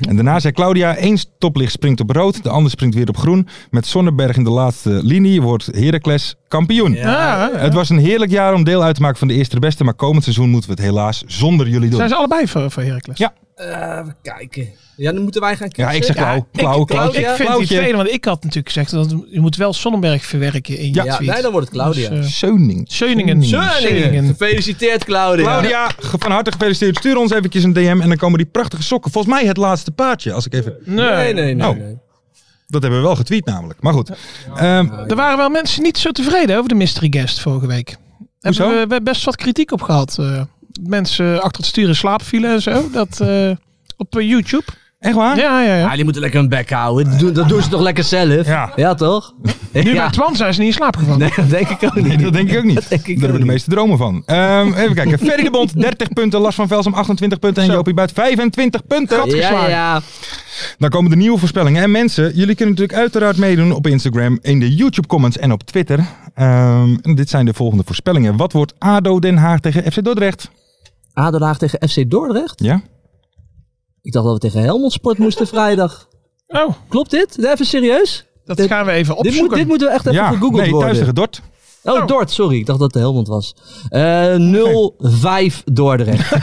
S5: en daarna zei Claudia, één stoplicht springt op rood, de ander springt weer op groen. Met Sonnenberg in de laatste linie wordt Heracles kampioen.
S6: Ja, ja.
S5: Het was een heerlijk jaar om deel uit te maken van de eerste de beste. Maar komend seizoen moeten we het helaas zonder jullie doen.
S6: Zijn ze allebei voor, voor Heracles?
S5: Ja.
S7: Eh, even kijken. Ja, dan moeten wij gaan kiezen.
S5: Ja, ik zeg klauw. Klauw, klauw.
S6: Ik vind die tweede, want ik had natuurlijk gezegd dat je moet wel Sonnenberg verwerken in je
S7: Ja,
S6: tweet.
S7: nee, dan wordt het Claudia.
S6: Dus, eh,
S5: Seuning.
S6: Zeuningen.
S7: Schöningen. Gefeliciteerd, Claudia.
S5: Claudia, ge- van harte gefeliciteerd. Stuur ons eventjes een DM en dan komen die prachtige sokken. Volgens mij het laatste paardje. Als ik even...
S7: Eh, Nee,
S6: Nee.
S7: nee, nee.
S5: Oh.
S7: nee.
S5: Dat hebben we wel getweet namelijk. Maar goed. Ehm,
S6: Er waren wel mensen niet zo tevreden over de mystery guest vorige week.
S5: Hoezo?
S6: Hebben we, we hebben best wat kritiek op gehad. eh. mensen achter het stuur in slaap vielen en zo. Dat, eh, op eh, YouTube.
S5: echt waar?
S6: Ja, ja, ja.
S7: Ah, die moeten lekker hun bek houden. Dat doen, dat doen ze toch lekker zelf?
S5: Ja.
S7: toch?
S6: Nu
S7: ja.
S6: met Twan zijn ze niet in slaap gevallen.
S7: Nee, dat denk ik ook niet.
S5: Nee, dat denk ik ook niet.
S7: denk
S5: Daar
S7: ik
S5: hebben we
S7: ook
S5: de meeste dromen van. Ehm, even kijken. Ferry de Bond, 30 punten. Lars van Velsom, 28 punten. En Jopie Buit, 25 punten.
S7: Ja, ja.
S5: Dan komen de nieuwe voorspellingen. En mensen, jullie kunnen natuurlijk uiteraard meedoen op Instagram, in de YouTube comments en op Twitter. Ehm, en dit zijn de volgende voorspellingen. Wat wordt ADO Den Haag tegen FC Dordrecht?
S7: ADO Den Haag tegen FC Dordrecht.
S5: Ja?
S7: Ik dacht dat we tegen Helmond Sport moesten vrijdag.
S6: Oh,
S7: Klopt dit? Nee, Even serieus?
S6: dat
S7: Dit-
S6: gaan we even
S7: Dit, moet,
S6: opzoeken.
S7: dit moeten we echt even
S5: ja.
S7: gegoogeld
S5: nee, thuis
S7: worden.
S5: tegen Dort.
S7: Oh, Dort, sorry. Ik dacht dat het Helmond was. Eh 0-5 Dordrecht.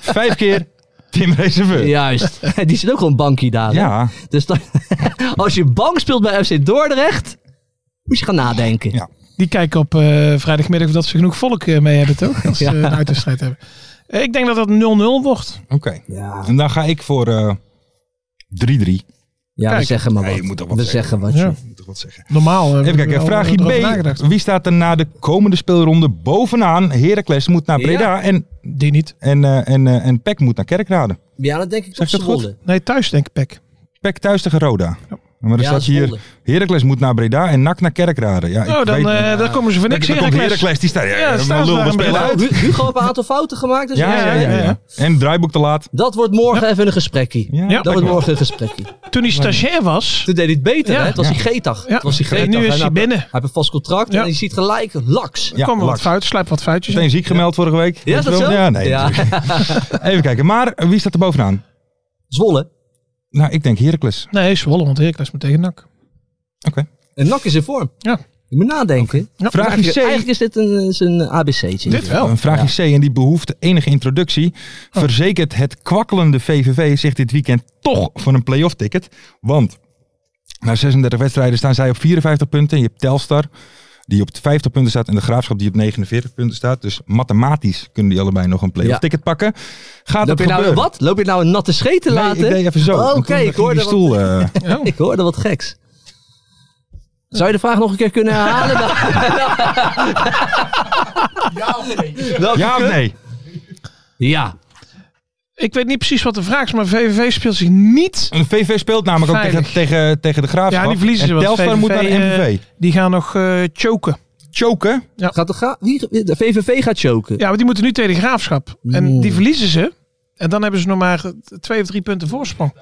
S5: Vijf keer Tim Reserveur. Ja.
S7: Juist. Die zit ook gewoon bankie daar. hè?
S5: Ja.
S7: Dus dan, als je bank speelt bij FC Dordrecht, moet je gaan nadenken.
S5: Ja.
S6: Die kijken op eh, vrijdagmiddag of dat ze genoeg volk eh, mee hebben, toch? Als ze
S7: Ja.
S6: een uitwedstrijd hebben. Eh, ik denk dat dat 0-0 wordt.
S5: Oké.
S7: Ja.
S5: En dan ga ik voor eh, 3-3.
S7: Ja, we
S6: Kijk.
S7: zeggen maar
S5: Ja,
S7: wat.
S5: je moet toch wat
S7: we
S5: zeggen.
S7: zeggen wat.
S6: Ja.
S7: joh.
S5: Moet toch wat zeggen.
S6: Normaal. hebben
S5: Even
S6: we
S5: kijken,
S6: wel,
S5: vraagje
S6: eh, erover
S5: B.
S6: nagedacht.
S5: Wie staat er na de komende speelronde bovenaan? Heracles moet naar Breda en,
S6: Die niet.
S5: en, eh, en, eh, en Peck moet naar Kerkrade.
S7: Ja, dat denk ik
S5: Zeg
S7: toch
S5: ik dat goed?
S7: Zwolle.
S6: Nee, thuis denk ik, Pek.
S5: Peck thuis tegen Roda. Maar er
S7: Ja,
S5: staat
S7: dat is
S5: hier,
S7: Zwolle.
S5: Heracles moet naar Breda en NAC naar Kerkrade. Ja, ik
S6: Oh, dan,
S5: weet,
S6: eh, daar komen ze voor
S5: Dan
S6: niks
S5: komt
S6: Heracles.
S5: Heracles, die staat. Ja,
S6: Ja,
S5: ja,
S6: staan ze
S5: lul,
S6: daar
S5: we
S6: een
S5: spelen
S6: beetje
S5: uit.
S7: Nou, Hugo heeft een aantal fouten gemaakt. Dus
S5: Ja, ja, ja, ja,
S6: ja.
S5: En draaiboek te laat.
S7: Dat wordt morgen even een gesprekkie.
S5: Ja,
S6: Ja.
S7: Dat
S5: lekker.
S7: wordt morgen een gesprekkie.
S6: Toen hij stagiair was,
S7: Toen deed hij het beter,
S6: Ja.
S7: hè? Het was die G-dag.
S6: Ja.
S7: Het was die
S6: En
S7: G-dag.
S6: nu is
S7: En
S6: hij
S7: had-
S6: binnen.
S7: Hij heeft een vast contract
S6: Ja.
S7: en je ziet gelijk laks.
S5: Ja,
S6: komen wat
S5: laks.
S6: foutjes, slijp wat foutjes. in.
S5: Meteen ziek gemeld vorige week.
S7: Ja,
S5: Weet
S7: is
S5: je
S7: dat
S5: wel?
S7: zo?
S5: Ja, nee.
S7: Ja.
S5: Even kijken. Maar eh, wie staat er bovenaan?
S7: Zwolle.
S5: Nou, ik denk Heracles.
S6: Nee, Zwolle, want Heracles moet tegen NAC.
S7: En Nak is in vorm.
S6: Ja.
S7: Je moet nadenken.
S6: Ja.
S5: Vraag je
S7: Eigenlijk,
S5: C.
S7: eigenlijk is dit een, is een ABC'tje.
S6: Dit wel.
S5: Een vraagje C en die behoeft enige introductie.
S7: Oh.
S5: Verzekert het kwakkelende VVV zich dit weekend toch voor een playoff ticket? Want na 36 wedstrijden staan zij op 54 punten. En je hebt Telstar die op 50 punten staat en de Graafschap die op 49 punten staat. Dus mathematisch kunnen die allebei nog een playoff
S7: Ja.
S5: ticket pakken. Gaat het
S7: Loop je nou
S5: gebeuren?
S7: wat? Loop je nou een natte scheet te
S5: Nee,
S7: laten?
S5: ik deed even zo.
S7: Oh,
S5: En
S7: Oké,
S5: toen ging
S7: ik, hoorde
S5: die
S7: wat-
S5: stoel, eh,
S7: ik hoorde wat geks. Zou je de vraag nog een keer kunnen herhalen?
S5: ja of nee?
S7: ja.
S6: Ik weet niet precies wat de vraag is, maar VVV speelt zich niet.
S5: Een VV speelt namelijk ook
S6: Veilig.
S5: tegen, tegen, tegen de Graafschap.
S6: Ja, die verliezen ze
S5: en
S6: wel.
S5: Telstar
S6: VVV,
S5: moet naar de
S6: eh,
S5: MVV.
S6: Die gaan nog eh, choken.
S5: Choken.
S7: Gaat de, ga- wie, de VVV gaat choken.
S6: Ja, want die moeten nu tegen de graafschap. En die verliezen ze. En dan hebben ze nog maar eh, twee of drie punten voorsprong.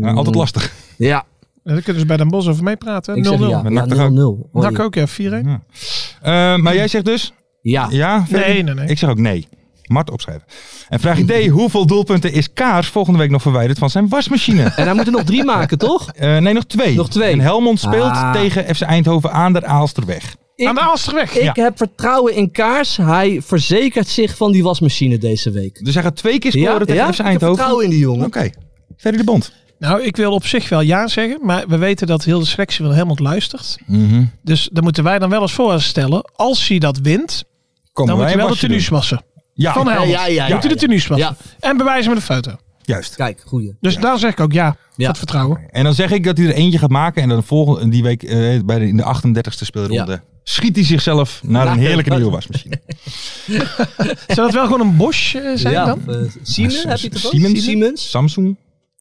S5: Eh, altijd lastig.
S7: Ja,
S6: En dan kunnen ze bij Den Bos over meepraten. 0-0.
S7: ik zeg ja.
S5: Met
S7: Ja,
S5: NAC toch ook?
S7: 0-0. Hoor
S6: NAC
S7: je.
S6: ook, ja. 4-1.
S5: Eh, maar jij zegt dus?
S7: Ja.
S5: Ja? Ferry?
S6: Nee, nee, nee.
S5: Ik zeg ook nee. Mart opschrijven. En vraag idee, hoeveel doelpunten is Kaars volgende week nog verwijderd van zijn wasmachine?
S7: En hij moet er nog drie maken, toch?
S5: Eh, nee, nog twee.
S7: Nog twee.
S5: En Helmond speelt
S7: Ah.
S5: tegen FC Eindhoven aan de Aalsterweg.
S7: Ik-
S6: Aan de Alsterweg.
S7: Ik heb vertrouwen in Kaars. Hij verzekert zich van die wasmachine deze week.
S5: Dus hij gaat twee keer scoren tegen FC
S7: Ik heb
S5: Eindhoven.
S7: vertrouwen in die jongen.
S5: Oké. Verder de Bond.
S6: Nou, ik wil op zich wel ja zeggen, maar we weten dat heel de selectie wel helemaal luistert.
S5: Mhm.
S6: Dus dan moeten wij dan wel als voorwaarts stellen, als hij dat wint,
S5: Komen
S6: dan moet
S5: wij
S6: hij
S5: een
S6: wel de
S5: wasje
S6: tenues
S5: doen.
S6: wassen.
S5: Ja,
S6: Van Helmond.
S10: Ja, ja, ja, ja,
S6: moet hij de
S10: ja.
S6: tenues wassen. En bewijzen met een foto.
S5: juist.
S10: Kijk, goeie.
S6: Dus daar zeg ik ook ja,
S10: Ja.
S6: dat vertrouwen.
S5: En dan zeg ik dat hij er eentje gaat maken. En dan volgende, die week eh, bij de, in de 38ste speelronde schiet hij zichzelf naar een
S10: Ja.
S5: heerlijke nieuwe wasmachine.
S6: Zou dat wel gewoon een Bosch eh, zijn
S10: ja,
S6: dan?
S10: eh, Siemens, heb je het ervan?
S5: Siemens?
S10: Siemens.
S5: Samsung.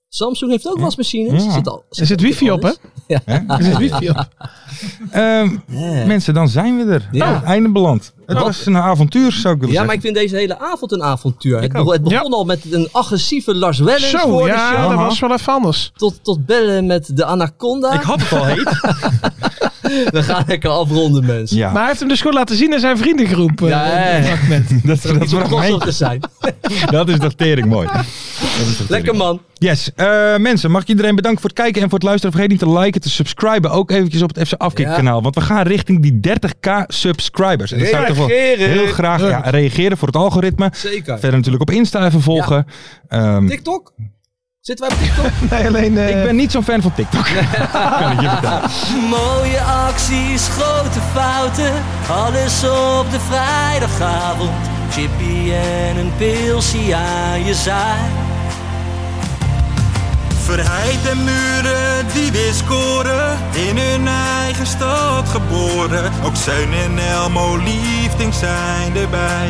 S10: Samsung heeft ook wasmachines.
S5: Ja.
S10: Er zit, al,
S6: Er zit wifi op, hè?
S10: alles.
S6: Er zit wifi op.
S5: Ehm,
S10: Ja.
S5: Mensen, dan zijn we er.
S10: Ja.
S5: Oh, einde beland. Het
S10: Wat-
S5: was een avontuur, zou ik willen
S10: Ja, maar ik
S5: zeggen.
S10: vind deze hele avond een avontuur. Het,
S5: ook.
S10: begon- het begon
S6: Ja.
S10: al met een agressieve Lars Wellens
S6: Zo,
S10: voor de
S6: ja,
S10: show.
S6: dat
S5: man.
S6: was wel even anders.
S10: Tot, tot bellen met de Anaconda.
S5: had het al heet.
S10: We gaan lekker afronden, mensen.
S5: ja,
S6: Maar hij heeft hem dus gewoon laten zien in zijn vriendengroep. eh,
S10: Ja, ja, ja.
S6: op dat fragment.
S5: dat, dat,
S10: Iets om
S5: dat,
S10: trots op te zijn.
S5: dat is toch tering mooi. Dat is toch
S10: Lekker man.
S5: Yes, eh, mensen, mag ik iedereen bedanken voor het kijken en voor het luisteren. Vergeet niet te liken, te subscriben, ook eventjes op het FC Afkik kanaal. Want we gaan richting die 30k subscribers. En dat zou ik toch wel
S10: Reageren.
S5: heel graag ja, reageren voor het algoritme.
S10: Zeker.
S5: Verder natuurlijk op Insta even volgen. Ehm,
S10: TikTok? Zitten wij op TikTok?
S6: Nee, alleen... eh,
S5: ik ben niet zo'n fan van TikTok. kan ik je vertellen.
S10: Mooie acties, grote fouten. Alles op de vrijdagavond. Chippy en een pilsie aan je zaai.
S1: Verheid en muren eh, die weer scoren, in hun eigen stad geboren. Ook Zeun en Elmo liefding zijn erbij.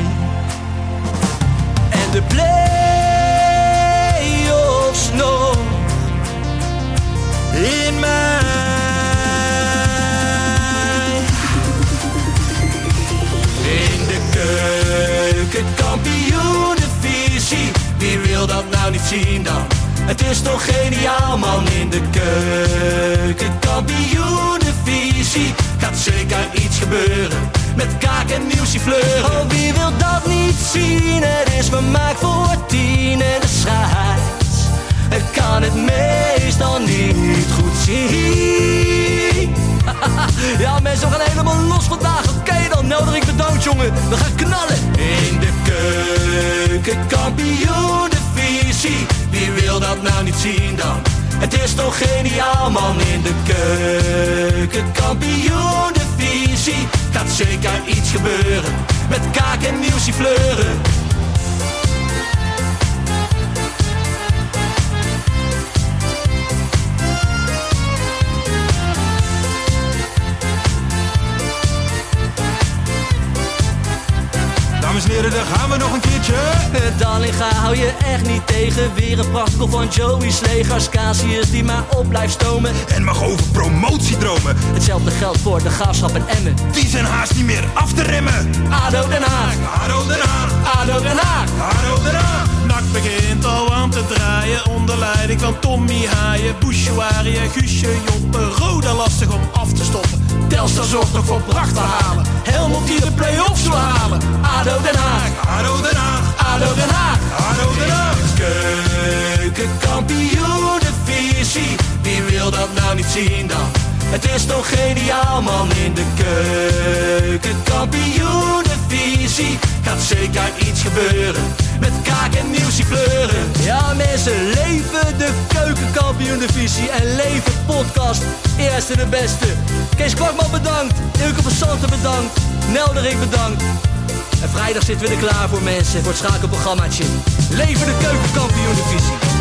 S10: En de play-offs nog.
S1: In mij.
S7: In de keuken, kampioenenvisie. Wie wil dat nou niet zien dan? Het is toch geniaal man in de keuken, kampioenenvisie. Gaat zeker iets gebeuren met kaak en nieuwsje fleuren. Oh, wie wil dat niet zien? Het is vermaakt voor tien en de scheids. Ik kan het meestal niet goed zien. Ja, mensen, we gaan helemaal los vandaag. Oké, dan nodig ik de dood, jongen. We gaan knallen. In de keuken, kampioenenvisie. Wie wil dat nou niet zien dan? Het is toch geniaal, man. In de keuken, kampioenenvisie. Gaat zeker iets gebeuren. Met kaak en nieuwsie fleuren.
S1: Dames en heren, daar gaan we nog een keertje.
S7: Dallinga hou je echt niet tegen. Weer een prachtkel van Joey's legers. Casius die maar op blijft stomen.
S1: En mag over promotiedromen,
S7: Hetzelfde geldt voor de gaafschap en Emmen.
S1: die zijn haast niet meer af te remmen.
S7: ADO Den Haag,
S1: Haro Den Haag,
S7: ADO Den Haag.
S1: Haro Den Haag.
S3: Nak begint al aan te draaien onder leiding van Tommy Haaien, Bouchouari en Guusje Joppen. Roda lastig om af te stoppen. Telstar zorgt nog voor pracht te halen. Helmond die de play-offs wil halen.
S7: ADO Den Haag,
S1: Haro Den Haag,
S7: ADO Den Haag.
S1: Haro Den Haag.
S7: Keukenkampioenenvisie, wie wil dat nou niet zien dan? Het is toch geniaal man in de keukenkampioenenvisie. Gaat zeker iets gebeuren, met kaak en nieuwsie pleuren. Ja mensen, leven de keukenkampioenenvisie en leven podcast. Eerste de beste. Kees Kwakman bedankt, Ilke van Santen bedankt, Nelderik bedankt. En vrijdag zitten we er klaar voor mensen, voor het schakelprogrammaatje. Leven de keukenkampioen divisie.